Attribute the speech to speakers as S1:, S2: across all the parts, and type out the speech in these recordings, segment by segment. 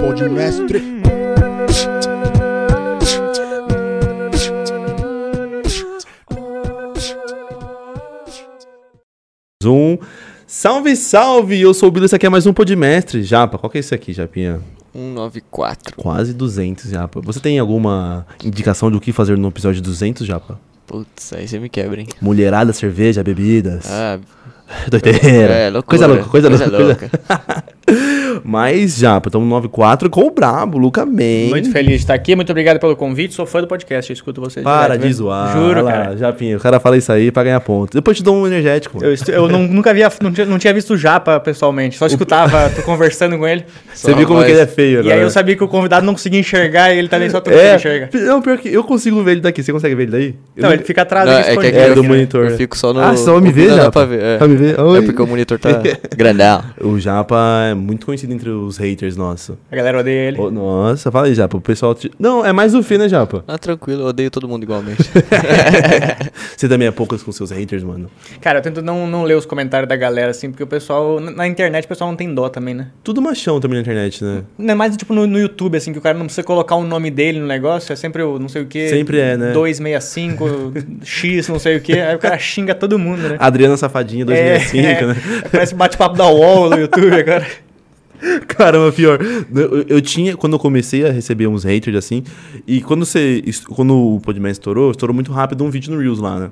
S1: Pode mestre.
S2: Zoom. um. Salve, salve! Eu sou o Bilo, isso aqui é mais um Podmestre. Japa, qual que é isso aqui, Japinha?
S3: 194.
S2: Quase 200, Japa. Você tem alguma indicação do que fazer no episódio 200, Japa?
S3: Putz, aí você me quebra, hein?
S2: Mulherada, cerveja, bebidas.
S3: Ah,
S2: Doideira.
S3: é, loucura.
S2: Coisa louca, coisa, louca. coisa- Mas, Japa, estamos no 94 com o brabo, Luca Man.
S4: Muito feliz de estar aqui, muito obrigado pelo convite. Sou fã do podcast, eu escuto vocês.
S2: Para
S4: direto, viu?
S2: de zoar.
S4: Juro,
S2: Olha lá,
S4: cara.
S2: Japinha, o cara fala isso aí pra ganhar ponto. Depois te dou um energético.
S4: Eu, estu- eu não- nunca havia, não, tinha, não tinha visto o Japa pessoalmente, só escutava, tô conversando com ele.
S2: Você viu como
S3: Mas-
S2: que ele é feio,
S4: E
S2: né?
S4: aí eu sabia que o convidado não conseguia enxergar e ele também só conseguia enxergar.
S2: É, não, pior que eu consigo ver ele daqui. Você consegue ver ele daí? Eu
S4: Não, ele fica né? atrás
S3: Não,
S4: aqui
S3: é que
S4: escondido.
S2: É, do
S3: fica-
S2: monitor.
S3: eu fico só no-
S2: Ah, só me
S3: ouvindo,
S2: vê,
S3: dá
S2: Japa?
S3: pra ver, é.
S2: Pra me ver? Oi.
S3: É porque o monitor tá grandão.
S2: O Japa é muito conhecido entre os haters nosso.
S4: A galera odeia ele.
S2: Ô, nossa, fala aí, Japa. O pessoal. te- Não, é mais o Fê, né, Japa?
S3: Ah, tranquilo, eu odeio todo mundo igualmente.
S2: Você também é poucas com seus haters, mano.
S4: Cara, eu tento não, não ler os comentários da galera, assim, porque o pessoal. Na na internet o pessoal não tem dó também, né?
S2: Tudo machão também na internet, né?
S4: Não é mais tipo no, no YouTube, assim, que o cara não precisa colocar o nome dele no negócio, é sempre o não sei o quê.
S2: Sempre é, né?
S4: 265, X, não sei o quê. Aí o cara xinga todo mundo, né?
S2: Adriana Safadinha 2005,
S4: É, é.
S2: né?
S4: Parece bate-papo da UOL no YouTube agora.
S2: Caramba, pior. Eu, eu tinha, quando eu comecei a receber uns haters assim, e quando você. es- Quando o Podman estourou, estourou muito rápido um vídeo no Reels lá, né?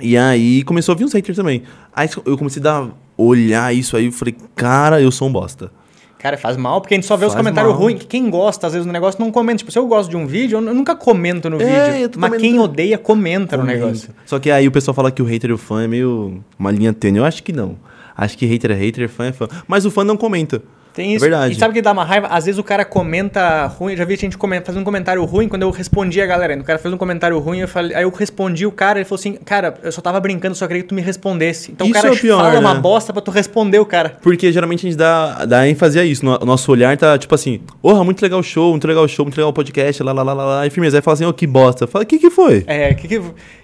S2: E aí começou a vir uns haters também. Aí eu comecei a dar, olhar isso aí, eu falei, cara, eu sou um bosta.
S4: Cara, faz mal, porque a gente só vê os
S2: Faz
S4: comentários
S2: mal.
S4: ruins. Quem gosta, às vezes, do negócio, não comenta. Tipo, se eu gosto de um vídeo, eu n- eu nunca comento no
S2: É, eu
S4: vídeo.
S2: também
S4: Mas
S2: não-
S4: quem odeia, comenta, no Um negócio.
S2: Só que aí o pessoal fala que o hater e o fã é meio uma linha tênue. Eu acho que não. Acho que hater é hater, fã é fã. Mas o fã não comenta.
S4: Tem isso.
S2: É verdade.
S4: E sabe o que dá uma raiva? Às vezes o cara comenta ruim. Já vi gente comen- fazendo um comentário ruim quando eu respondi a galera. O cara fez um comentário ruim, eu falei, aí eu respondi o cara, ele falou assim: Cara, eu só tava brincando, só queria que tu me respondesse. Então
S2: Isso
S4: o cara
S2: é o pior,
S4: fala uma
S2: né?
S4: bosta pra tu responder o cara.
S2: Porque geralmente a gente dá, dá ênfase a isso. No- O nosso olhar tá tipo assim, porra, muito legal o show, muito legal o show, muito legal o podcast, lá, lá, lá, lá, lá. E firmeza. Aí fala assim, ô, que bosta. Fala, o que que foi?
S4: É, que que.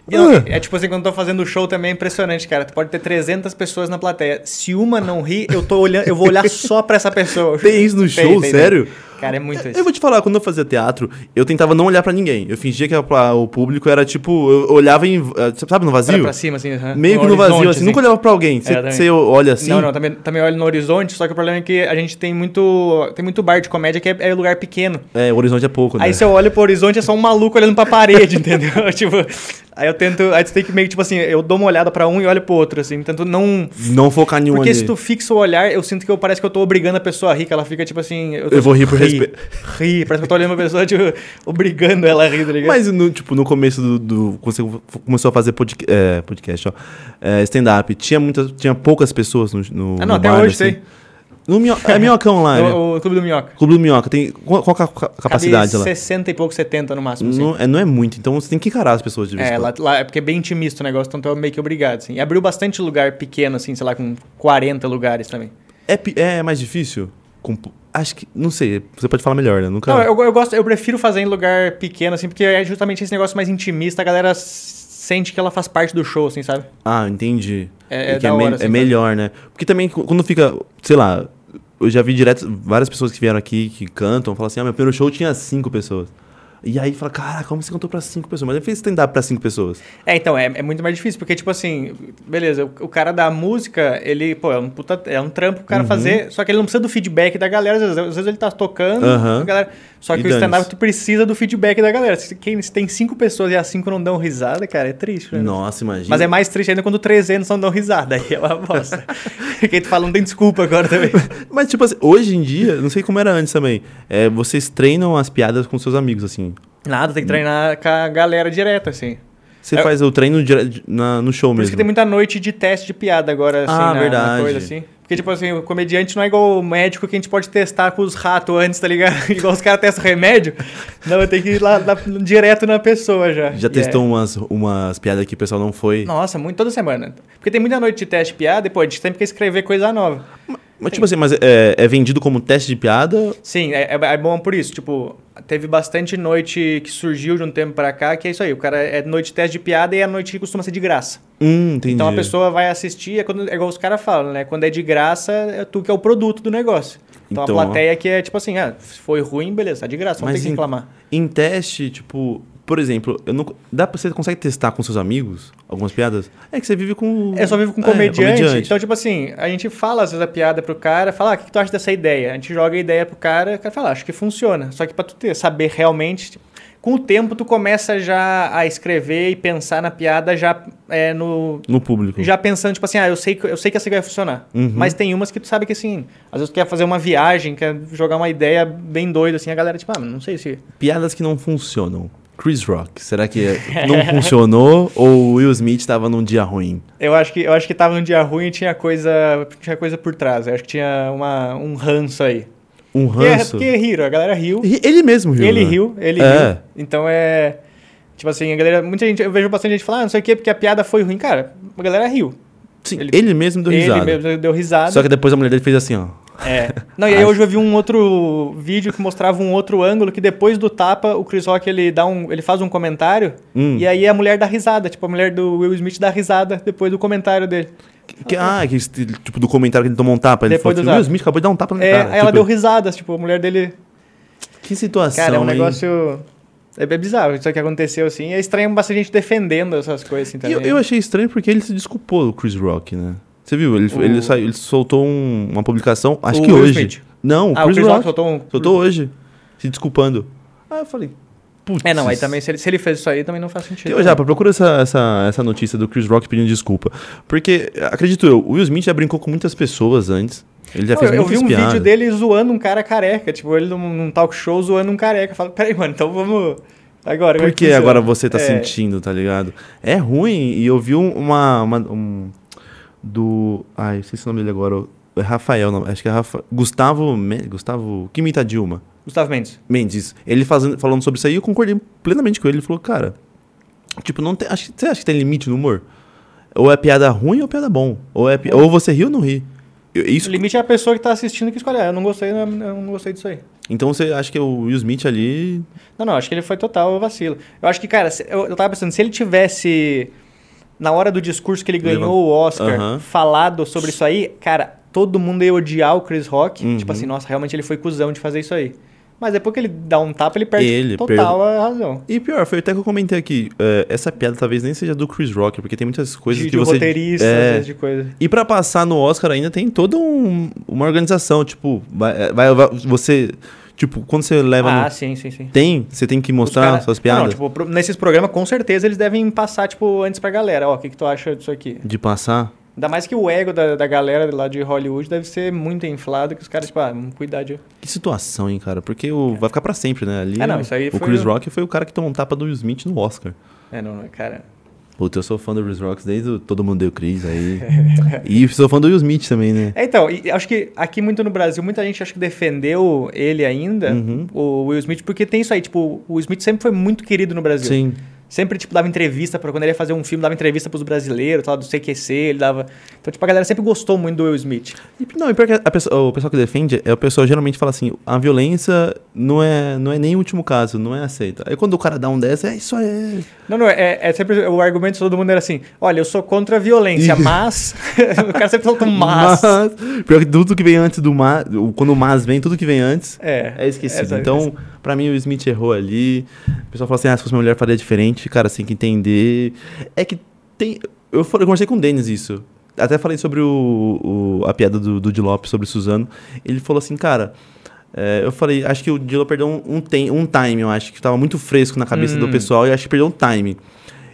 S4: E não,
S2: Ah.
S4: é tipo assim, quando eu tô fazendo show também é impressionante, cara. Tu pode ter 300 pessoas na plateia. Se uma não ri, eu, tô olhando, eu vou olhar só pra essa pessoa.
S2: Tem isso no show? Sério?
S4: Cara, é muito
S2: Eu
S4: isso.
S2: vou te falar, quando eu fazia teatro, eu tentava não olhar pra ninguém. Eu fingia que era pra- o público era tipo, eu olhava em, eh, sabe, no
S4: Pra,
S2: vazio?
S4: pra cima, assim. aham.
S2: Meio que no
S4: horizonte,
S2: vazio, assim, nunca olhava pra alguém. Você
S4: É, também.
S2: você olha assim.
S4: Não, tá- não, também, também olho no horizonte, só que o problema é que a gente tem muito, tem muito bar de comédia que é, é lugar pequeno.
S2: É, o horizonte é pouco, né?
S4: Aí se eu olho pro horizonte é só um maluco olhando pra parede, entendeu? tipo, aí eu tento, aí tu tem que meio que, tipo assim, eu dou uma olhada pra um e olho pro outro, assim, tento não...
S2: Não focar em um
S4: Porque
S2: ali.
S4: se tu fixa o olhar, eu sinto que eu parece que eu tô obrigando a pessoa a rir, que ela fica tipo assim... tô-
S2: Eu vou rir por
S4: ri,
S2: respeito.
S4: Ri, parece que eu tô olhando pra pessoa, tipo, obrigando ela a rir, tá ligado?
S2: Mas, no, tipo, no começo do... do- quando você f- começou a fazer podca- é, podcast, ó, é, stand-up, tinha, muitas, tinha poucas pessoas no, no
S4: Ah, não,
S2: no
S4: até
S2: bar, assim?
S4: hoje tem.
S2: No minho, é minhocão lá, né?
S4: o, o Clube do Minhoca.
S2: Clube do Minhoca. Tem, qual qual que é a ca- capacidade
S4: Cabe
S2: lá?
S4: 60 e pouco, 70 no máximo, assim.
S2: Não é, não é muito, então você tem que encarar as pessoas de vez
S4: É,
S2: em
S4: lá,
S2: quando.
S4: lá é porque é bem intimista o negócio, então tu é meio que obrigado, assim. E abriu bastante lugar pequeno, assim, sei lá, com 40 lugares também.
S2: É, pi- é mais difícil? Com- acho que... Não sei, você pode falar melhor, né? Nunca...
S4: Não, eu, eu gosto, eu prefiro fazer em lugar pequeno, assim, porque é justamente esse negócio mais intimista, a galera s- sente que ela faz parte do show, assim, sabe?
S2: Ah, entendi.
S4: É- é
S2: que
S4: da
S2: me-
S4: hora, assim,
S2: é
S4: sabe?
S2: melhor, né? Porque também cu- quando fica, sei lá, eu já vi direto várias pessoas que vieram aqui, que cantam, falam assim, ah, meu primeiro show tinha cinco pessoas. E aí fala, cara, como você cantou pra cinco pessoas? Mas ele fez stand-up pra cinco pessoas.
S4: É, então, é, é muito mais difícil, porque, tipo assim, beleza, o, o cara da música, ele, pô, é um, puta, é um trampo pro cara
S2: Uhum.
S4: fazer, só que ele não precisa do feedback da galera, às vezes, às vezes ele tá tocando,
S2: Aham.
S4: a galera, só
S2: E
S4: que o stand-up
S2: dane-se.
S4: tu precisa do feedback da galera. Se, quem, se tem cinco pessoas e as cinco não dão risada, cara, é triste, né?
S2: Nossa, imagina.
S4: Mas é mais triste ainda quando 300 não dão risada. Aí é uma bosta. Quem tu fala não tem desculpa agora também.
S2: Mas, tipo assim, hoje em dia, não sei como era antes também, é, vocês treinam as piadas com seus amigos, assim.
S4: Nada, tem que treinar com a galera direto, assim.
S2: Você
S4: É-
S2: faz o treino dire- na- no show
S4: Por isso
S2: mesmo.
S4: que tem muita noite de teste de piada agora, assim,
S2: Ah,
S4: na, na
S2: verdade.
S4: coisa, assim. Porque, tipo assim, o comediante não é igual o médico que a gente pode testar com os ratos antes, tá ligado? igual os caras testam remédio. Não, tem que ir lá, lá direto na pessoa já.
S2: Já
S4: E
S2: testou um.
S4: é-
S2: umas, umas piadas que o pessoal não foi.
S4: Nossa, muito, toda semana. Porque tem muita noite de teste de piada e, pô, a gente sempre quer escrever coisa nova.
S2: Mas, tipo assim, mas é, é vendido como teste de piada?
S4: Sim, é, é- é bom por isso. Tipo, teve bastante noite que surgiu de um tempo pra cá, que é isso aí. O cara é noite teste de piada e a noite que costuma ser de graça.
S2: Hum, entendi.
S4: Então a pessoa vai assistir, é, quando, é igual os caras falam, né? Quando é de graça, é tu que é o produto do negócio. Então,
S2: Então, ó.
S4: a plateia que é tipo assim, ah, se foi ruim, beleza, tá de graça, não
S2: Mas
S4: tem que
S2: em-
S4: reclamar.
S2: Em teste, tipo, por exemplo, eu não, dá pra, você consegue testar com seus amigos algumas piadas? É que você vive com.
S4: Eu só vivo com
S2: É,
S4: comediante, Então, tipo assim, a gente fala às vezes a piada pro cara, fala, ah, o que, que tu acha dessa ideia? A gente joga a ideia pro cara, o cara fala, "Ah, acho que funciona. Só que pra tu ter, saber realmente, tipo, com o tempo tu começa já a escrever e pensar na piada já é, no...
S2: No público.
S4: Já pensando, tipo assim, ah, eu sei, que- eu sei que essa aqui vai funcionar. Mas tem umas que tu sabe que, assim, às vezes tu quer fazer uma viagem, quer jogar uma ideia bem doida, assim, a galera, tipo, ah, não sei se...
S2: Piadas que não funcionam. Chris Rock, será que é- não funcionou ou Will Smith tava num dia ruim?
S4: Eu acho que, eu acho que tava num dia ruim e tinha coisa, tinha coisa por trás. Eu acho que tinha uma, um ranço aí.
S2: Um
S4: Porque- é
S2: ranço?
S4: Porque riram, a galera riu.
S2: Ri- Ele mesmo riu.
S4: Ele
S2: né?
S4: riu, ele
S2: É.
S4: riu. Então é. Tipo assim, a galera. Muita gente, eu vejo bastante gente falar, ah, não sei o quê, porque a piada foi ruim. Cara, a galera riu.
S2: Sim, ele,
S4: Ele-
S2: mesmo deu
S4: ele
S2: risada.
S4: mesmo deu risada.
S2: Só que depois a mulher dele fez assim, ó.
S4: É. Não, e aí hoje eu vi um outro vídeo que mostrava um outro ângulo que depois do tapa, o Chris Rock ele dá um. ele faz um comentário
S2: Hum.
S4: e aí a mulher dá risada. Tipo, a mulher do Will Smith dá risada depois do comentário dele.
S2: Que, ah, que, esse tipo do comentário que ele tomou um tapa. Ele falou
S4: Depois do
S2: assim, Will
S4: tapa.
S2: Smith acabou de dar um tapa na
S4: É,
S2: cara.
S4: aí
S2: Tipo,
S4: ela deu risada, tipo, a mulher dele.
S2: Que situação,
S4: Cara, é um
S2: hein?
S4: negócio. É bem bizarro isso que aconteceu, assim. É estranho bastante gente defendendo essas coisas, assim,
S2: E
S4: também.
S2: eu, eu achei estranho porque ele se desculpou, o Chris Rock, né? Você viu? Ele,
S4: O-
S2: ele, saiu- ele soltou um- uma publicação, acho
S4: O
S2: que
S4: Will
S2: hoje.
S4: Smith.
S2: Não, o
S4: ah,
S2: Chris, Rock, soltou...
S4: soltou um...
S2: hoje, se desculpando. Ah, eu falei, putz.
S4: É, não, aí também, se ele, se ele fez isso aí, também não faz sentido.
S2: Eu já, procura essa, essa, essa notícia do Chris Rock pedindo desculpa. Porque, acredito eu, o Will Smith já brincou com muitas pessoas antes. Ele já
S4: Não,
S2: fez
S4: eu, eu vi
S2: muitas
S4: um
S2: piadas.
S4: vídeo dele zoando um cara careca, tipo, ele num, num talk show zoando um careca. Eu falo, peraí, mano, então vamos... Agora, como é
S2: Por que
S4: funciona?
S2: agora você tá
S4: É,
S2: sentindo, tá ligado? É ruim, e eu vi um- uma. uma- um, do. Ai, esqueci o nome dele agora. É Rafael, não, acho que é Rafa, Gustavo. Me- Gustavo. Que imita a Dilma.
S4: Gustavo Mendes.
S2: Mendes. Ele fazendo, falando sobre isso aí, eu concordei plenamente com ele. Ele falou, cara. Tipo, não tem, acho, que- você acha que tem limite no humor? Ou é piada ruim ou é piada bom? Ou, é, pi- ou você ri ou não ri? Eu-
S4: O
S2: Isso,
S4: limite é a pessoa que tá assistindo que escolhe, ah, eu não gostei, eu não, eu não gostei disso aí.
S2: então você acha que o Will Smith ali.
S4: Não, não, acho que ele foi total vacilo. Eu acho que, cara, se- eu, eu tava pensando, se ele tivesse, na hora do discurso que ele ganhou
S2: Levan-
S4: o Oscar,
S2: Aham.
S4: falado sobre isso aí, cara, todo mundo ia odiar o Chris Rock.
S2: Uhum.
S4: Tipo assim, nossa, realmente ele foi cuzão de fazer isso aí. Mas depois que ele dá um tapa, ele perde
S2: Ele
S4: total a razão.
S2: E pior, foi até que eu comentei aqui. é, essa piada talvez nem seja do Chris Rock, porque tem muitas coisas
S4: de,
S2: que
S4: de
S2: você.
S4: roteirista, às
S2: é,
S4: vezes, de coisa.
S2: E pra passar no Oscar ainda tem toda um- uma organização, tipo, vai, vai- vai- você, tipo, quando você leva
S4: Ah,
S2: no-
S4: sim, sim, sim.
S2: tem, você tem que
S4: Os
S2: mostrar
S4: cara-
S2: suas
S4: Não,
S2: piadas
S4: Não, tipo, pro- nesses programas, com certeza, eles devem passar, tipo, antes pra galera. Ó, o que, que tu acha disso aqui?
S2: de passar.
S4: Ainda mais que o ego da, da galera lá de Hollywood deve ser muito inflado, que os caras, tipo, ah, vamos cuidar de...
S2: Que situação, hein, cara? Porque o, vai ficar pra sempre, né? Ali,
S4: Ah, não, isso aí
S2: o
S4: foi
S2: Chris
S4: o-
S2: Rock foi o cara que tomou um tapa do Will Smith no Oscar.
S4: É, não, não, cara.
S2: Puta, eu sou fã do Chris Rock desde o Todo Mundo Deu Chris aí. e sou fã do Will Smith também, né?
S4: É, então, e acho que aqui muito no Brasil, muita gente acho que defendeu ele ainda,
S2: Uhum.
S4: o Will Smith, porque tem isso aí, tipo, o Will Smith sempre foi muito querido no Brasil.
S2: Sim.
S4: Sempre, tipo, dava entrevista, pra, quando ele ia fazer um filme, dava entrevista pros brasileiros, tal, do CQC, ele dava... Então, tipo, a galera sempre gostou muito do Will Smith.
S2: E, não, e pior que a pessoa- o pessoal que defende, é o pessoal geralmente fala assim, a violência não é, não é nem o último caso, não é aceita. Aí quando o cara dá um dessa, é isso aí.
S4: Não, não, é, é sempre o argumento de todo mundo era assim, olha, eu sou contra a violência, mas... o cara sempre solta um mas.
S2: Pior que tudo que vem antes do mas, quando o mas vem, tudo que vem antes
S4: É,
S2: é esquecido.
S4: essa-
S2: então, pra mim, o Smith errou ali. O pessoal fala assim, ah, se fosse uma mulher faria diferente. Cara, você tem que entender. É que tem... Eu, falei- eu conversei com o Denis isso. Até falei sobre o, o- a piada do, do Di Lopes sobre o Suzano. Ele falou assim, cara... é, eu falei, acho que o Dilo perdeu um, um, tem- um time, eu acho, que tava muito fresco na cabeça do
S4: Hum.
S2: pessoal, e eu acho que perdeu um time.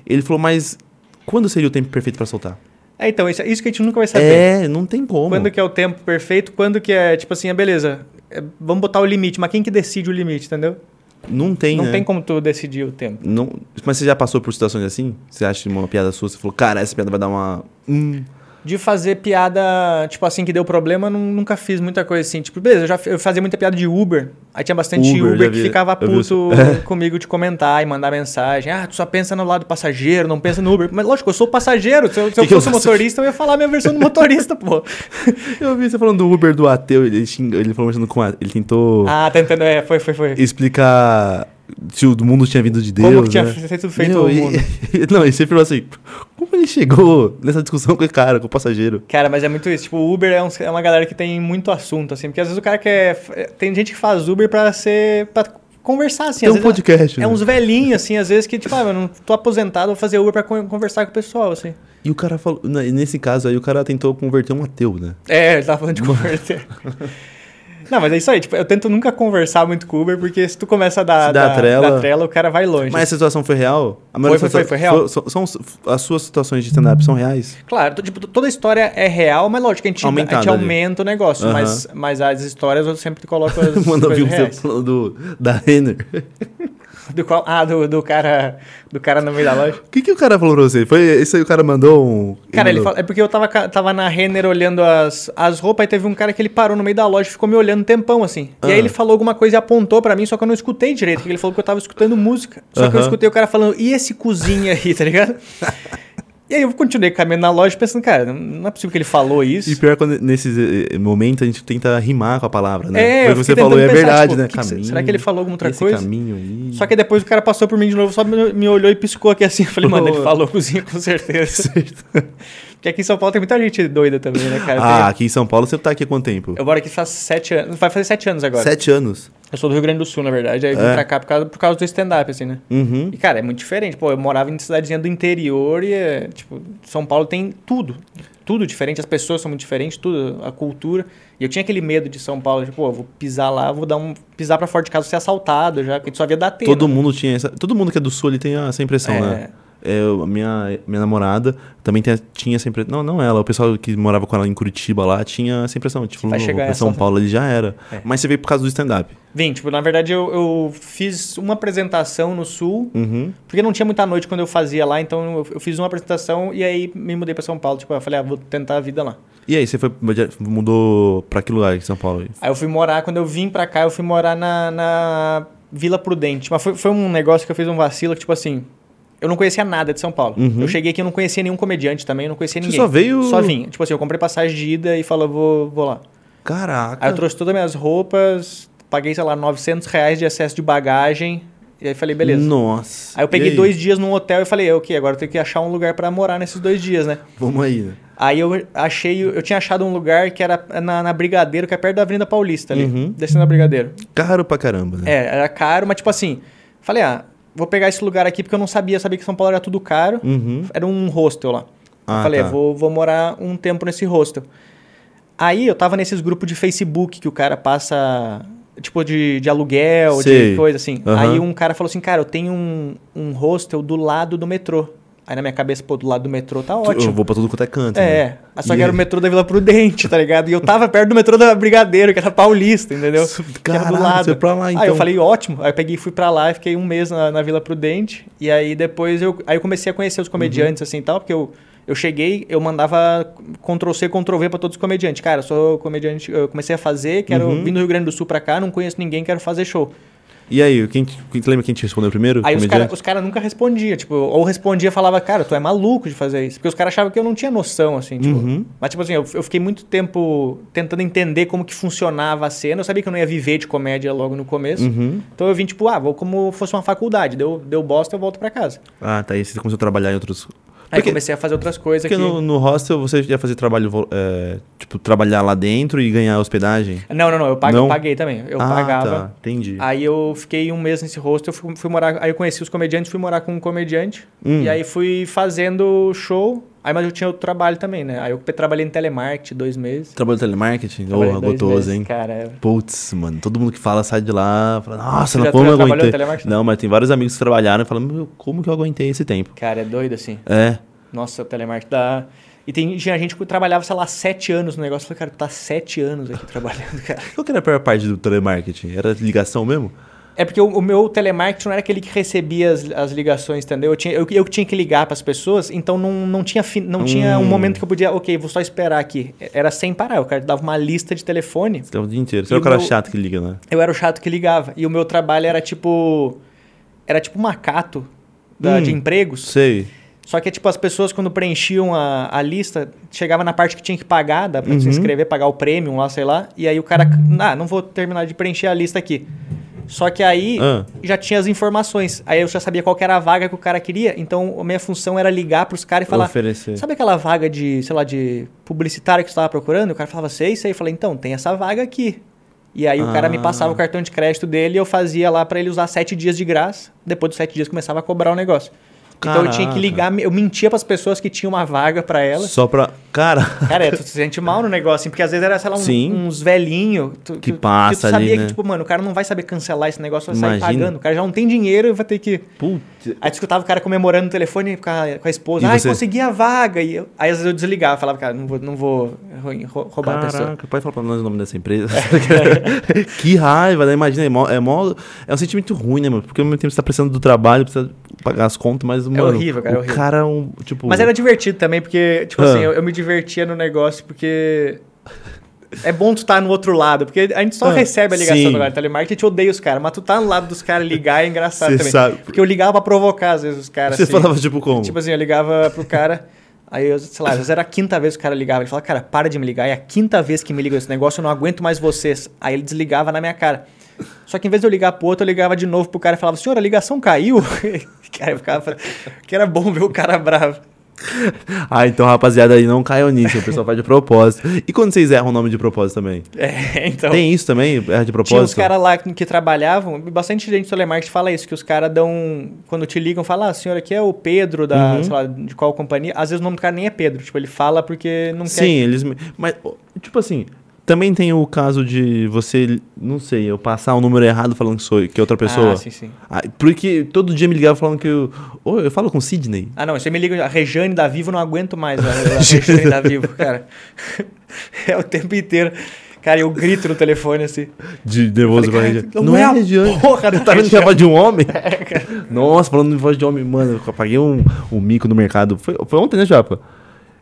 S2: Ele falou, mas quando seria o tempo perfeito pra soltar?
S4: É, então, isso, isso que a gente nunca vai saber.
S2: É, não tem como.
S4: Quando que é o tempo perfeito, quando que é, tipo assim, é beleza, é, vamos botar o limite, mas quem que decide o limite, entendeu?
S2: Não tem,
S4: não
S2: né?
S4: tem como tu decidir o tempo.
S2: Não- Mas você já passou por situações assim? Você acha uma piada sua, você falou, cara, essa piada vai dar uma. Hum.
S4: de fazer piada, tipo assim, que deu problema, eu nu- nunca fiz muita coisa assim. Tipo, beleza, eu já f- eu fazia muita piada de Uber. Aí tinha bastante
S2: Uber,
S4: Uber,
S2: já
S4: que
S2: vi.
S4: ficava
S2: Eu vi É.
S4: puto comigo de comentar e mandar mensagem. Ah, tu só pensa no lado do passageiro, não pensa no Uber. Mas lógico, eu sou passageiro. Se eu, se eu
S2: Que que eu
S4: fosse
S2: faço?
S4: motorista, eu ia falar a minha versão do motorista, pô.
S2: Eu vi você falando do Uber do ateu, ele, xing- ele falou conversando com a, Ele tentou
S4: Ah, tá entendendo. É, foi, foi, foi.
S2: explicar se o mundo tinha vindo de Deus.
S4: Como que tinha
S2: né?
S4: sido feito
S2: Meu,
S4: o
S2: e-
S4: mundo.
S2: não, e você falou assim: como ele chegou nessa discussão com o cara, com o passageiro?
S4: Cara, mas é muito isso. Tipo, o Uber é, uns- é uma galera que tem muito assunto, assim. Porque às vezes o cara quer... é, Tem gente que faz Uber pra ser... Pra conversar, assim.
S2: Tem
S4: às
S2: um
S4: vezes é-
S2: podcast.
S4: É
S2: né?
S4: uns velhinhos, assim, às vezes que, tipo, ah, eu não tô aposentado, vou fazer Uber pra con- conversar com o pessoal, assim.
S2: E o cara falou. na- e Nesse caso aí, o cara tentou converter um ateu, né?
S4: É, ele tava falando de converter. não, mas é isso aí, tipo, eu tento nunca conversar muito com o Uber, porque se tu começa a dar,
S2: Se dá
S4: dar-
S2: trela.
S4: dar trela, o cara vai longe.
S2: Mas essa situação foi real? A
S4: Foi, foi, foi, foi real.
S2: São, são- são- as suas situações de stand-up são reais?
S4: Claro, t- tipo, toda história é real, mas lógico, a gente, a
S2: Aumentada
S4: gente
S2: ali.
S4: aumenta o negócio,
S2: Aham.
S4: mas, mas as histórias eu sempre coloco as
S2: Manda ouvir
S4: coisas
S2: você
S4: reais.
S2: falando do, da Renner.
S4: Do qual, ah, do, do cara do cara no meio da loja.
S2: O que, que o cara falou pra você? Foi esse aí o cara mandou um.
S4: Cara, ele
S2: mandou-
S4: fala, é porque eu tava, ca- tava na Renner olhando as, as roupas e teve um cara que ele parou no meio da loja e ficou me olhando um tempão, assim.
S2: Ah.
S4: E aí ele falou alguma coisa e apontou pra mim, só que eu não escutei direito, porque ele falou que eu tava escutando música. Só que eu
S2: Aham.
S4: escutei o cara falando, e esse cozinha aí, tá ligado? e aí eu continuei caminhando na loja pensando, cara, não- não é possível que ele falou isso.
S2: E pior quando nesses eh, momentos a gente tenta rimar com a palavra, né?
S4: É,
S2: Foi
S4: eu
S2: o que
S4: fiquei
S2: você falou,
S4: tentando
S2: é
S4: pensar,
S2: verdade,
S4: tipo,
S2: né?
S4: o que que cê- será que ele falou alguma outra
S2: esse
S4: coisa?
S2: caminho aí.
S4: Só que depois o cara passou por mim de novo, só me, me olhou e piscou aqui assim. Eu falei, mano, ele
S2: Boa.
S4: falou cozinha com certeza. Porque aqui em São Paulo tem muita gente doida também, né, cara?
S2: Ah,
S4: Tem-
S2: aqui em São Paulo você tá aqui há quanto tempo?
S4: Eu moro aqui faz sete anos. Vai fazer sete anos agora.
S2: Sete anos.
S4: Eu sou do Rio Grande do Sul, na verdade. Aí eu vim
S2: É.
S4: pra cá por causa, por causa do stand-up, assim, né?
S2: Uhum.
S4: E, cara, é muito diferente. Pô, eu morava em cidadezinha do interior e, é, tipo, São Paulo tem tudo. Tudo diferente. As pessoas são muito diferentes, tudo. A cultura. E eu tinha aquele medo de São Paulo. Tipo, pô, eu vou pisar lá, vou dar um... Pisar pra fora de casa, ser assaltado já. Porque a gente só via da tela.
S2: Todo mundo tinha essa. Todo mundo que é do sul ele tem essa impressão,
S4: É.
S2: né? Eu, a minha, minha namorada também tem- tinha essa impressão. Não, não ela. O pessoal que morava com ela em Curitiba lá tinha essa impressão. Tipo,
S4: Vai
S2: não,
S4: chegar
S2: pra São
S4: essa- né?
S2: Paulo ele já era.
S4: É.
S2: Mas você veio por causa do stand-up.
S4: Vim, tipo, na verdade eu, eu fiz uma apresentação no Sul.
S2: Uhum.
S4: Porque não tinha muita noite quando eu fazia lá. Então eu, eu fiz uma apresentação e aí me mudei pra São Paulo. Tipo, eu falei, ah, vou tentar a vida lá.
S2: E aí, você foi, mudou pra que lugar em São Paulo? aí?
S4: Aí eu fui morar, quando eu vim pra cá, eu fui morar na, na Vila Prudente. Mas foi, foi um negócio que eu fiz um vacilo, que tipo assim, eu não conhecia nada de São Paulo.
S2: Uhum.
S4: Eu cheguei aqui, eu não conhecia nenhum comediante também, eu não conhecia
S2: Você
S4: ninguém.
S2: só veio-
S4: Só vim. Tipo assim, eu comprei passagem de ida e falei, vou, vou lá.
S2: Caraca.
S4: Aí eu trouxe todas as minhas roupas, paguei, sei lá, 900 reais de excesso de bagagem. E aí falei, beleza.
S2: Nossa.
S4: Aí eu
S2: E
S4: peguei dois dias num hotel e falei, eu que agora eu tenho que achar um lugar pra morar nesses dois dias, né?
S2: Vamos aí, né?
S4: Aí eu achei, eu tinha achado um lugar que era na, na Brigadeiro, que é perto da Avenida Paulista ali,
S2: Uhum.
S4: descendo a Brigadeiro.
S2: Caro pra caramba, né?
S4: É, era caro, mas tipo assim, falei, ah, vou pegar esse lugar aqui porque eu não sabia, sabia que São Paulo era tudo caro.
S2: Uhum.
S4: Era um hostel lá.
S2: Ah,
S4: eu falei, "É,
S2: tá.
S4: vou, vou morar um tempo nesse hostel. Aí eu tava nesses grupos de Facebook que o cara passa, tipo, de, de aluguel,
S2: Sei.
S4: de coisa assim.
S2: Aham.
S4: Aí um cara falou assim, cara, eu tenho um, um hostel do lado do metrô. Aí na minha cabeça, pô, do lado do metrô tá
S2: Tu-
S4: ótimo.
S2: Eu vou pra tudo quanto é canto.
S4: É,
S2: né?
S4: mas só
S2: E
S4: que era o
S2: aí?
S4: metrô da Vila Prudente, tá ligado? E eu tava perto do metrô da Brigadeiro, que era paulista, entendeu?
S2: Su-
S4: que era
S2: Caraca,
S4: do lado.
S2: você foi pra lá,
S4: Aí eu
S2: então.
S4: falei, ótimo. Aí eu peguei e fui pra lá e fiquei um mês na, na Vila Prudente. E aí depois eu, aí eu comecei a conhecer os
S2: Uhum.
S4: comediantes assim e tal, porque eu, eu cheguei, eu mandava Ctrl-C, Ctrl-V pra todos os comediantes. Cara, eu sou comediante, eu comecei a fazer, quero
S2: Uhum.
S4: vir do Rio Grande do Sul pra cá, não conheço ninguém, quero fazer show.
S2: E aí, quem, te- quem- lembra quem te respondeu primeiro?
S4: Aí os
S2: Comediante?
S4: caras os cara nunca respondiam, tipo, ou respondia e falava, cara, tu é maluco de fazer isso. Porque os caras achavam que eu não tinha noção, assim, tipo.
S2: Uhum.
S4: Mas, tipo assim, eu, eu fiquei muito tempo tentando entender como que funcionava a cena. Eu sabia que eu não ia viver de comédia logo no começo.
S2: Uhum.
S4: Então eu vim, tipo, ah, vou como fosse uma faculdade. Deu, deu bosta, eu volto pra casa.
S2: Ah, tá. Aí você começou a trabalhar em outros.
S4: Aí
S2: Porque-
S4: comecei a fazer outras coisas
S2: Porque
S4: aqui.
S2: no, no hostel você ia fazer trabalho, vo- é, tipo, trabalhar lá dentro e ganhar hospedagem?
S4: Não, não, não. Eu, pag-
S2: Não?
S4: paguei também. Eu
S2: ah,
S4: pagava.
S2: Tá, entendi.
S4: Aí eu fiquei um mês nesse hostel, eu fui, fui morar, aí eu conheci os comediantes, fui morar com um comediante,
S2: Hum.
S4: e aí fui fazendo show, aí mas eu tinha outro trabalho também, né? Aí eu pe- trabalhei em telemarketing dois meses.
S2: Trabalho de telemarketing?
S4: Trabalhei
S2: Porra,
S4: dois
S2: gostoso,
S4: meses,
S2: hein?
S4: Cara,
S2: Putz, mano, todo mundo que fala sai de lá, fala, nossa,
S4: Você
S2: não,
S4: já
S2: como eu
S4: trabalhou em
S2: aguentei.
S4: telemarketing?
S2: Não, mas tem vários amigos que trabalharam e falam, meu, como que eu aguentei esse tempo?
S4: cara, é doido assim.
S2: É.
S4: Nossa, o telemarketing dá... E tem, tinha gente que trabalhava, sei lá, sete anos no negócio. Eu falei, cara, tu tá sete anos aqui trabalhando, cara.
S2: Qual que era a pior parte do telemarketing? Era ligação mesmo?
S4: É porque o, o meu telemarketing não era aquele que recebia as, as ligações, entendeu? Eu, tinha, eu, eu que tinha que ligar para as pessoas, então não, não, tinha, fi- não tinha um
S2: Hum.
S4: momento que eu podia, ok, vou só esperar aqui. Era sem parar, o cara dava uma lista de telefone.
S2: Você é o dia inteiro. Você
S4: E
S2: é o cara
S4: meu-
S2: chato que liga, né?
S4: Eu era o chato que ligava. E o meu trabalho era tipo. Era tipo um macato da-
S2: Hum.
S4: de empregos.
S2: Sei.
S4: Só que, tipo, as pessoas, quando preenchiam a, a lista, chegava na parte que tinha que pagar, dá pra se
S2: Uhum.
S4: inscrever, pagar o prêmio lá, sei lá. E aí o cara. Ah, não vou terminar de preencher a lista aqui. Só que aí
S2: Ah.
S4: já tinha as informações. Aí eu já sabia qual que era a vaga que o cara queria. Então a minha função era ligar pros caras e falar.
S2: Oferecer.
S4: Sabe aquela vaga de, sei lá, de publicitário que você estava procurando? O cara falava, sei, sei. Eu falei, então, tem essa vaga aqui. E aí o cara me
S2: Ah.
S4: passava o cartão de crédito dele e eu fazia lá pra ele usar sete dias de graça. Depois dos sete dias começava a cobrar o negócio. Então eu tinha que
S2: Caraca.
S4: ligar, eu mentia pras pessoas que tinham uma vaga pra elas.
S2: Só pra. Cara.
S4: Cara, é, tu se sente mal no negócio, assim, porque às vezes era, sei lá, um-
S2: Sim.
S4: uns velhinhos.
S2: Que passa
S4: tu sabia
S2: ali,
S4: que,
S2: né?
S4: tipo, mano, o cara não vai saber cancelar esse negócio, vai sair
S2: Imagina.
S4: pagando. O cara já não tem dinheiro e vai ter que.
S2: Putz.
S4: Aí tu escutava o cara comemorando no telefone com a, com a esposa.
S2: E
S4: Ai,
S2: você?
S4: consegui a vaga. E eu- aí às vezes eu desligava, falava, cara, não vou, não vou rou- rou- roubar a pessoa.
S2: Caraca, pode falar pra nós o nome dessa empresa? que raiva, né? Imagina, é, mó, é, mó- é um sentimento ruim, né, mano? Porque ao mesmo tempo você tá precisando do trabalho, precisa pagar as contas, mas, mano...
S4: horrível, cara, é
S2: o
S4: horrível.
S2: cara é um, tipo...
S4: Mas era divertido também, porque, tipo
S2: Ah.
S4: assim, eu, eu me divertia no negócio, porque. É bom tu estar no outro lado, porque a gente só
S2: Ah,
S4: recebe a ligação
S2: sim.
S4: do agora, telemarketing, eu te odeio os caras, mas tu tá no lado dos caras ligar é engraçado
S2: Cê
S4: também.
S2: sabe.
S4: Porque eu ligava pra provocar, às vezes, os caras.
S2: Você
S4: assim.
S2: falava, tipo, como?
S4: Tipo assim, eu ligava pro cara. Aí, eu, sei lá, às vezes era a quinta vez que o cara ligava. Ele falava, cara, para de me ligar. É a quinta vez que me ligam esse negócio, eu não aguento mais vocês. Aí ele desligava na minha cara. Só que em vez de eu ligar pro outro, eu ligava de novo pro cara e falava, senhor, a ligação caiu? cara, eu ficava falando, que era bom ver o cara bravo.
S2: Ah, então, rapaziada, aí não caiam nisso. O pessoal faz de propósito. E quando vocês erram o nome de propósito também?
S4: É, então...
S2: Tem isso também? Erra de propósito?
S4: Tinha os caras lá que que trabalhavam, bastante gente do telemarketing fala isso, que os caras dão. Quando te ligam, fala, ah, senhor, aqui é o Pedro da,
S2: Uhum.
S4: sei lá, de qual companhia. Às vezes o nome do cara nem é Pedro, tipo, ele fala porque não
S2: Sim, eles... me- Mas, ó, tipo assim... Também tem o caso de você, não sei, eu passar um número errado falando que sou que é outra
S4: quer.
S2: pessoa.
S4: Ah, sim, sim.
S2: Ah, porque todo dia me ligava falando que eu. Ô, eu falo com o Sidney.
S4: Ah, não, você me liga, a Rejane da Vivo, eu não aguento mais a, a Rejane da Vivo, cara. é o tempo inteiro. Cara, eu grito no telefone assim.
S2: De nervoso com a
S4: Falei,
S2: Regiane.
S4: cara,
S2: Não, é a Regiane.
S4: Porra,
S2: Tá vendo que é a voz de um homem? Nossa, falando em voz de homem, mano, eu paguei um, um mico no mercado. Foi, foi ontem, né, Japa?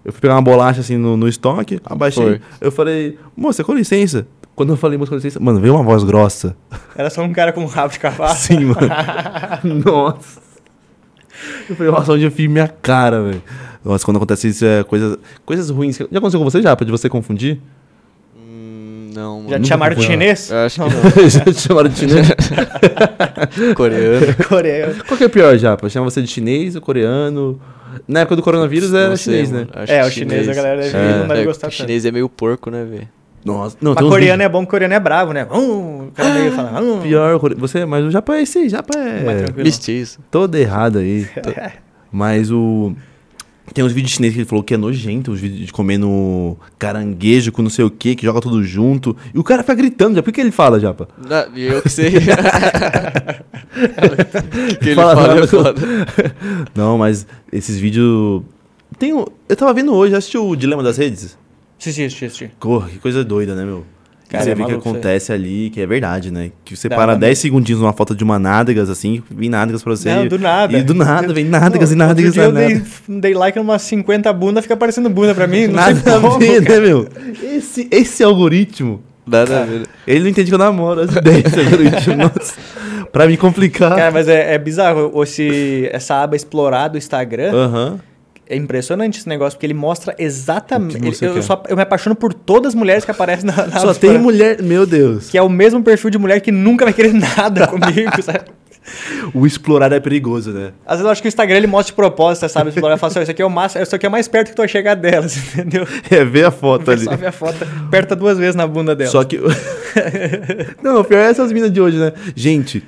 S2: Eu fui pegar uma bolacha assim no, no estoque, abaixei.
S3: Foi.
S2: Eu falei, moça, com licença. Quando eu falei, moça, com licença, mano, veio uma voz grossa.
S4: Era só um cara com um rabo de cavalo.
S2: Sim, mano. Nossa. Eu falei, nossa, onde eu fiz minha cara, velho. Nossa, quando acontece isso, é coisas, coisas ruins. que- Já aconteceu com você, Japa, de você confundir?
S3: Hum, não,
S4: Já
S3: mano.
S4: te chamaram de
S2: fui lá.
S4: chinês?
S3: Eu acho que
S2: Já te chamaram de chinês?
S3: não. Coreano.
S4: Coreano.
S2: Qual que é pior, Japa? Chama você de chinês ou coreano? Na época do coronavírus era
S3: Não sei,
S2: chinês, né?
S3: mano. um Acho
S4: É,
S3: que
S4: o chinês, a galera deve-
S2: não
S4: deve
S3: é,
S4: gostar
S3: O
S4: tanto.
S3: chinês é meio porco, né, velho?
S2: Nossa, não,
S4: Mas coreano é bom, coreano é bravo, né? Hum, o cara meio fala. Hum,
S2: pior. core- Você, mas o Japa é esse, aí, Japa
S4: Mas
S2: é
S4: tranquilo.
S3: Mestiço.
S2: todo errado aí. to- Mas o tem uns vídeos chineses que ele falou que é nojento, uns vídeos de comendo caranguejo com não sei o que, que joga tudo junto. E o cara fica gritando, já. Por que ele fala, Japa?
S3: Não, eu que sei. O que ele
S2: Fala
S3: fala
S2: nada.
S3: é foda.
S2: Não, mas esses vídeos. Tem um... Eu tava vendo hoje, já assistiu o Dilema das Redes?
S4: Assisti, assisti, assisti.
S2: Corra, que coisa doida, né, meu?
S4: Cara,
S2: você
S4: é
S2: vê o que
S4: maluco isso aí.
S2: acontece ali, que é verdade, né? Que você
S4: Dá
S2: para
S4: uma-
S2: 10 segundinhos numa foto de uma nádegas, assim, vem nádegas pra você.
S4: Não,
S2: e-
S4: do nada.
S2: E do nada, vem nádegas
S4: Não,
S2: e nádegas e
S4: outro dia
S2: nádegas.
S4: Eu dei, dei like em umas 50 bunda, fica aparecendo bunda pra mim. Não sei
S2: Nada a
S4: como,
S2: ver,
S4: cara.
S2: né, meu? Esse, esse algoritmo,
S3: Nada a ver.
S2: ele não entende que eu namoro as ideias desse algoritmo. Nossa, pra me
S4: Cara,
S2: complicar.
S4: mas é, é bizarro esse, essa aba explorar do Instagram.
S2: Aham.
S4: É impressionante esse negócio, porque ele mostra exatamente.
S2: O que você
S4: ele- eu,
S2: quer.
S4: só, eu me apaixono por todas as mulheres que aparecem na, na
S2: Só
S4: aba
S2: tem
S4: explorar,
S2: mulher. Meu Deus.
S4: Tá Que é o mesmo perfil de mulher que nunca vai querer nada comigo, sabe?
S2: O explorar é perigoso, né?
S4: Às vezes eu acho que o Instagram ele mostra de propósito, sabe? Explorar e fala assim: "Ó, isso aqui é o máximo, isso aqui é o mais perto que tu vai chegar delas, entendeu?
S2: É ver a foto ali.
S4: Só ver a foto, aperta duas vezes na bunda dela.
S2: Só que. não, o pior é essas minas de hoje, né? Gente,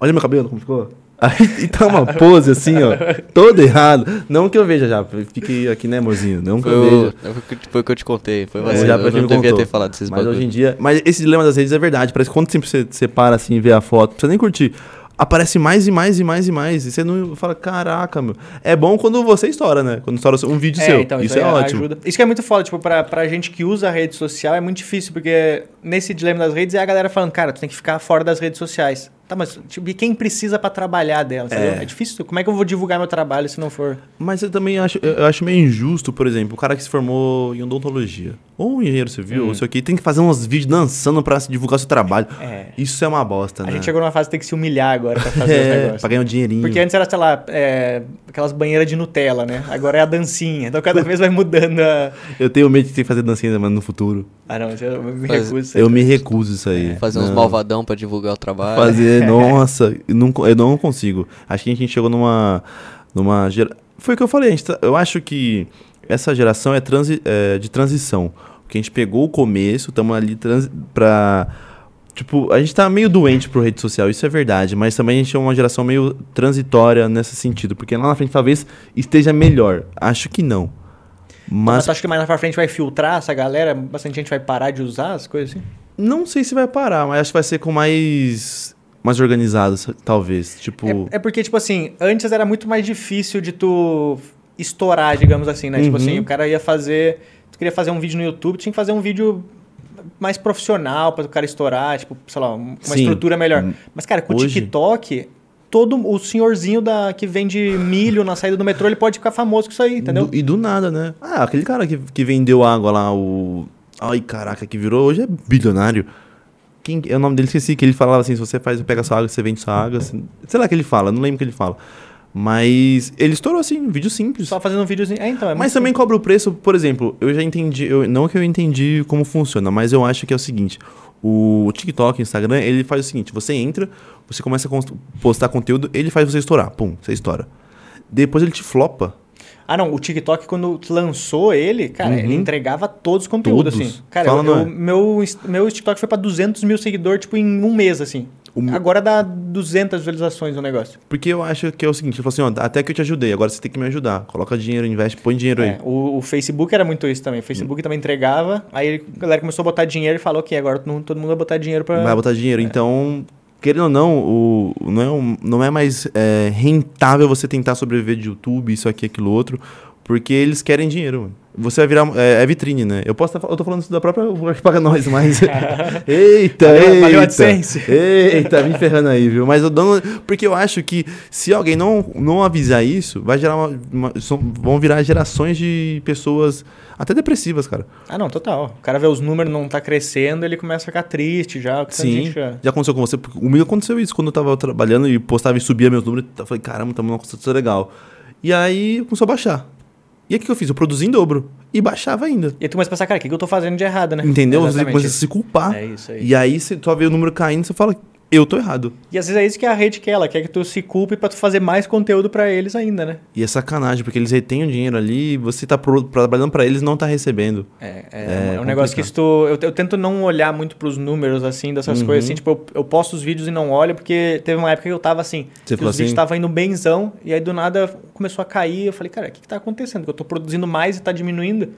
S2: olha meu cabelo, como ficou? Aí e tá uma pose assim, ó, todo errado. Não que eu veja já, fique aqui, né, amorzinho? Não que
S3: Foi
S2: eu
S3: o,
S2: veja.
S3: foi o que- foi o que eu te contei. Foi
S2: É,
S3: você.
S2: já
S3: eu
S2: pra quem
S3: não
S2: me
S3: devia
S2: contou.
S3: ter falado esses
S2: Mas
S3: bagulho.
S2: hoje em dia. Mas esse dilema das redes é verdade. Parece que quando sempre você, você para assim e vê a foto, não precisa nem curtir. Aparece mais e mais e mais e mais. E você não fala, caraca, meu. É bom quando você estoura, né? Quando estoura um vídeo seu. isso é
S4: então, aí
S2: ótimo.
S4: ajuda. Isso que é muito foda, tipo, pra, pra gente que usa a rede social é muito difícil, porque nesse dilema das redes é a galera falando, cara, tu tem que ficar fora das redes sociais. Tá, mas tipo, e quem precisa pra trabalhar dela? entendeu? É. difícil. Como é que eu vou divulgar meu trabalho se não for?
S2: Mas eu também acho, eu- eu acho meio injusto, por exemplo, o cara que se formou em odontologia, ou um engenheiro
S4: Hum.
S2: civil, ou isso aqui, tem que fazer uns vídeos dançando pra se divulgar seu trabalho.
S4: É.
S2: Isso é uma bosta,
S4: A
S2: né?
S4: gente chegou numa fase que tem que se humilhar agora pra fazer os
S2: é,
S4: negócios.
S2: pra ganhar um dinheirinho.
S4: Porque antes era, sei lá, é, aquelas banheiras de Nutella, né? Agora é a dancinha. Então cada vez vai mudando a.
S2: Eu tenho medo de ter que fazer dancinha mano, no futuro.
S4: Ah, não, eu me
S3: Mas
S4: recuso. a isso aí.
S2: Eu me recuso isso
S4: É.
S2: aí.
S3: Fazer uns
S2: Não.
S3: malvadão pra divulgar o trabalho.
S2: Fazer, nossa, eu não, co- eu não consigo. Acho que a gente chegou numa. numa gera... Foi o que eu falei, a gente tá- eu acho que essa geração é, transi, é de transição. Porque a gente pegou o começo, estamos ali transi, pra. Tipo, a gente tá meio doente pro rede social, isso é verdade, mas também a gente é uma geração meio transitória nesse sentido, porque lá na frente talvez esteja melhor. Acho que não.
S4: Mas
S2: Mas
S4: tu acha que mais lá pra frente vai filtrar essa galera? Bastante gente vai parar de usar as coisas assim?
S2: não sei se vai parar, mas acho que vai ser com mais. mais organizado, talvez. Tipo.
S4: É, é porque, tipo assim, antes era muito mais difícil de tu estourar, digamos assim, né? Tipo
S2: Uhum.
S4: assim, o cara ia fazer. Tu queria fazer um vídeo no YouTube, tinha que fazer um vídeo mais profissional pra o cara estourar, tipo, sei lá, um- uma
S2: Sim. Uhum.
S4: estrutura melhor. Mas, cara, com o
S2: Hoje-
S4: TikTok. Todo o senhorzinho da, que vende milho na saída do metrô, ele pode ficar famoso com isso aí, entendeu?
S2: Do- e do nada, né? Ah, aquele cara que, que vendeu água lá, o. Ai, caraca, que virou hoje é bilionário. Quem, é o nome dele, esqueci, que ele falava assim: se você faz, pega sua água, você vende sua água. assim. sei lá o que ele fala, não lembro o que ele fala. Mas ele estourou assim, um vídeo simples.
S4: Só fazendo um videozinho. É, então, é
S2: Mas
S4: muito-
S2: também cobra o preço, por exemplo, eu já entendi, eu, não que eu entendi como funciona, mas eu acho que é o seguinte, o TikTok, o Instagram, ele faz o seguinte, você entra, você começa a const- postar conteúdo, ele faz você estourar, pum, você estoura. Depois ele te flopa,
S4: Ah, não, o TikTok, quando lançou ele, cara,
S2: Uhum.
S4: ele entregava todos os conteúdos,
S2: Todos.
S4: assim. Cara,
S2: Fala,
S4: eu- eu-
S2: Noé.
S4: meu, inst- meu TikTok foi pra 200 mil seguidores, tipo, em um mês, assim.
S2: O meu-
S4: Agora dá 200 visualizações no negócio.
S2: porque eu acho que é o seguinte, eu falo assim, ó, até que eu te ajudei, agora você tem que me ajudar, coloca dinheiro, investe, põe dinheiro
S4: É,
S2: aí. Hum.
S4: o, o Facebook era muito isso também. O Facebook também entregava, aí ele- a galera começou a botar dinheiro e falou, ok, agora todo todo mundo vai botar dinheiro pra... É.
S2: Vai botar dinheiro, então... Querendo ou não, o, não, é um- não é mais é, rentável você tentar sobreviver de YouTube, isso aqui, aquilo outro, porque eles querem dinheiro, mano. Você vai virar. É, é vitrine, né? Eu posso estar eu tô falando isso da própria Uber que paga nós, mas. eita,
S4: Valeu-
S2: eita.
S4: valeu a AdSense.
S2: Eita, me ferrando aí, viu? Mas eu dou. Porque eu acho que se alguém não, não avisar isso, vai gerar uma, uma- são- Vão virar gerações de pessoas até depressivas, cara.
S4: Ah, não, total. O cara vê os números não tá crescendo, ele começa a ficar triste já. que tanta
S2: Sim.
S4: gente já-
S2: Já aconteceu com você? Porque Comigo aconteceu isso quando eu tava trabalhando e postava e subia meus números. Eu falei, caramba, estamos numa construção legal. E aí começou a baixar. E aí o que eu fiz? Eu produzi em dobro. E baixava ainda.
S4: E aí tu começa a pensar, cara, o que, que eu tô fazendo de errado, né?
S2: Entendeu? Você
S4: Exatamente
S2: começa a
S4: isso.
S2: se culpar.
S4: É isso aí.
S2: E aí você só vê o número caindo você fala, eu tô errado.
S4: E às vezes é isso que a rede quer, ela quer que tu se culpe pra tu fazer mais conteúdo pra eles ainda, né?
S2: E é sacanagem, porque eles retêm o dinheiro ali e você tá pro- trabalhando pra eles e não tá recebendo.
S4: É, é,
S2: É
S4: é um negócio que
S2: complicado.
S4: isso tu- eu, eu tento não olhar muito pros números, assim, dessas coisas.
S2: Uhum.
S4: Assim, tipo, eu, eu posto os vídeos e não olho, porque teve uma época que eu tava assim,
S2: Você
S4: que
S2: falou
S4: os vídeos
S2: assim?
S4: estavam indo benzão, e aí do nada começou a cair. Eu falei, cara, o que, que tá acontecendo? Que eu tô produzindo mais e tá diminuindo.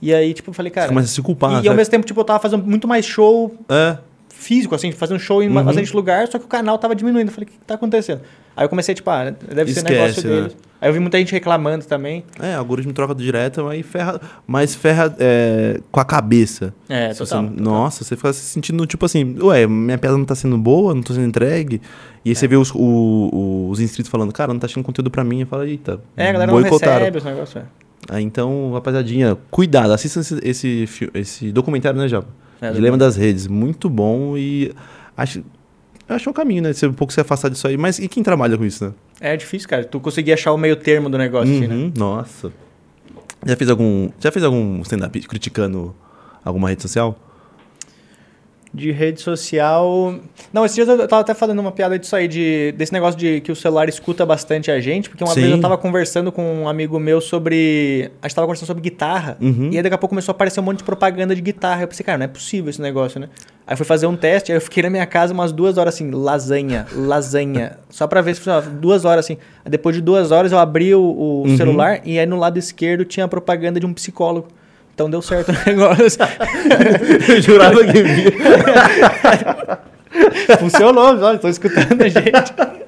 S4: E aí, tipo, eu falei, cara.
S2: você começa a se culpar.
S4: e ao
S2: sabe?
S4: mesmo tempo, tipo, eu tava fazendo muito mais show
S2: É.
S4: físico, assim, fazendo show
S2: Uhum.
S4: em bastante lugar, só que o canal tava diminuindo. Eu falei, o que, que tá acontecendo? Aí eu comecei, tipo, ah, deve ser
S2: Esquece,
S4: negócio
S2: né?
S4: deles. Aí eu vi muita gente reclamando também.
S2: É, o algoritmo troca direto, mas ferra, mas ferra é, com a cabeça.
S4: É,
S2: Se
S4: total,
S2: você-
S4: total.
S2: Nossa, você fica se sentindo tipo assim, ué, minha piada não tá sendo boa, não tô sendo entregue.
S4: É.
S2: E aí você vê os, o- os inscritos falando, cara, não tá achando conteúdo pra mim. Eu falo, eita,
S4: É, a galera
S2: boicotaram.
S4: não recebe os negócios. é.
S2: Ah, então, rapaziadinha, cuidado, assista esse, esse, fi- esse documentário, né, Japa?
S4: É,
S2: Dilema das Redes, muito bom e acho, acho um caminho, né, de ser um pouco se afastar disso aí. Mas e quem trabalha com isso, né?
S4: É difícil, cara. Tu conseguir achar o meio termo do negócio, assim, né?
S2: Uhum, Nossa. Já fez algum, já fez algum stand-up criticando alguma rede social?
S4: De rede social. Não, esses dias eu tava até falando uma piada disso aí, de, desse negócio de que o celular escuta bastante a gente, porque uma
S2: Sim.
S4: vez eu tava conversando com um amigo meu sobre. A gente tava conversando sobre guitarra,
S2: Uhum.
S4: e aí daqui a pouco começou a aparecer um monte de propaganda de guitarra. Eu pensei, cara, não é possível esse negócio, né? Aí eu fui fazer um teste, aí eu fiquei na minha casa umas duas horas assim, lasanha, lasanha, só pra ver se funcionava. Duas horas assim. Aí depois de duas horas eu abri o, o
S2: Uhum.
S4: celular, e aí no lado esquerdo tinha a propaganda de um psicólogo. Então deu certo o negócio.
S2: Eu jurava que vinha.
S4: Funcionou, já, estão escutando a gente.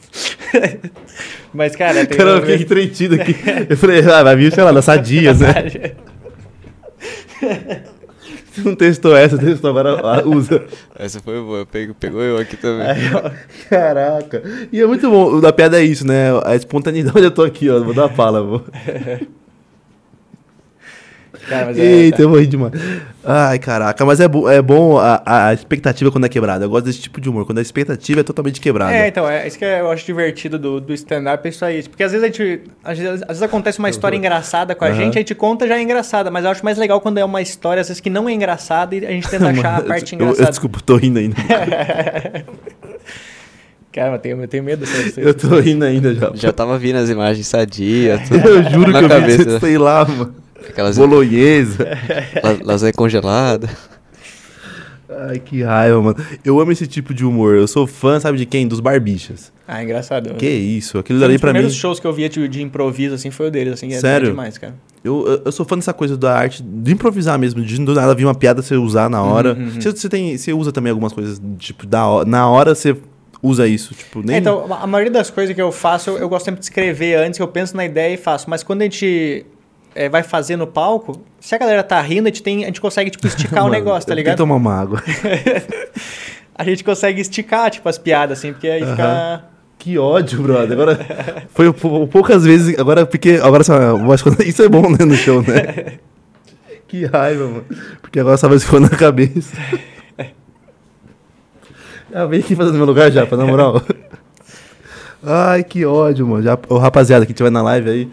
S4: Mas, cara, tem
S2: Cara, eu
S4: uma
S2: fiquei entretido aqui. né?" Eu falei, ah, vai vir, sei lá, da Sadias, né?
S4: verdade.
S2: Você não testou essa, testou, agora a- usa.
S3: Essa foi boa, eu pego- pegou eu aqui também.
S2: Aí, ó, caraca. E é muito bom. O da piada é isso, né? A espontaneidade eu tô aqui, ó. Vou dar pala, vou.
S4: Cara, mas é-
S2: Eita, eu vou rir demais. Ai, caraca, mas é, bo é bom a, a expectativa quando é quebrada. Eu gosto desse tipo de humor, quando a expectativa é totalmente quebrada.
S4: É, então, é isso que eu acho divertido do, do stand-up, é isso aí. Porque às vezes a gente. Às vezes, às vezes acontece uma história engraçada com a
S2: Aham.
S4: gente, a gente conta já é engraçada, mas eu acho mais legal quando é uma história, às vezes, que não é engraçada e a gente tenta achar tá a
S2: Mano,
S4: parte
S2: eu- eu,
S4: engraçada.
S2: desculpa, eu tô rindo ainda.
S4: Cara, eu tenho, eu tenho medo dessa dessa-
S2: Eu tô rindo ainda já.
S3: Já tava vindo as imagens sadia, tudo.
S2: Eu juro
S3: na
S2: que eu vi,
S3: cabeça.
S2: isso, sei lá, mano.
S3: Aquelas la-
S2: Bolonhesa.
S3: lasanha congelada.
S2: Ai, que raiva, mano. Eu amo esse tipo de humor. Eu sou fã, sabe de quem? Dos barbichas.
S4: Ah, engraçado.
S2: Que isso, aquilo
S4: Um
S2: ali
S4: dos
S2: pra mim.
S4: primeiros shows que eu via de, de improviso, assim, foi o deles, assim. é-
S2: Sério?
S4: É demais, cara.
S2: Eu, eu- eu sou fã dessa coisa da arte de improvisar mesmo, de do nada vir uma piada você usar na hora.
S4: Uhum,
S2: Você, você tem, você usa também algumas coisas, tipo, da, ho- na hora você usa isso, tipo, nem.
S4: É, Então, a maioria das coisas que eu faço, eu, eu gosto sempre de escrever antes, eu penso na ideia e faço. Mas quando a gente é, vai fazer no palco, se a galera tá rindo, a gente, tem, a gente consegue, tipo, esticar o
S2: Mano,
S4: negócio, tá
S2: eu
S4: ligado?
S2: tenho que tomar uma água.
S4: A gente consegue esticar, tipo, as piadas, assim, porque aí fica...
S2: que ódio, brother. Agora, foi um pou- poucas vezes, agora, porque, agora, só- eu acho que isso é bom, né, no show, né? que raiva, mano. Porque agora só vai se for na cabeça. ah, vem aqui fazer no meu lugar, Japa, na moral. Ai, que ódio, mano. Já, ô, rapaziada, que tiver na live aí.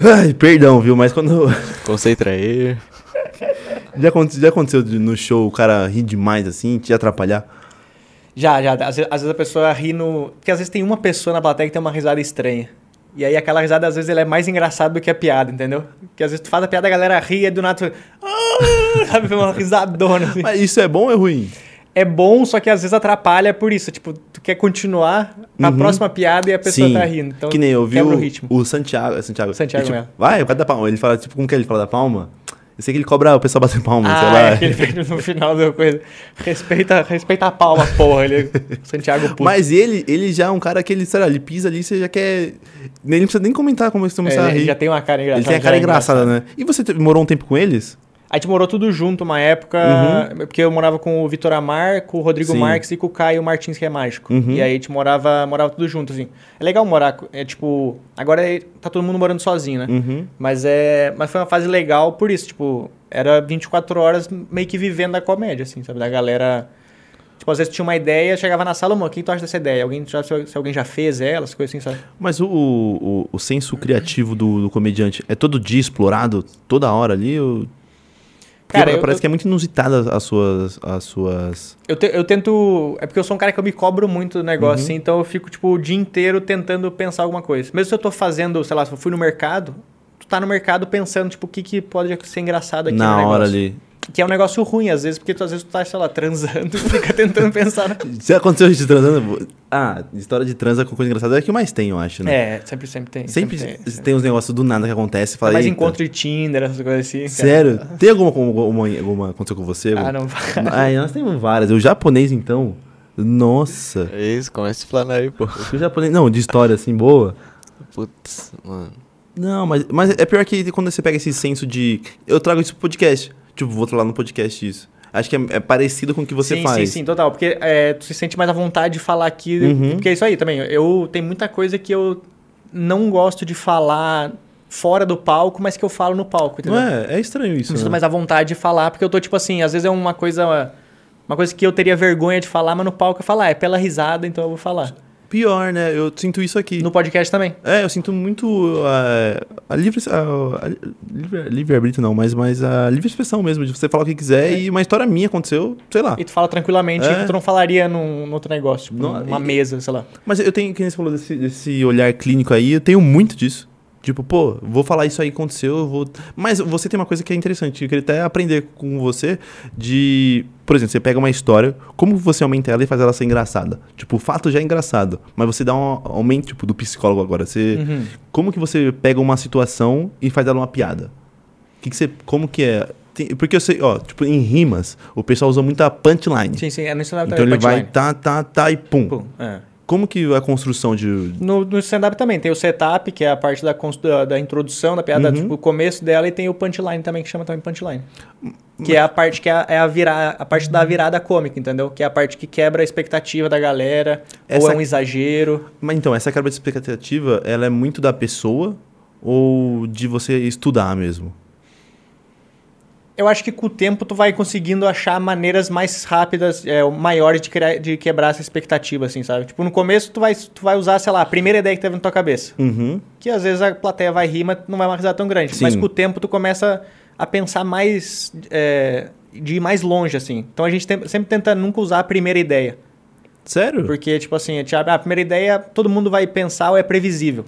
S2: Ai, perdão, viu? Mas quando.
S3: Concentra aí.
S2: Já aconteceu, já aconteceu de- no show o cara rir demais assim, te atrapalhar?
S4: Já, já. Às vezes, às vezes a pessoa ri no... Porque às vezes tem uma pessoa na plateia que tem uma risada estranha. E aí aquela risada, às vezes, ela é mais engraçada do que a piada, entendeu? Porque às vezes tu faz a piada, a galera ri e do nada... tu- Ah! Sabe, uma risadona, assim.
S2: Mas isso é bom ou é ruim?
S4: é bom, só que às vezes atrapalha por isso. Tipo, tu quer continuar na
S2: Uhum.
S4: próxima piada e a pessoa tá rindo. Então,
S2: que nem eu vi
S4: quebra
S2: o,
S4: o ritmo.
S2: o Santiago. é Santiago,
S4: Santiago
S2: ele, tipo,
S4: Melo.
S2: Vai, o cara da palma. Ele fala, tipo, como que ele fala da palma? Eu sei que ele cobra o pessoal bater palma, sei
S4: Ah,
S2: lá.
S4: é aquele vídeo no final da coisa. Respeita, respeita a palma, porra. Ele, é Santiago Puto.
S2: Mas ele, ele já é um cara que ele, sei lá, ele pisa ali, você já quer. Ele não precisa nem comentar como você
S4: É,
S2: começar a
S4: ele
S2: rir.
S4: já tem uma cara engraçada.
S2: ele tem a
S4: já
S2: cara
S4: é
S2: engraçada, né? E você te- morou um tempo com eles?
S4: A gente morou tudo junto uma época, porque eu morava com o Vitor Amar, com o Rodrigo
S2: Uhum. Sim.
S4: Marques e com o Caio Martins, que é mágico.
S2: Uhum.
S4: E aí a gente morava, morava tudo junto, assim. É legal morar, co- é tipo... Agora é- tá todo mundo morando sozinho, né?
S2: Uhum.
S4: Mas é. Mas foi uma fase legal por isso, tipo, era 24 horas meio que vivendo a comédia, assim, sabe? Da galera. Tipo, às vezes tinha uma ideia, chegava na sala, mano, quem tu acha dessa ideia? Alguém já, se se alguém já fez ela, essas coisas assim, sabe?
S2: Mas o, o, o senso criativo do, do comediante é todo dia explorado, toda hora ali? Ou... Porque
S4: Cara, eu-
S2: parece
S4: eu-
S2: que é muito inusitada as suas. As suas...
S4: Eu, te- eu tento. É porque eu sou um cara que eu me cobro muito do negócio,
S2: Uhum.
S4: assim, então eu fico, tipo, o dia inteiro tentando pensar alguma coisa. Mesmo se eu tô fazendo, sei lá, se eu fui no mercado, tu tá no mercado pensando, tipo, o que, que pode ser engraçado aqui no
S2: Na
S4: negócio.
S2: hora ali.
S4: Que é um negócio ruim, às vezes, porque tu às vezes tu tá, sei lá, transando e fica tentando pensar. né? na-
S2: Já aconteceu gente transando? Ah, história de transa com coisa engraçada é a que mais tem, eu acho, né?
S4: É, sempre, sempre tem.
S2: Sempre,
S4: tem.
S2: tem, uns negócios do nada que acontece. Fala,
S4: Mas
S2: "Eita,
S4: encontro de Tinder, essas coisas assim. cara.
S2: Sério? Tem alguma, alguma, alguma aconteceu com você?
S4: Ah, não vai.
S2: Ah, nós temos várias. O japonês, então. Nossa.
S3: É isso, começa a planar aí, pô.
S2: O japonês. Não, de história assim, boa.
S3: Putz, mano.
S2: Não, mas, mas é pior que quando você pega esse senso de. Eu trago isso pro podcast. Tipo, vou lá no podcast isso. Acho que é, é parecido com o que você
S4: sim,
S2: faz.
S4: sim, sim, total. Porque é, tu se sente mais à vontade de falar aqui.
S2: Uhum.
S4: Porque é isso aí também. Eu tem muita coisa que eu não gosto de falar fora do palco, mas que eu falo no palco, entendeu?
S2: Não é? É estranho
S4: Eu
S2: isso.
S4: me sinto
S2: né?
S4: mais à vontade de falar, porque eu tô, tipo assim, às vezes é uma coisa. Uma coisa que eu teria vergonha de falar, mas no palco eu falo, ah, é pela risada, então eu vou falar.
S2: Pior, né? Eu sinto isso aqui.
S4: No podcast também.
S2: É, eu sinto muito é, a, livre. ah, A, a livre, livre arbítrio não, mas, mas a livre expressão mesmo, de você falar o que quiser e uma história minha aconteceu, sei lá.
S4: E tu fala tranquilamente,
S2: Ah. É.
S4: que tu não falaria num, num outro negócio, tipo,
S2: Não,
S4: numa
S2: e-
S4: mesa, sei lá.
S2: Mas eu tenho, que nem você falou desse, desse olhar clínico aí, eu tenho muito disso. Tipo, pô, vou falar isso aí que aconteceu, eu vou. Mas você tem uma coisa que é interessante, eu queria até aprender com você de. Por exemplo, você pega uma história, como você aumenta ela e faz ela ser engraçada? Tipo, o fato já é engraçado, mas você dá um aumento, tipo, do psicólogo agora. Você.
S4: Uhum.
S2: Como que você pega uma situação e faz dela uma piada? Que que você, como que é? Tem- porque eu sei, ó, tipo, em rimas, o pessoal usa muito a punchline.
S4: Sim, sim, é no stand-up
S2: então ele
S4: também,
S2: vai
S4: punchline.
S2: tá, tá, tá e pum.
S4: Pum, é.
S2: Como que a construção de.
S4: No, no stand-up também tem o setup, que é a parte da, cons- da, da introdução da piada, tipo, o começo dela, e tem o punchline também, que chama também punchline. Que é a parte que é a, é a vira- a parte da virada cômica, entendeu? Que é a parte que quebra a expectativa da galera, ou
S2: Essa-
S4: é um exagero.
S2: Mas então, essa quebra de expectativa, ela é muito da pessoa ou de você estudar mesmo?
S4: Eu acho que com o tempo tu vai conseguindo achar maneiras mais rápidas, é, maiores de, criar- de quebrar essa expectativa, assim, sabe? Tipo, no começo tu vai, tu vai usar, sei lá, a primeira ideia que teve na tua cabeça.
S2: Uhum.
S4: que às vezes a plateia vai rir, mas não vai uma risada tão grande.
S2: Sim.
S4: Mas com o tempo tu começa a pensar mais, é, de ir mais longe, assim. Então a gente tem- sempre tenta nunca usar a primeira ideia.
S2: Sério?
S4: Porque, tipo assim, a gente abre- ah, a primeira ideia todo mundo vai pensar ou é previsível.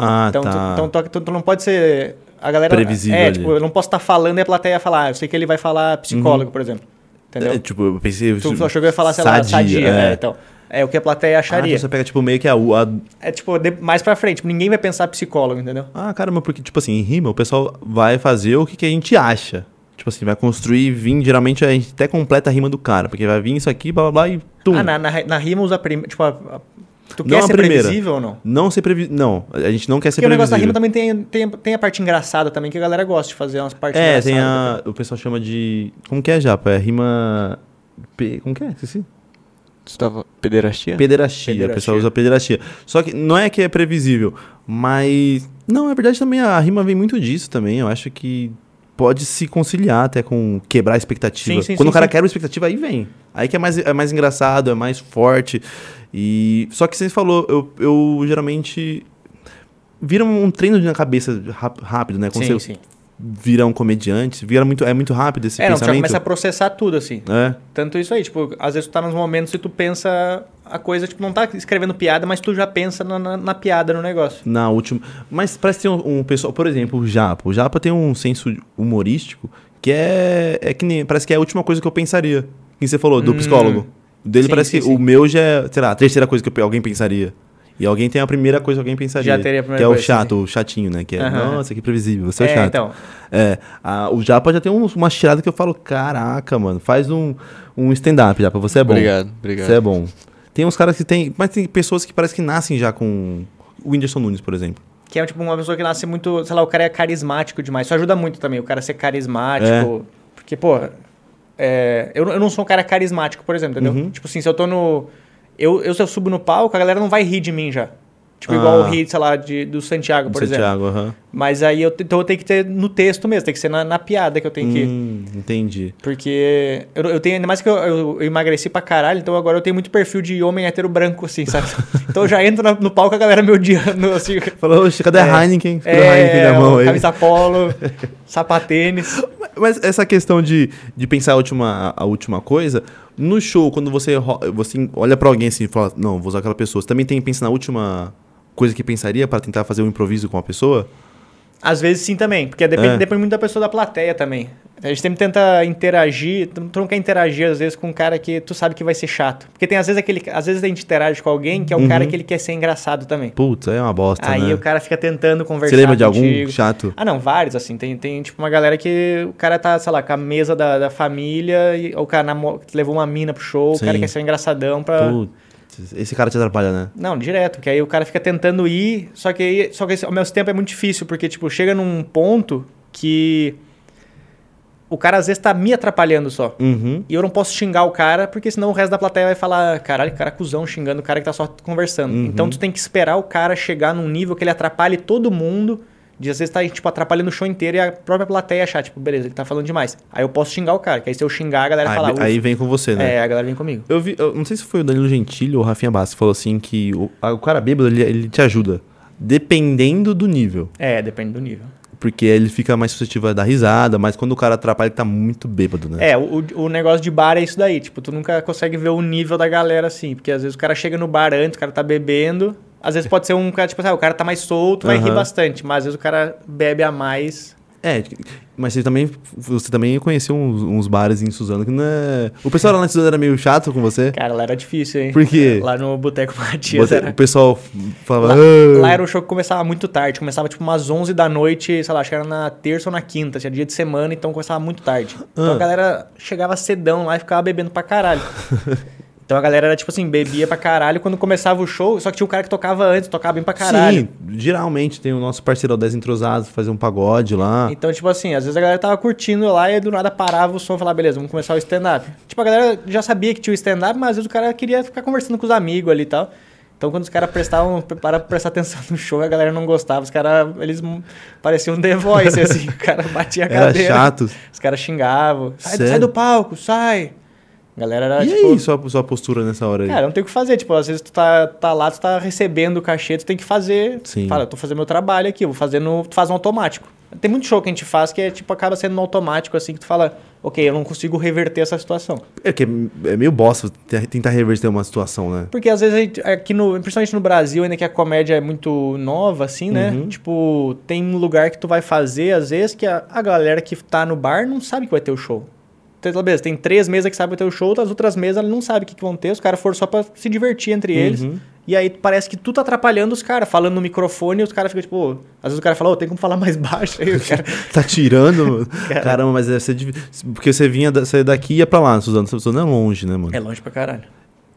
S2: Ah,
S4: então,
S2: tá.
S4: tu, então tu- tu- tu não pode ser... A galera...
S2: Previsível
S4: É,
S2: ali.
S4: tipo, eu não posso estar falando e a plateia falar, ah, eu sei que ele vai falar psicólogo, por exemplo. Entendeu?
S2: Uhum. É, tipo, eu pensei.
S4: tu achou que eu ia falar, sei lá, sadia, né? Então, é o que a plateia
S2: Ah,
S4: acharia.
S2: então você pega, tipo, meio que a, a,
S4: É tipo, de- mais pra frente, ninguém vai pensar psicólogo, entendeu?
S2: Ah, caramba, porque, tipo assim, em rima, o pessoal vai fazer o que, que a gente acha. Tipo assim, vai construir, vir. Geralmente a gente até completa a rima do cara, porque vai vir isso aqui, blá blá blá e tum.
S4: Ah, na, na, na rima usa a primeira. Tipo, a, a- tu
S2: Não
S4: quer
S2: a
S4: ser
S2: primeira.
S4: previsível ou não?
S2: Não ser previsível. Não, a gente não quer ser
S4: Porque o negócio da
S2: previsível.
S4: rima também tem, tem, tem a parte engraçada também, que a galera gosta de fazer umas partes
S2: É,
S4: engraçadas.
S2: tem a. O pessoal chama de. Como que é, Japa? É rima. Pe- Como que é? Esqueci.
S3: Você tava pederastia?
S2: Pederastia. O
S4: Pederastia.
S2: pessoal usa pederastia. Só que não é que é previsível, mas. Não, é verdade também a rima vem muito disso também. Eu acho que pode se conciliar até com quebrar a expectativa.
S4: Sim, sim,
S2: Quando
S4: sim,
S2: o cara
S4: sim.
S2: quebra a expectativa, aí vem. Aí que é mais, é mais engraçado, é mais forte. E. Só que você falou, eu, eu geralmente. Vira um treino na cabeça rap- rápido, né? Quando
S4: Sim,
S2: você
S4: sim.
S2: vira um comediante, vira muito, é muito rápido esse
S4: É, não, tu já
S2: pensamento.
S4: começa a processar tudo, assim.
S2: É.
S4: Tanto isso aí, tipo, às vezes tu tá nos momentos e tu pensa a coisa, tipo, não tá escrevendo piada, mas tu já pensa na, na, na piada, no negócio.
S2: Na última. Mas parece que tem um, um pessoal, por exemplo, o Japa. O Japa tem um senso humorístico que é. É que nem. Parece que é a última coisa que eu pensaria. Que você falou, do psicólogo. O dele
S4: Hum, Sim,
S2: parece
S4: sim,
S2: que
S4: sim.
S2: o meu já é, sei lá, a terceira coisa que eu- alguém pensaria. E alguém tem a primeira coisa que alguém pensaria.
S4: Já teria a primeira
S2: Que é
S4: coisa,
S2: o chato, o chatinho, né? Que é,
S4: Aham.
S2: nossa, que previsível, você é,
S4: é,
S2: chato.
S4: então.
S2: É, a- o Japa já tem um, uma tirada que eu falo, caraca, mano, faz um, um stand-up, Japa, você é bom.
S3: Obrigado, obrigado.
S2: Isso é bom. Tem uns caras que tem. Mas tem pessoas que parece que nascem já com. O Whindersson Nunes, por exemplo.
S4: Que é, tipo, uma pessoa que nasce muito, sei lá, o cara é carismático demais. Isso ajuda muito também, o cara ser carismático. Porque, pô, é, eu, eu não sou um cara carismático, por exemplo, entendeu?
S2: Uhum.
S4: Tipo assim, se eu tô no... Eu, eu, se eu subo no palco, a galera não vai rir de mim já. Tipo, igual
S2: Ah.
S4: o rir, sei lá, de, do Santiago, por exemplo.
S2: Santiago, aham.
S4: Mas aí, eu, te- então eu tenho que ter no texto mesmo, tem que ser na, na piada que eu tenho que...
S2: Hum, entendi.
S4: Porque eu, eu tenho, ainda mais que eu, eu- eu emagreci pra caralho, então agora eu tenho muito perfil de homem hétero branco, assim, sabe? então eu já entro na- no palco a galera me odiando, assim.
S2: Falou, oxe, cadê a Heineken? Cadê a Heineken
S4: É,
S2: na mão aí?
S4: camisa polo, sapatênis.
S2: Mas essa questão de, de pensar a última, a última coisa, no show, quando você, ro- você olha pra alguém assim e fala, não, vou usar aquela pessoa, você também tem pensa na última coisa que pensaria pra tentar fazer um improviso com a pessoa?
S4: Às vezes sim também, porque depende,
S2: É.
S4: depende muito da pessoa da plateia também. A gente sempre tenta interagir, tu não- tu não quer interagir às vezes com um cara que tu sabe que vai ser chato. Porque tem às vezes aquele, às vezes a gente interage com alguém que é o cara que ele quer ser engraçado também.
S2: Putz, aí é uma bosta,
S4: Aí
S2: Uhum. né?
S4: o cara fica tentando conversar
S2: Você lembra de algum
S4: contigo.
S2: chato?
S4: Ah, não, vários, assim. Tem, tem, tipo, uma galera que o cara tá, sei lá, com a mesa da, da família, e, ou o cara namo- levou uma mina pro show, o cara
S2: Sim.
S4: quer ser um engraçadão pra...
S2: Putz, esse cara te atrapalha, né?
S4: Não, direto, porque aí o cara fica tentando ir, só que aí, só que esse- ao mesmo tempo é muito difícil, porque tipo, chega num ponto que o cara às vezes tá me atrapalhando só.
S2: Uhum.
S4: E eu não posso xingar o cara, porque senão o resto da plateia vai falar, caralho, cara cuzão xingando o cara que tá só conversando.
S2: Uhum.
S4: Então tu tem que esperar o cara chegar num nível que ele atrapalhe todo mundo. De às vezes tá tipo, atrapalhando o show inteiro e a própria plateia achar, tipo, beleza, ele tá falando demais. Aí eu posso xingar o cara, que aí se eu xingar, a galera
S2: Aí,
S4: fala,
S2: be- aí vem com você,
S4: "Ufa".
S2: né?
S4: é, a galera vem comigo.
S2: Eu vi, eu não sei se foi o Danilo Gentili ou o Rafinha Bastos que falou assim que o, a- o cara bêbado, ele, ele te ajuda. Dependendo do nível.
S4: É, depende do nível.
S2: Porque ele fica mais suscetível a dar risada, mas quando o cara atrapalha, ele tá muito bêbado, né?
S4: É, o, o negócio de bar é isso daí. Tipo, tu nunca consegue ver o nível da galera assim. Porque às vezes o cara chega no bar antes, o cara tá bebendo. Às vezes pode ser um cara, tipo, ah, o cara tá mais solto, vai rir
S2: Aham.
S4: bastante. Mas às vezes o cara bebe a mais.
S2: É, mas você também, você também conheceu uns, uns bares em Suzano que não é. O pessoal lá em Suzano era meio chato com você?
S4: Cara, lá era difícil, hein?
S2: Por quê?
S4: Lá no Boteco Matias
S2: Você-
S4: era...
S2: O pessoal falava.
S4: Lá,
S2: "Ah".
S4: lá era um show que começava muito tarde. Começava, tipo, umas 11 da noite, sei lá, acho que era na terça ou na quinta. Tinha dia de semana, então começava muito tarde. Então
S2: Ah.
S4: a galera chegava cedão lá e ficava bebendo pra caralho. Então a galera era tipo assim, bebia pra caralho quando começava o show, só que tinha o cara que tocava antes, tocava bem pra caralho.
S2: Sim, geralmente tem o nosso parceiro 10 entrosado, fazer um pagode lá.
S4: Então, tipo assim, às vezes a galera tava curtindo lá e do nada parava o som e falava, beleza, vamos começar o stand-up. Tipo, a galera já sabia que tinha o stand-up, mas às vezes o cara queria ficar conversando com os amigos ali e tal. Então, quando os caras prestavam, para prestar atenção no show, a galera não gostava. Os caras, eles m- pareciam The Voice, assim. O cara batia a
S2: Era
S4: cadeira.
S2: chato.
S4: Os caras xingavam. Sai,
S2: Sério?
S4: sai do palco, sai. A galera era,
S2: E
S4: tipo...
S2: aí, sua, sua postura nessa hora aí?
S4: Cara, não tem o que fazer. Tipo, às vezes tu tá, tá lá, tu tá recebendo o cachê, tu tem que fazer.
S2: Sim.
S4: Fala, eu tô fazendo meu trabalho aqui, eu vou fazendo. Tu faz um automático. Tem muito show que a gente faz que é tipo, acaba sendo no automático, assim, que tu fala, ok, eu não consigo reverter essa situação.
S2: É que é, é meio bosta te- tentar reverter uma situação, né?
S4: Porque às vezes a gente, aqui no. Principalmente no Brasil, ainda que a comédia é muito nova, assim, né?
S2: Uhum.
S4: Tipo, tem um lugar que tu vai fazer, às vezes, que a, a galera que tá no bar não sabe que vai ter o show. Então, Beleza, tem três mesas que sabem que vai ter o show, as outras mesas não sabem o que, que vão ter, os caras foram só pra se divertir entre
S2: Uhum.
S4: eles. E aí parece que tu tá atrapalhando os caras, falando no microfone, e os caras ficam tipo, ô, às vezes o cara fala, ô, tem como falar mais baixo aí, o cara.
S2: Tá tirando. Caramba, mas deve ser difícil. Porque você vinha da- você é daqui e ia pra lá, Suzano. Suzano é longe, né, mano?
S4: É longe pra caralho.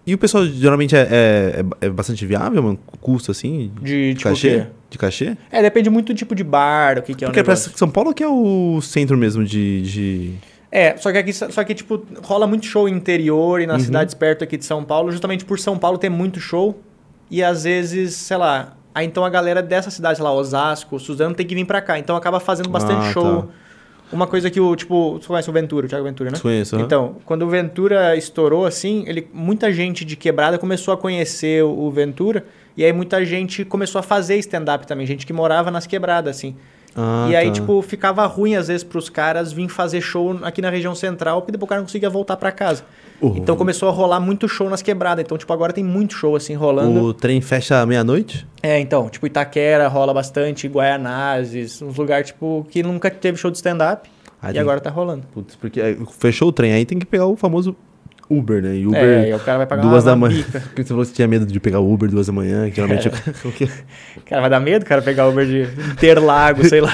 S2: E o pessoal geralmente é, é, é- é bastante viável, mano? Custo assim?
S4: De tipo o
S2: cachê?
S4: quê?
S2: De cachê?
S4: É, depende muito do tipo de bar, o que, que é o
S2: Porque
S4: negócio.
S2: parece que São Paulo que é o centro mesmo de. de-
S4: É, só que aqui, só que tipo, rola muito show interior e
S2: Uhum.
S4: nas cidades perto aqui de São Paulo, justamente por São Paulo ter muito show e às vezes, sei lá, aí então a galera dessa cidade, sei lá, Osasco, Suzano tem que vir pra cá, então acaba fazendo bastante
S2: Ah,
S4: show.
S2: tá.
S4: Uma coisa que o, tipo, você conhece o Ventura, o Thiago Ventura, né?
S2: Conheço, aham.
S4: Então, quando o Ventura estourou assim, ele muita gente de quebrada começou a conhecer o o Ventura e aí muita gente começou a fazer stand up também, gente que morava nas quebradas assim
S2: Ah,
S4: e aí,
S2: tá.
S4: tipo, ficava ruim às vezes pros caras vir fazer show aqui na região central, porque depois o cara não conseguia voltar pra casa.
S2: Uhum.
S4: Então começou a rolar muito show nas quebradas. Então, tipo, agora tem muito show assim rolando.
S2: O trem fecha à meia-noite?
S4: É, então, tipo, Itaquera rola bastante, Guaianazes, uns lugares, tipo, que nunca teve show de stand-up.
S2: Ah,
S4: e
S2: tem-
S4: agora tá rolando.
S2: Putz, porque é, fechou o trem, aí tem que pegar o famoso Uber, né? E Uber.
S4: É, e o cara vai pagar
S2: duas
S4: uma-
S2: da
S4: uma
S2: manhã.
S4: bica. É.
S2: Porque você falou que você tinha medo de pegar Uber duas da manhã, que geralmente.
S4: Cara, vai dar medo, cara, pegar Uber de Interlago, sei lá.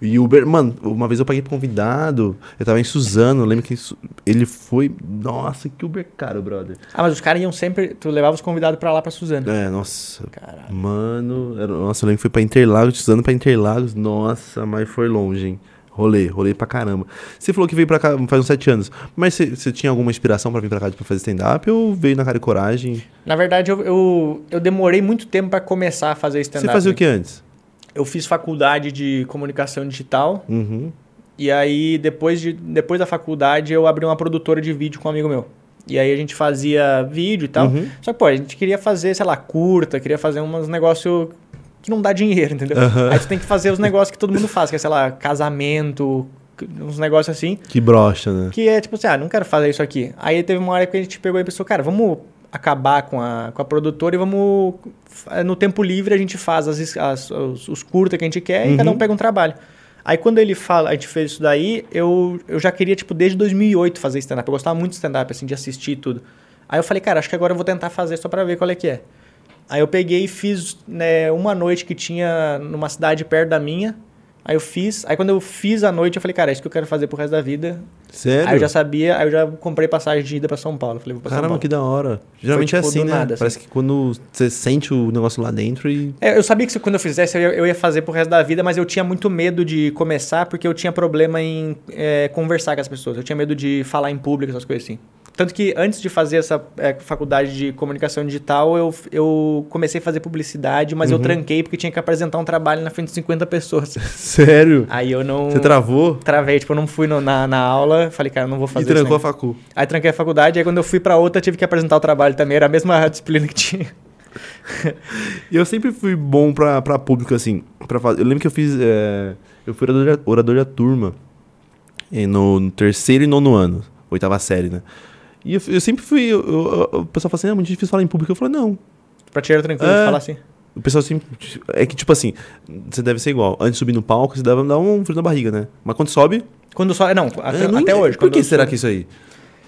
S2: E Uber, mano, uma vez eu paguei pra convidado, eu tava em Suzano, eu lembro que em Su- ele foi. Nossa, que Uber caro, brother.
S4: Ah, mas os caras iam sempre. Tu levava os convidados pra lá pra Suzana.
S2: É, nossa.
S4: Caralho.
S2: Mano, era- nossa, eu lembro que foi pra Interlagos, de Suzano pra Interlagos. Nossa, mas foi longe, hein? Rolei, rolei pra caramba. Você falou que veio pra cá faz uns sete anos, mas você- você tinha alguma inspiração pra vir pra cá pra fazer stand-up ou veio na cara e coragem?
S4: Na verdade, eu, eu, eu demorei muito tempo pra começar a fazer stand-up.
S2: Você fazia
S4: né?
S2: o que antes?
S4: Eu fiz faculdade de comunicação digital.
S2: Uhum.
S4: E aí, depois, de, depois da faculdade, eu abri uma produtora de vídeo com um amigo meu. E aí a gente fazia vídeo e tal.
S2: Uhum.
S4: Só que, pô, a gente queria fazer, sei lá, curta, queria fazer uns negócios que não dá dinheiro, entendeu? Aí tu tem que fazer os negócios que todo mundo faz, que é, sei lá, casamento, uns negócios assim.
S2: Que brocha, né?
S4: Que é tipo assim, ah, não quero fazer isso aqui. Aí teve uma hora que a gente pegou e pensou, cara, vamos acabar com a, com a produtora e vamos. eh, No tempo livre a gente faz as, es- as- os, os curta que a gente quer e cada um pega um trabalho. Aí quando ele fala, a gente fez isso daí, eu, eu já queria, tipo, desde 2008 fazer stand-up. Eu gostava muito de stand-up, assim, de assistir e tudo. Aí eu falei, cara, acho que agora eu vou tentar fazer só pra ver qual é que é. Aí eu peguei e fiz né, uma noite que tinha numa cidade perto da minha. Aí eu fiz. Aí quando eu fiz a noite, eu falei, cara, é isso que eu quero fazer pro resto da vida.
S2: Sério?
S4: Aí Ah, eu já sabia, aí eu já comprei passagem de ida pra São Paulo. Falei, vou pra São
S2: Caramba,
S4: Paulo.
S2: que da hora. Geralmente é
S4: um tipo,
S2: assim,
S4: do
S2: né?
S4: nada, assim.
S2: Parece que quando você sente o negócio lá dentro e.
S4: É, eu sabia que se- quando eu fizesse, eu ia, eu ia fazer pro resto da vida, mas eu tinha muito medo de começar, porque eu tinha problema em é, conversar com as pessoas. Eu tinha medo de falar em público, essas coisas assim. Tanto que antes de fazer essa é, faculdade de comunicação digital, eu, eu comecei a fazer publicidade, mas eu
S2: Uhum.
S4: tranquei porque tinha que apresentar um trabalho na frente de 50 pessoas.
S2: Sério?
S4: Aí eu não.
S2: Você travou
S4: Travei, tipo, eu não fui no- na, na aula, falei, cara, eu não vou fazer
S2: e trancou a
S4: isso. né?
S2: facu.
S4: Aí tranquei a faculdade, aí quando eu fui pra outra, tive que apresentar o trabalho também, era a mesma disciplina que tinha.
S2: E eu sempre fui bom pra, pra público, assim. Pra fazer. Eu lembro que eu fiz. é, Eu fui orador, orador da turma eh, no, no terceiro e nono ano. Oitava série, né? E eu, eu sempre fui. eu- eu- eu- o pessoal fala assim: é muito difícil falar em público. Eu falo, não.
S4: Pra tirar tranquilo, de
S2: É.
S4: falar assim.
S2: O pessoal sempre. É que, tipo assim, você deve ser igual. Antes de subir no palco, você deve dar um frio na barriga, né? Mas quando sobe,
S4: Quando só. Não, até,
S2: Eu não
S4: até
S2: entendo.
S4: hoje.
S2: Por que será que isso aí?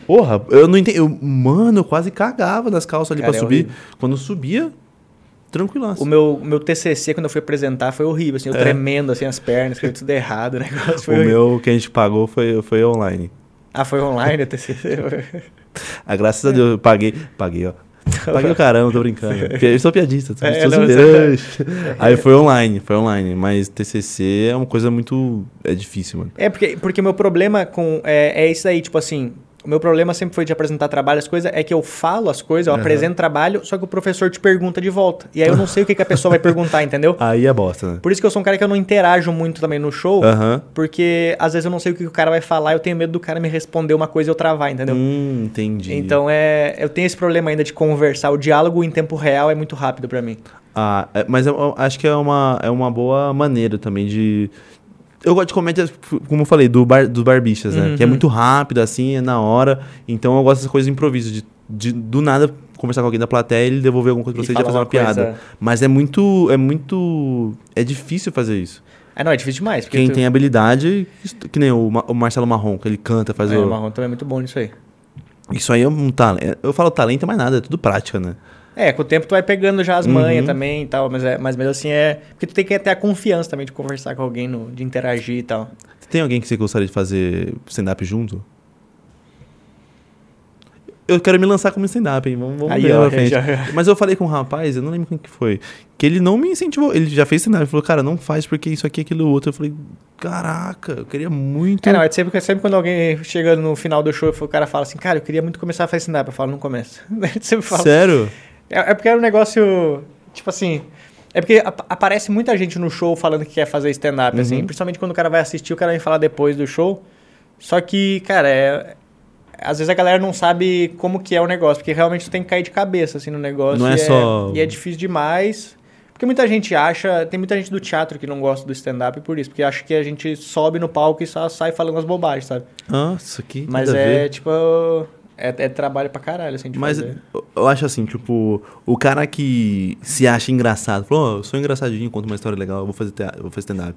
S2: Porra, eu não entendo. Eu, mano, eu quase cagava nas calças ali
S4: Cara,
S2: pra
S4: é
S2: subir.
S4: horrível.
S2: Quando subia, tranquilaço.
S4: O meu, o meu TCC, quando eu fui apresentar, foi horrível, assim, eu
S2: É.
S4: tremendo, assim, as pernas, escrevi tudo errado, o negócio
S2: O
S4: foi horrível.
S2: meu que a gente pagou foi, foi online.
S4: Ah, foi online o TCC?
S2: Ah, graças a Deus, eu paguei. Paguei, ó. Paguei o caramba, tô brincando. Eu sou piadista, sou
S4: É,
S2: sou
S4: não, tá-
S2: zoeira. Aí foi online, foi online. Mas TCC é uma coisa muito... É difícil, mano.
S4: É, porque, porque meu problema com. É, é isso aí, tipo assim. O meu problema sempre foi de apresentar trabalho, as coisas, é que eu falo as coisas, eu apresento trabalho, só que o professor te pergunta de volta. E aí eu não sei o que, que a pessoa vai perguntar, entendeu?
S2: Aí é bosta, né?
S4: Por isso que eu sou um cara que eu não interajo muito também no show,
S2: Aham.
S4: porque às vezes eu não sei o que, que o cara vai falar, eu tenho medo do cara me responder uma coisa e eu travar, entendeu?
S2: Hum, entendi.
S4: Então é. Eu tenho esse problema ainda de conversar. O diálogo em tempo real é muito rápido pra mim.
S2: Ah, é- mas eu- eu acho que é uma, é uma boa maneira também de. Eu gosto de comédia, como eu falei, do bar, dos barbichas, né? Que
S4: Uhum.
S2: é muito rápido, assim, é na hora. Então eu gosto dessas coisas de improviso, de, de do nada conversar com alguém da plateia e ele devolver alguma coisa pra
S4: E
S2: você e já
S4: falar
S2: fazer uma
S4: uma coisa.
S2: piada. Mas é muito. É muito. É difícil fazer isso.
S4: Ah, não, é difícil demais. Porque
S2: Quem
S4: tu-
S2: tem habilidade, que nem o, Ma- o Marcelo Marrom, que ele canta, faz
S4: É,
S2: o.
S4: o Marrom também é muito bom nisso aí.
S2: Isso aí é um talento. Eu falo talento, mas nada, é tudo prática, né?
S4: É, com o tempo tu vai pegando já as
S2: Uhum.
S4: manhas também e tal, mas, é, mas mesmo assim é. Porque tu tem que ter a confiança também de conversar com alguém, no- de interagir e tal.
S2: Tem alguém que você gostaria de fazer stand-up junto? Eu quero me lançar como stand-up, hein? Vamos, vamos
S4: Aí,
S2: ver
S4: ó,
S2: lá pra frente.
S4: já-
S2: Mas eu falei com um rapaz, eu não lembro quem que foi, que ele não me incentivou. Ele já fez stand-up, ele falou, cara, não faz porque isso aqui, aquilo, outro. Eu falei, caraca, eu queria muito.
S4: É, não, é sempre, sempre quando alguém chega no final do show e o cara fala assim, cara, eu queria muito começar a fazer stand-up. Eu falo, não começa. Eu sempre falo.
S2: Sério?
S4: É, é porque era um negócio, tipo assim. É porque ap- aparece muita gente no show falando que quer fazer stand-up,
S2: Uhum.
S4: assim. Principalmente quando o cara vai assistir, o cara vem falar depois do show. Só que, cara, é. Às vezes a galera não sabe como que é o negócio, porque realmente tu tem que cair de cabeça, assim, no negócio.
S2: Não é
S4: e
S2: só-
S4: E é difícil demais. Porque muita gente acha... Tem muita gente do teatro que não gosta do stand-up por isso. Porque acha que a gente sobe no palco e só sai falando as bobagens, sabe?
S2: Nossa, que
S4: Mas
S2: nada a
S4: é,
S2: ver.
S4: tipo... É, é trabalho pra caralho, assim, de
S2: Mas
S4: fazer.
S2: eu- eu acho assim, tipo, o cara que se acha engraçado, falou, "Ó, eu sou engraçadinho, conto uma história legal, eu vou fazer, tea- eu vou fazer stand-up.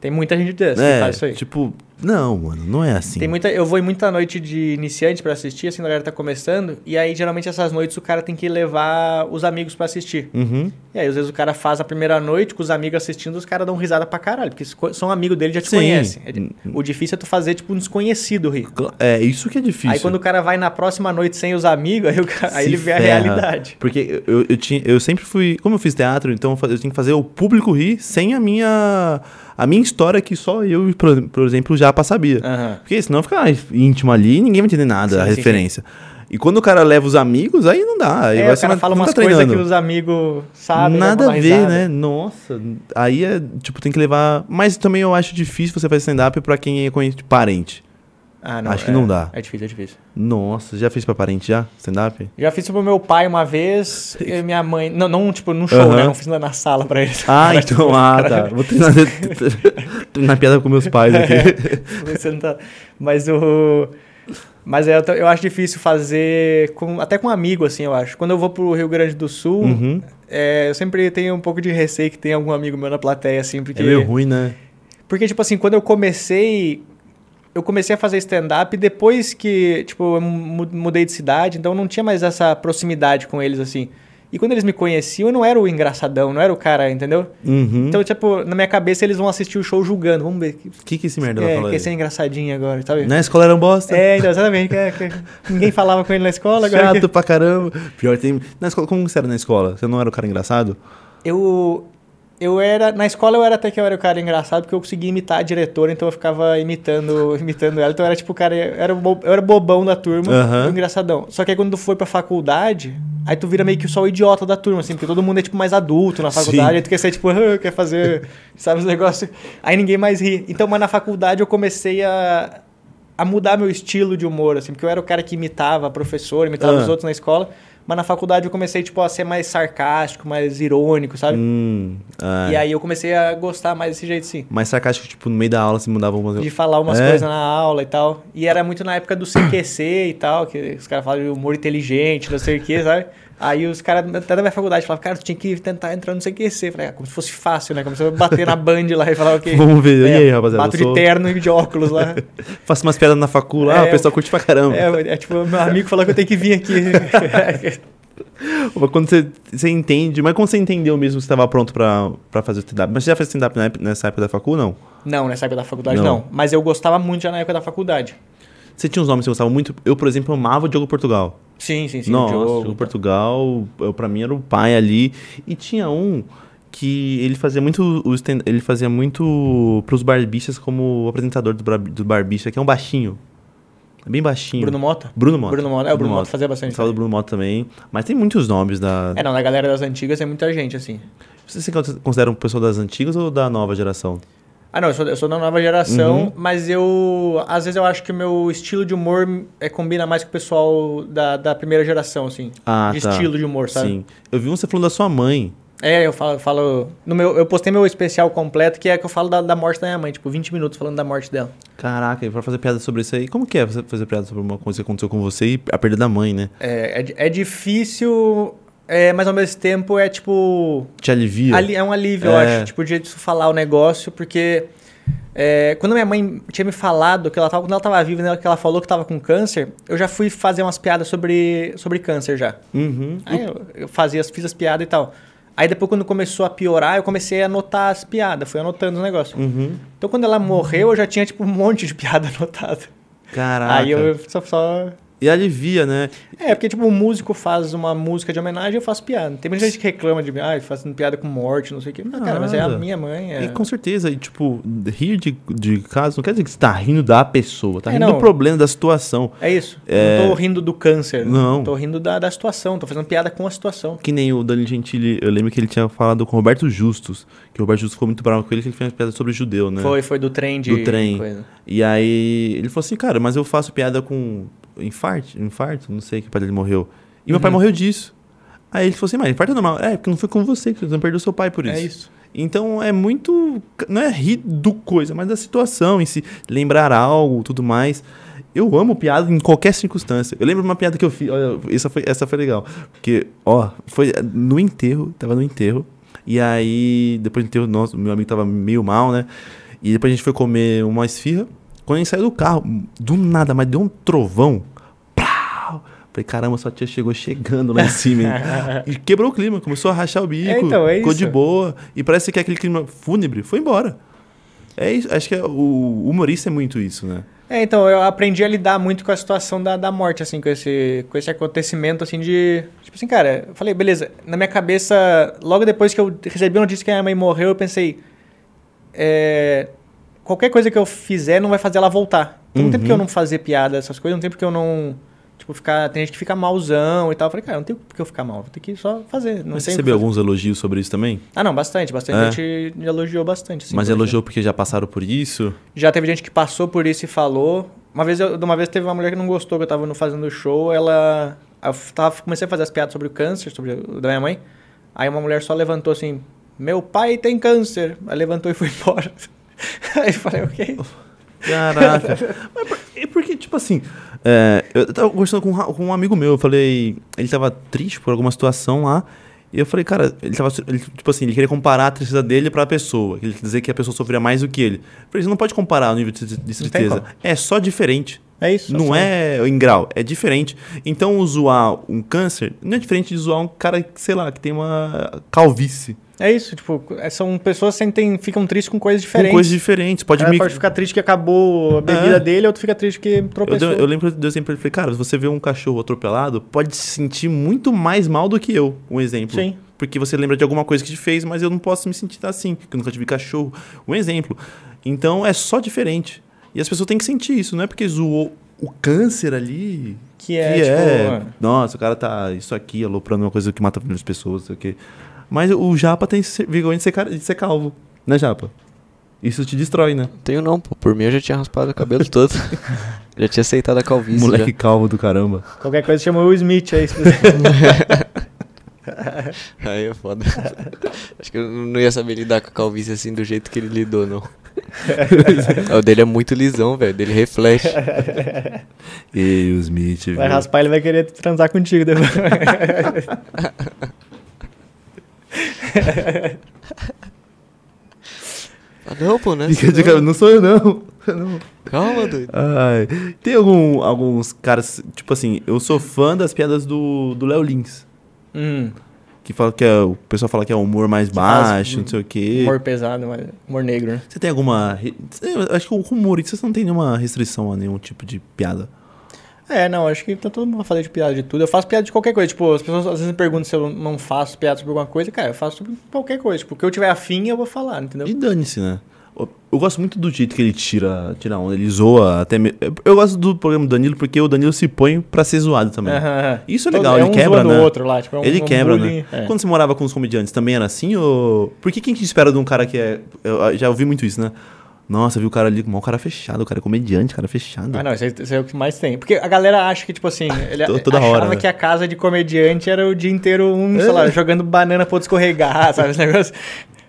S4: Tem muita gente dessa que
S2: É,
S4: faz isso aí.
S2: tipo, não, mano, não é assim.
S4: Tem muita, eu vou em muita noite de iniciante pra assistir, assim, a galera tá começando, e aí geralmente essas noites o cara tem que levar os amigos pra assistir.
S2: Uhum.
S4: E aí às vezes o cara faz a primeira noite com os amigos assistindo, os caras dão risada pra caralho, porque se co- são amigos dele já te
S2: Sim. Hum,
S4: conhecem. É de- O difícil é tu fazer tipo um desconhecido rir.
S2: Cla- É, isso que é difícil.
S4: Aí quando o cara vai na próxima noite sem os amigos, aí, o cara- aí
S2: Se
S4: ele vê a
S2: ferra.
S4: realidade.
S2: Porque eu, eu, tinha, eu sempre fui. Como eu fiz teatro, então eu fa- eu tinha que fazer o público rir sem a minha. A minha história que só eu, por, por exemplo, já sabia.
S4: Aham.
S2: Porque senão fica íntimo ali e ninguém vai entender nada,
S4: É. Sim,
S2: a
S4: sim,
S2: referência. E quando o cara leva os amigos, aí não dá. Aí
S4: É,
S2: vai
S4: o
S2: ser
S4: cara
S2: uma-
S4: fala
S2: não
S4: umas
S2: tá
S4: coisas que
S2: treinando.
S4: os amigos sabem. né,
S2: Nada
S4: vão
S2: a
S4: dar
S2: ver,
S4: risada.
S2: né? Nossa, aí é, tipo, tem que levar. Mas também eu acho difícil você fazer stand-up pra quem é conhe- parente.
S4: Ah, não,
S2: Acho que
S4: é-
S2: não dá.
S4: É difícil, é difícil.
S2: Nossa, já fez pra parente já? Stand-up?
S4: Já fiz isso pro meu pai uma vez, e minha mãe. Não, não tipo, num show,
S2: Aham.
S4: né? Não fiz lá na sala pra ele.
S2: Ah, então, ah, tá. Vou treinar, treinar piada com meus pais aqui.
S4: Você não tá- Mas o. Mas é, eu, ta- eu acho difícil fazer. Com, até com um amigo, assim, eu acho. Quando eu vou pro Rio Grande do Sul,
S2: Uhum.
S4: é, eu sempre tenho um pouco de receio que tem algum amigo meu na plateia, assim, porque.
S2: É meio ruim, né?
S4: Porque, tipo assim, quando eu comecei. Eu comecei a fazer stand-up depois que, tipo, eu mu- mudei de cidade, então não tinha mais essa proximidade com eles, assim. E quando eles me conheciam, eu não era o engraçadão, não era o cara, entendeu?
S2: Uhum.
S4: Então, tipo, na minha cabeça eles vão assistir o show julgando. Vamos ver. Que,
S2: o que, que esse merda vai
S4: é,
S2: falar?
S4: quer ser engraçadinho agora, sabe?
S2: Na escola era um bosta.
S4: É, então, exatamente. que- que ninguém falava com ele na escola, agora.
S2: Chato
S4: que-
S2: pra caramba. Pior tem. Na escola, como que você era na escola? Você não era o cara engraçado?
S4: Eu. Eu era. Na escola eu era até que eu era o cara engraçado, porque eu conseguia imitar a diretora, então eu ficava imitando, imitando ela. Então eu era tipo o cara. Eu era, o bo- eu era o bobão da turma,
S2: Aham.
S4: o engraçadão. Só que aí quando tu foi pra faculdade, aí tu vira meio que só o idiota da turma, assim, porque todo mundo é tipo mais adulto na faculdade,
S2: Sim.
S4: aí tu quer ser tipo, "Ah, quer fazer, sabe, os negócios. Aí ninguém mais ri. Então, mas na faculdade eu comecei a. A mudar meu estilo de humor, assim, porque eu era o cara que imitava a professora, imitava
S2: Ah.
S4: os outros na escola, mas na faculdade eu comecei, tipo, a ser mais sarcástico, mais irônico, sabe?
S2: Hum. ah.
S4: E aí eu comecei a gostar mais desse jeito, sim.
S2: Mas sarcástico, tipo, no meio da aula se mandavam fazer.
S4: De falar umas
S2: É?
S4: coisas na aula e tal. E era muito na época do CQC e tal, que os caras falam de humor inteligente, não sei o quê, sabe? Aí os caras, até da minha faculdade, falavam, cara, tu tinha que tentar entrar no CQC. Eu Falei, ah, como se fosse fácil, né? Como se eu bater na band lá e falar o quê? É,
S2: Vamos ver. E aí, rapaziada,
S4: Bato
S2: eu sou-
S4: de terno e de óculos lá.
S2: Faço umas piadas na facula. ah,
S4: É,
S2: o pessoal curte pra caramba.
S4: é, é tipo, meu amigo falou que eu tenho que vir aqui.
S2: Mas Quando você, você entende. Mas quando você entendeu mesmo que você tava pronto pra, pra fazer o stand-up. Mas você já fez stand-up na ép- nessa época da facul, não?
S4: não, nessa época da faculdade,
S2: Não.
S4: não. Mas eu gostava muito já na época da faculdade.
S2: Você tinha uns nomes que você gostava muito? Eu, por exemplo, amava o Diogo Portugal.
S4: Sim, sim, sim.
S2: Nossa,
S4: o
S2: Diogo,
S4: Diogo. tá.
S2: Portugal, eu, pra mim era o pai ali. E tinha um que ele fazia muito o stand- ele fazia muito pros barbistas como o apresentador do, bra- do barbista, que é um baixinho. É bem baixinho.
S4: Bruno Mota?
S2: Bruno Mota.
S4: Bruno Mota. É, o Bruno Mota fazia bastante.
S2: Gostava do Bruno Mota também. Mas tem muitos nomes da.
S4: É, não, na galera das antigas é muita gente, assim.
S2: Você se considera um pessoal das antigas ou da nova geração?
S4: Ah, não, eu sou, eu sou da nova geração,
S2: Uhum.
S4: mas eu. Às vezes eu acho que o meu estilo de humor é, combina mais com o pessoal da, da primeira geração, assim.
S2: Ah,
S4: de
S2: tá.
S4: estilo de humor, sabe?
S2: Sim. Eu vi um você falando da sua mãe.
S4: É, eu falo. falo no meu, eu postei meu especial completo, que é que eu falo da, da morte da minha mãe, tipo, 20 minutos falando da morte dela.
S2: Caraca, e pra fazer piada sobre isso aí. Como que é você fazer piada sobre uma coisa que aconteceu com você e a perda da mãe, né?
S4: É, é, di- é difícil, é, mas ao mesmo tempo é tipo.
S2: Te alivia?
S4: Ali, é um alívio, eu
S2: É.
S4: acho. Tipo, o jeito de falar o negócio, porque. é, quando minha mãe tinha me falado que ela tava, quando ela tava viva, né, que ela falou que tava com câncer, eu já fui fazer umas piadas sobre, sobre câncer já.
S2: Uhum.
S4: Aí eu, eu fazia, as- fiz as piadas e tal. Aí depois, quando começou a piorar, eu comecei a anotar as piadas, fui anotando o negócio.
S2: Uhum.
S4: Então, quando ela morreu, eu já tinha, tipo, um monte de piada anotada.
S2: Caraca.
S4: Aí eu só, só-
S2: E alivia, né?
S4: É, porque, tipo, o músico faz uma música de homenagem, eu faço piada. Tem muita gente que reclama de mim, ah, fazendo piada com morte, não sei o quê. Não, cara, mas é a
S2: Nada.
S4: minha mãe. É...
S2: E com certeza, e, tipo, rir de, de caso não quer dizer que você tá rindo da pessoa, tá
S4: É,
S2: rindo
S4: não.
S2: do problema, da situação.
S4: É isso.
S2: É.
S4: Não tô rindo do câncer.
S2: Não.
S4: Tô rindo da, da situação. Tô fazendo piada com a situação.
S2: Que nem o Dani Gentili, eu lembro que ele tinha falado com o Roberto Justus, que o Roberto Justus ficou muito bravo com ele, que ele fez uma piada sobre judeu, né?
S4: Foi, foi do trem de
S2: Do trem.
S4: coisa.
S3: né?
S2: E aí ele falou assim, cara, mas eu faço piada com infarto, infarto, não sei que pai dele morreu. E meu pai morreu disso. Aí ele falou assim, mas infarto é normal. É, porque não foi com você, que você não perdeu seu pai por isso.
S4: É isso.
S2: Então é muito. Não é rir do coisa, mas da situação em si. Lembrar algo tudo mais. Eu amo piada em qualquer circunstância. Eu lembro de uma piada que eu fiz. Olha, essa foi, essa foi legal. Porque, ó, foi no enterro, tava no enterro. E aí, depois do enterro, nosso, meu amigo tava meio mal, né? E depois a gente foi comer uma esfirra. Quando a gente saiu do carro, do nada, mas deu um trovão. Plau! Falei, caramba, sua tia chegou chegando lá em cima. hein? e quebrou o clima, começou a rachar o bico.
S4: É, então, é
S2: ficou
S4: isso.
S2: de boa. E parece que aquele clima fúnebre foi embora. É isso, acho que é, o humorista é muito isso, né?
S4: É, então, eu aprendi a lidar muito com a situação da, da morte, assim, com esse, com esse acontecimento, assim, de... Tipo assim, cara, eu falei, beleza, na minha cabeça, logo depois que eu recebi a notícia que a minha mãe morreu, eu pensei, é, qualquer coisa que eu fizer não vai fazer ela voltar. Então, não tem
S2: Uhum.
S4: porque eu não fazer piada, essas coisas, não tem porque eu não... Tipo, ficar, tem gente que fica malzão e tal. Eu falei, cara, não tem porque eu ficar mal, vou ter que só fazer. Não
S2: Mas você
S4: tem o que
S2: recebeu
S4: fazer.
S2: alguns elogios sobre isso também?
S4: Ah, não, bastante, bastante
S2: É.
S4: gente elogiou bastante. assim,
S2: Mas
S4: por exemplo.
S2: elogiou porque já passaram por isso?
S4: Já teve gente que passou por isso e falou. Uma vez, eu, de uma vez teve uma mulher que não gostou que eu tava no fazendo show, ela. Eu tava, comecei a fazer as piadas sobre o câncer, sobre o da minha mãe. Aí uma mulher só levantou assim: Meu pai tem câncer. Aí levantou e foi embora. Aí eu falei, ok.
S2: Caraca. Mas por- é porque, tipo assim, é, eu tava conversando com, um ra- com um amigo meu, eu falei, ele tava triste por alguma situação lá, e eu falei, cara, ele tava, ele, tipo assim, ele queria comparar a tristeza dele pra pessoa, ele quer dizer que a pessoa sofria mais do que ele. Eu falei, você não pode comparar o nível de, de tristeza,
S4: como.
S2: é só diferente.
S4: É isso.
S2: Não é em grau, é diferente. Então, zoar um câncer não é diferente de zoar um cara, que, sei lá, que tem uma calvície.
S4: É isso, tipo, é- são pessoas que sentem, ficam tristes com coisas
S2: São
S4: diferentes.
S2: coisas diferentes. Pode
S4: Cara
S2: me
S4: pode ficar triste que acabou a bebida
S2: É.
S4: dele, outro fica triste que
S2: Eu,
S4: tropeçou.
S2: dei- um, eu lembro que eu dei exemplo pra ele, falei, cara, se você vê um cachorro atropelado, pode se sentir muito mais mal do que eu, um exemplo.
S4: Sim.
S2: Porque você lembra de alguma coisa que te fez, mas eu não posso me sentir assim, porque eu nunca tive cachorro. Um exemplo. Então é só diferente. E as pessoas têm que sentir isso, não é porque zoou o câncer ali.
S4: Que é, tipo,
S2: Nossa, o cara tá isso aqui, aloprando uma coisa que mata as pessoas, sei o quê. Mas o Japa tem esse vergonha de ser, cara- de ser calvo, né, Japa? Isso te destrói, né?
S3: Tenho não, pô. Por mim eu já tinha raspado o cabelo todo. já tinha aceitado a calvície.
S2: Moleque calvo do caramba.
S4: Qualquer coisa chama o Smith aí. se você-
S3: Já. Aí é foda. Acho que eu não ia saber lidar com a calvície assim do jeito que ele lidou, não. o dele é muito lisão, velho. O dele reflete.
S2: Ei, o Smith.
S4: Vai
S2: viu?
S4: raspar, ele vai querer transar contigo depois.
S3: Ah, não, pô, né?
S2: Fica de cara, não sou eu não.
S3: Calma, doido.
S2: Ai, tem algum, alguns caras, tipo assim, eu sou fã das piadas do do Léo Lins.
S4: hum.
S2: que fala que é, o pessoal fala que é humor mais
S4: faz
S2: baixo, não sei o quê.
S4: Humor pesado, mas humor negro, né?
S2: Você tem alguma. re- Eu acho que com humorista você não tem nenhuma restrição a nenhum tipo de piada.
S4: É, não, acho que tá todo mundo fazendo de piada de tudo. Eu faço piada de qualquer coisa. Tipo, as pessoas às vezes me perguntam se eu não faço piada sobre alguma coisa. Cara, eu faço sobre qualquer coisa. Tipo, o que eu tiver afim, eu vou falar, entendeu?
S2: E dane-se, né? Eu- Eu gosto muito do jeito que ele tira, tira onda, ele zoa até mesmo. Eu gosto do programa do Danilo porque o Danilo se põe pra ser zoado também.
S4: Aham.
S2: Isso é
S4: Todo-
S2: legal, ele
S4: um
S2: quebra,
S4: zoando o
S2: né?
S4: outro lá, tipo, é um-
S2: ele
S4: um
S2: quebra,
S4: bullying.
S2: né?
S4: É.
S2: Quando você morava com os comediantes, também era assim? Ou... Por que quem que espera de um cara que é. Eu já ouvi muito isso, né? Nossa, vi o cara ali com o cara fechado, o cara é comediante, cara fechado.
S4: Ah, não, isso, é- isso é o que mais tem. Porque a galera acha que, tipo assim, ele
S2: To- toda
S4: achava
S2: hora, É. né?
S4: que a casa de comediante era o dia inteiro um, sei lá, jogando banana pra outro escorregar, sabe? Esse negócio.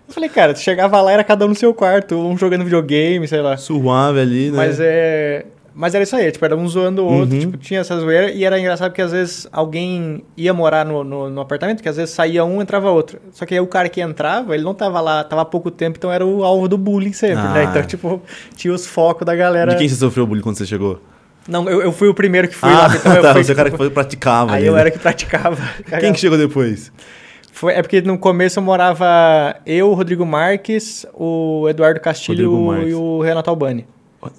S4: Eu falei, cara, tu chegava lá, era cada um no seu quarto, um jogando videogame, sei lá.
S2: Suave ali, né?
S4: Mas é. Mas era isso aí, tipo, era um zoando o outro,
S2: Uhum.
S4: tipo, tinha essa zoeira, e era engraçado porque às vezes alguém ia morar no, no, no apartamento, que às vezes saía um, entrava outro. Só que aí o cara que entrava, ele não tava lá, tava há pouco tempo, então era o alvo do bullying sempre, né?
S2: Ah.
S4: Então, tipo, tinha os focos da galera.
S2: De quem você sofreu bullying quando você chegou?
S4: Não, eu, eu fui o primeiro que fui
S2: ah,
S4: lá, então eu
S2: tá,
S4: fui,
S2: você é o cara que foi- praticava.
S4: Aí
S2: ali,
S4: eu
S2: né?
S4: era que praticava.
S2: Quem que chegou depois?
S4: Foi- é porque no começo eu morava eu, o Rodrigo Marques, o Eduardo
S2: Rodrigo
S4: Castilho
S2: Marques.
S4: e o Renato Albani.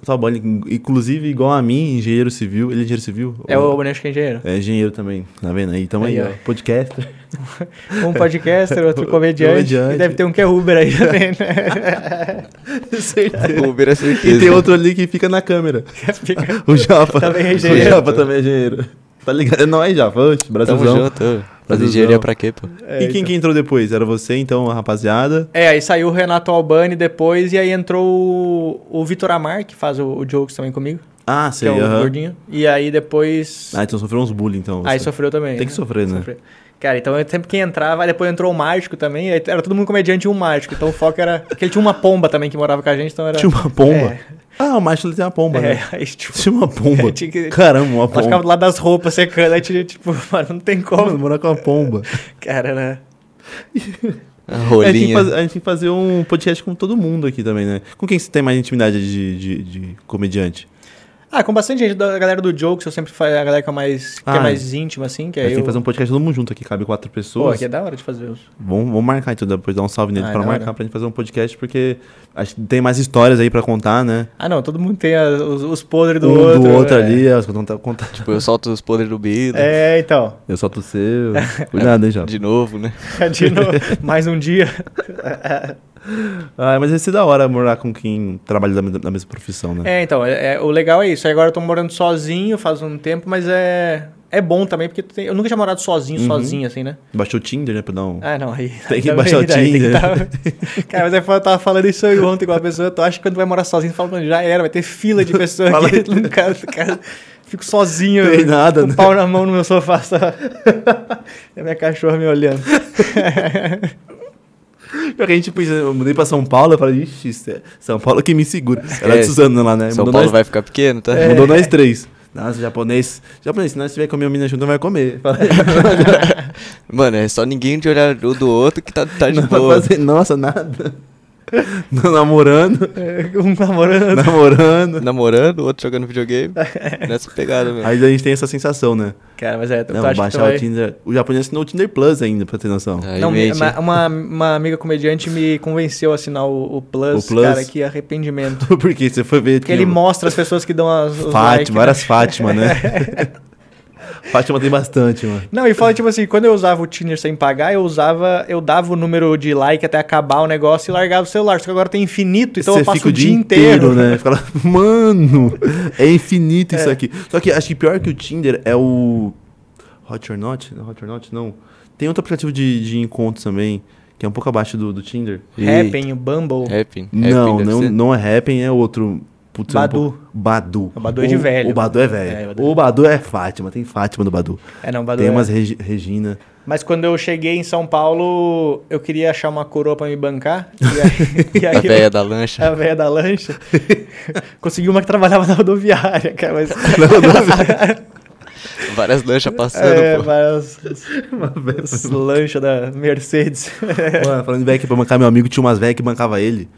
S2: Só Bani, inclusive, igual a mim, engenheiro civil. Ele é engenheiro civil?
S4: É o Albani, acho que é engenheiro.
S2: É engenheiro também, tá vendo? Aí tamo aí,
S4: Aí,
S2: ó. Podcast.
S4: Um podcaster, outro comediante.
S2: Comediante.
S4: E deve ter um que é Uber aí também, né?
S3: Com Uber é
S2: E
S3: certeza.
S2: tem outro ali que fica na câmera.
S4: Fica-
S2: O Japa.
S4: Também é engenheiro.
S2: O Japa também é engenheiro. Tá ligado? É nóis, Japa. Oxe,
S3: Tamo
S2: Brasilzão.
S3: junto. ô. Fazer engenharia pra quê, pô?
S2: e quem que entrou depois? Era você, então, a rapaziada?
S4: É, aí saiu o Renato Albani depois, e aí entrou o, o Vitor Amar, que faz o, o Jokes também comigo,
S2: Ah, sei.
S4: que é o
S2: aham.
S4: gordinho. E aí depois.
S2: Ah, então sofreu uns bullying, então.
S4: Aí
S2: você.
S4: sofreu também.
S2: Tem que sofrer, né?
S4: Sofreu. Cara, então eu- sempre que entrava, aí depois entrou o mágico também, aí era todo mundo comediante e um mágico. Então o foco era. Porque ele tinha uma pomba também que morava com a gente, então era.
S2: Tinha uma pomba.
S4: É.
S2: Ah, o macho ele tem uma pomba,
S4: É,
S2: né?
S4: aí tipo.
S2: Tinha uma pomba.
S4: Tinha que-
S2: Caramba, uma
S4: Ela ficava
S2: pomba.
S4: do lado das roupas secando, aí tinha tipo, mano, não tem
S2: Mano,
S4: como.
S2: morar com uma pomba.
S4: Cara, né?
S3: A
S2: A
S4: era.
S2: gente, tem que
S3: rolinha.
S2: É, tipo fazer, a gente tem que fazer um podcast com todo mundo aqui também, né? Com quem você tem mais intimidade de, de, de comediante?
S4: Ah, com bastante gente da galera do Jokes, eu sempre faço a galera que é mais, que é
S2: Ah,
S4: mais íntima, assim, que
S2: a gente
S4: é
S2: tem
S4: eu.
S2: que fazer um podcast todo mundo junto aqui, cabe quatro
S4: Pô,
S2: pessoas.
S4: que é da hora de fazer os.
S2: Vamos, vamos marcar então, depois dar um salve nele
S4: Ah,
S2: pra
S4: da hora.
S2: marcar, pra gente fazer um podcast, porque acho que tem mais histórias aí pra contar, né?
S4: Ah, não, todo mundo tem as- os, os podres do
S2: um
S4: outro.
S2: do outro
S4: é.
S2: ali, as conta, conta,
S3: Tipo, eu solto os poderes do Bilo.
S4: É, então.
S2: eu solto o seu. Cuidado, hein, Jota.
S3: De novo, né?
S4: De novo, mais um dia.
S2: Ah, mas ia ser da hora morar com quem trabalha da, da mesma profissão, né?
S4: É, então, é- é, o legal é isso. Aí Agora eu tô morando sozinho faz um tempo, mas é. É bom também, porque tu tem- eu nunca tinha morado sozinho, sozinho, assim, né?
S2: Baixou o Tinder, né, pra dar um...
S4: Ah, não, aí.
S2: Uhum. Tem que
S4: também,
S2: baixar o
S4: daí tem que
S2: Tinder.
S4: tá- Cara, mas eu tava falando isso aí ontem com uma pessoa. Tu acha que quando vai morar sozinho, tu fala, mano, já era, vai ter fila de pessoas
S2: Fala
S4: aqui.
S2: aí.
S4: No caso, cara, fico sozinho.
S2: Tem nada,
S4: com
S2: né?
S4: o pau na mão no meu sofá. Só... e a minha cachorra me olhando.
S2: Pior que a gente pensa, eu mudei pra São Paulo, eu falei, ixi, isso é- São Paulo que me segura. Ela é de
S3: É.
S2: Suzano lá, né?
S3: São
S2: Mudou
S3: Paulo
S2: nós-
S3: vai ficar pequeno, tá?
S2: Mudou nós três. Nossa, japonês. Japonês, se nós tiver comer a mina junto, não vai comer. Falei,
S3: Mano, é só ninguém de olhar um do outro que tá, tá de
S2: não vai
S3: boa.
S2: fazer, nossa, nada. Não, namorando,
S4: É, Um namorando.
S2: namorando.
S3: Namorando, o outro jogando videogame. Nessa pegada, velho.
S2: Aí a gente tem essa sensação, né?
S4: Cara, mas é, tu,
S2: Não,
S4: tu acha que tu
S2: baixar
S4: vai...
S2: o Tinder. O japonês assinou o Tinder Plus ainda, pra ter noção.
S3: Aí
S4: Não,
S3: mente,
S4: uma,
S3: hein?
S4: uma, uma amiga comediante me convenceu a assinar o, o Plus,
S2: O Plus?
S4: Cara, que arrependimento.
S2: Porque você foi ver.
S4: Porque ele mostra as pessoas que dão as. os like,
S2: Fátima,
S4: né?
S2: várias Fátima, né? Fátima tem bastante, mano.
S4: Não, e fala tipo assim, quando eu usava o Tinder sem pagar, eu usava, eu dava o número de like até acabar o negócio e largava o celular. Só que agora tem infinito, então eu passo o dia inteiro.
S2: né? Fica lá, mano, é infinito isso aqui. Só que acho que pior que o Tinder é o. Hot or Not? Não, Hot or Not, não. Tem outro aplicativo de, de encontro também, que é um pouco abaixo do, do Tinder.
S4: Happen, o Bumble.
S3: Happy.
S2: não,
S3: Happy deve
S2: não,
S3: ser.
S2: não é Happn, é outro. Putz, é um
S4: Badu.
S2: pouco- Badu.
S4: O Badu é de velho.
S2: O Badu é velho.
S4: É, o Badu-
S2: o Badu é Fátima, tem Fátima no Badu.
S4: É, não, Badu
S2: tem
S4: é.
S2: umas Regi- Regina.
S4: Mas quando eu cheguei em São Paulo, eu queria achar uma coroa pra me bancar. E aí, e aí
S3: A
S4: eu-
S3: véia da lancha.
S4: a véia da lancha. Consegui uma que trabalhava na rodoviária, cara. Mas,
S3: Várias lanchas passando,
S4: é,
S3: pô.
S4: mas as lanchas da Mercedes.
S2: Mano, falando de velho que pra bancar meu amigo, tinha umas velhas que bancava ele.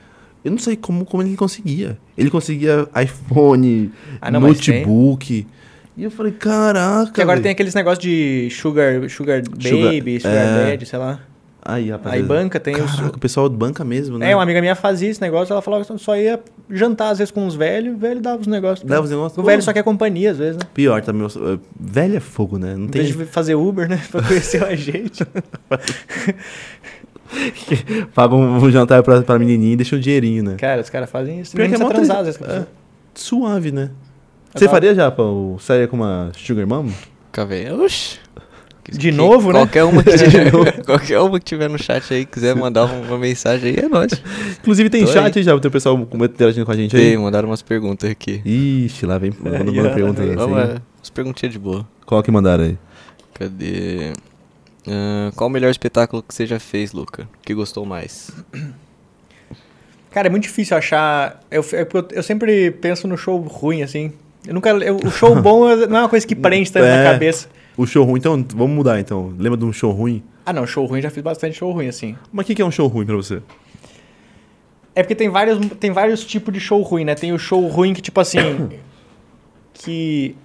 S2: Eu não sei como, como ele conseguia. Ele conseguia iPhone,
S4: Ah, não, mas
S2: notebook. E eu falei, caraca.
S4: Porque agora
S2: velho.
S4: tem aqueles negócios de sugar,
S2: Sugar-
S4: sugar baby, sugar
S2: é.
S4: daddy, sei lá.
S2: Aí, rapaz.
S4: Aí banca, tem os-
S2: Caraca, o pessoal banca mesmo, né?
S4: É, uma amiga minha fazia esse negócio, ela falava que só ia jantar às vezes com os velhos, o velho dava os negócios. pra-
S2: Dava os negócios,
S4: O
S2: pô.
S4: velho só quer companhia às vezes, né?
S2: um Pior também. eu- Velho é fogo, né? Não
S4: Em
S2: tem.
S4: vez de fazer Uber, né? Pra conhecer a gente.
S2: Paga um um jantar pra, pra menininha e deixa um dinheirinho, né?
S4: Cara, os caras fazem isso.
S2: Pior
S4: Nem
S2: que é
S4: precisa
S2: mó
S4: transar às
S2: triste.
S4: vezes. com a pessoa.
S2: Suave, né?
S4: Eu
S2: Você
S4: tava-
S2: faria já, pô? Sairia com uma Sugar Mom?
S3: Caveira. Oxi.
S4: De novo, né?
S3: Qualquer uma, que tiver, qualquer uma que tiver no chat aí, quiser mandar um- uma mensagem aí, é nóis.
S2: Inclusive tem
S3: Tô
S2: chat aí já, tem o pessoal com- interagindo com a gente
S3: Ei,
S2: aí.
S3: mandaram umas perguntas aqui.
S2: Ixi, lá vem quando manda perguntas
S3: Vamos,
S2: assim.
S3: é, umas perguntinhas de boa.
S2: Qual que mandaram aí?
S3: Cadê? Ah, qual o melhor espetáculo que você já fez, Luca? Que gostou mais?
S4: Cara, é muito difícil achar. Eu, eu, eu sempre penso no show ruim, assim. Eu nunca, eu- o show bom eu- não é uma coisa que prende tanto
S2: É.
S4: na cabeça.
S2: O show ruim, então vamos mudar então. Lembra de um show ruim?
S4: Ah, não, show ruim, já fiz bastante show ruim, assim.
S2: Mas o que, que é um show ruim pra você?
S4: É porque tem vários, tem vários tipos de show ruim, né? Tem o show ruim que, tipo assim. que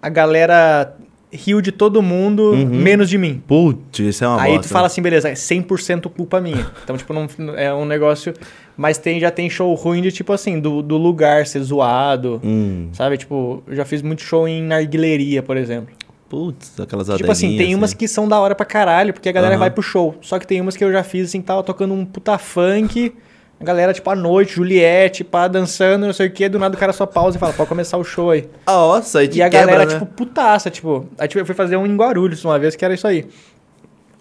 S4: a galera riu de todo mundo, menos de mim.
S2: Putz, isso é Uhum. uma
S4: Aí
S2: bosta.
S4: tu fala assim, beleza, é 100% culpa minha. Então, tipo, não, é um negócio. Mas tem, já tem show ruim de, tipo assim, do, do lugar ser zoado.
S2: Hum,
S4: Sabe? Tipo, eu já fiz muito show em narguileria, por exemplo.
S2: putz, aquelas né?
S4: tipo assim, tem umas que são da hora pra caralho, porque a galera
S2: Aham.
S4: vai pro show. Só que tem umas que eu já fiz, assim, tava tocando um puta funk. A galera, tipo, à noite, Juliette, pá, dançando, não sei o quê. Do nada o cara só pausa e fala, pode começar o show aí.
S2: Nossa, aí te
S4: E a
S2: quebra,
S4: galera,
S2: né?
S4: tipo, putaça, tipo. Aí tipo, eu fui fazer um em Guarulhos uma vez que era isso aí.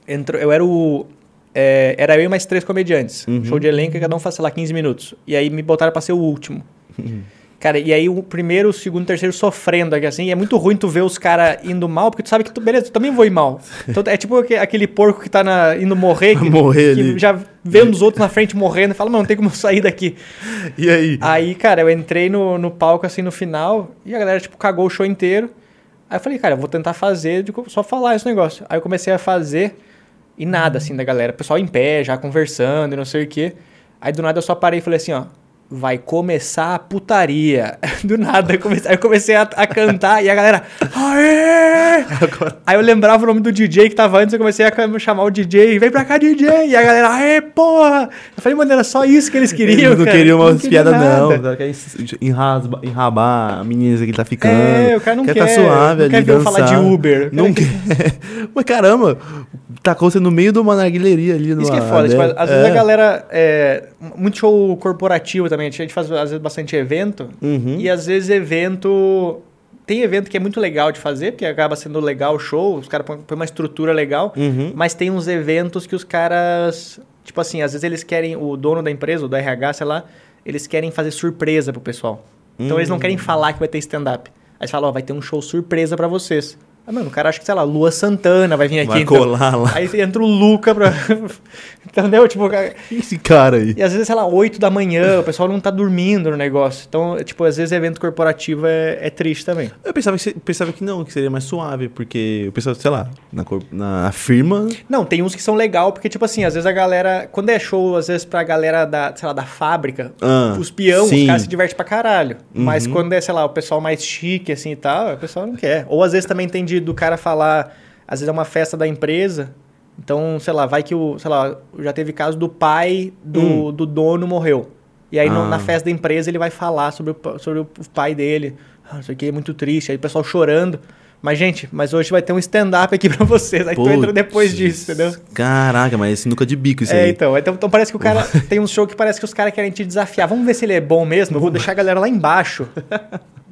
S4: Entrou, eu era o. é, era eu e mais três comediantes.
S2: Uhum.
S4: Show de elenco, cada um faz, sei lá, 15 minutos. E aí me botaram pra ser o último.
S2: Uhum.
S4: Cara, e aí o primeiro, o segundo, o terceiro sofrendo aqui, assim. E é muito ruim tu ver os caras indo mal, porque tu sabe que tu, beleza, tu também vou ir mal. Então é tipo aque- aquele porco que tá na- indo morrer, que,
S2: Morrer
S4: que
S2: ali.
S4: já vê os outros na frente morrendo e fala, mano, não tem como eu sair daqui.
S2: E aí?
S4: Aí, cara, eu entrei no, no palco assim no final e a galera, tipo, cagou o show inteiro. Aí eu falei, cara, eu vou tentar fazer, de co- só falar esse negócio. Aí eu comecei a fazer e nada, assim, da galera. O pessoal em pé, já conversando e não sei o quê. Aí do nada eu só parei e falei assim, ó. Vai começar a putaria. Do nada, eu comecei, aí eu comecei a, a cantar e a galera. Aê! Aí eu lembrava o nome do DJ que tava antes, eu comecei a ca- chamar o DJ, vem pra cá, DJ! E a galera, aê, porra! Eu falei, mano, era só isso que eles queriam.
S2: Eles não
S4: cara.
S2: queriam umas
S4: queria
S2: piadas,
S4: nada.
S2: não. tá? Ela Quer enrasba- enrabar a menina que ele tá ficando.
S4: É, o cara não
S2: Tá
S4: quer,
S2: suave
S4: não
S2: ali,
S4: quer ver eu falar
S2: dançar.
S4: de Uber. É.
S2: Não quer. Mas caramba, tacou você no meio de uma narguilheria ali.
S4: Isso que
S2: numa
S4: é foda. Tipo,
S2: adega.
S4: às vezes
S2: É.
S4: a galera. É, muito show corporativo também. A gente faz, às vezes, bastante evento.
S2: Uhum.
S4: E às vezes evento. Tem evento que é muito legal de fazer, porque acaba sendo legal o show, os caras põem põem uma estrutura legal.
S2: Uhum.
S4: Mas tem uns eventos que os caras. Tipo assim, às vezes eles querem. O dono da empresa, o do RH, sei lá. Eles querem fazer surpresa pro pessoal. Então eles não
S2: Uhum.
S4: querem falar que vai ter stand-up. Aí eles falam, ó, vai ter um show surpresa pra vocês. Ah, mano, o cara acha que, sei lá, Lua Santana vai vir aqui.
S2: Vai
S4: então.
S2: colar lá.
S4: Aí entra o Luca pra. Entendeu? Tipo, cara-
S2: Esse cara aí.
S4: e às vezes, sei lá, 8 da manhã, o pessoal não tá dormindo no negócio. Então, é, tipo, às vezes evento corporativo é, é triste também.
S2: Eu pensava que, se- pensava que não, que seria mais suave, porque eu pensava, sei lá, na, cor- na firma.
S4: Não, tem uns que são legal, porque, tipo assim, às vezes a galera. Quando é show, às vezes, pra galera da, sei lá, da fábrica,
S2: Ah,
S4: os peão,
S2: sim. Uhum.
S4: os caras se divertem pra caralho. Mas quando é, sei lá, o pessoal mais chique, assim e tal, o pessoal não quer. Ou às vezes também tem de, do cara falar, às vezes é uma festa da empresa. Então, sei lá, vai que o. Sei lá, já teve caso do pai do, do dono morreu. E aí no-
S2: Hum. Ah.
S4: na festa da empresa ele vai falar sobre o, pa- sobre o pai dele. Ah, isso aqui é muito triste. Aí o pessoal chorando. Mas, gente, mas hoje vai ter um stand-up aqui pra vocês. Aí tu entra depois
S2: Putz.
S4: disso, entendeu?
S2: Caraca, mas esse nunca de bico, isso
S4: É,
S2: aí.
S4: então, então, então parece que o cara. tem um show que parece que os caras querem te desafiar. Vamos ver se ele é bom mesmo? Eu vou deixar a galera lá embaixo,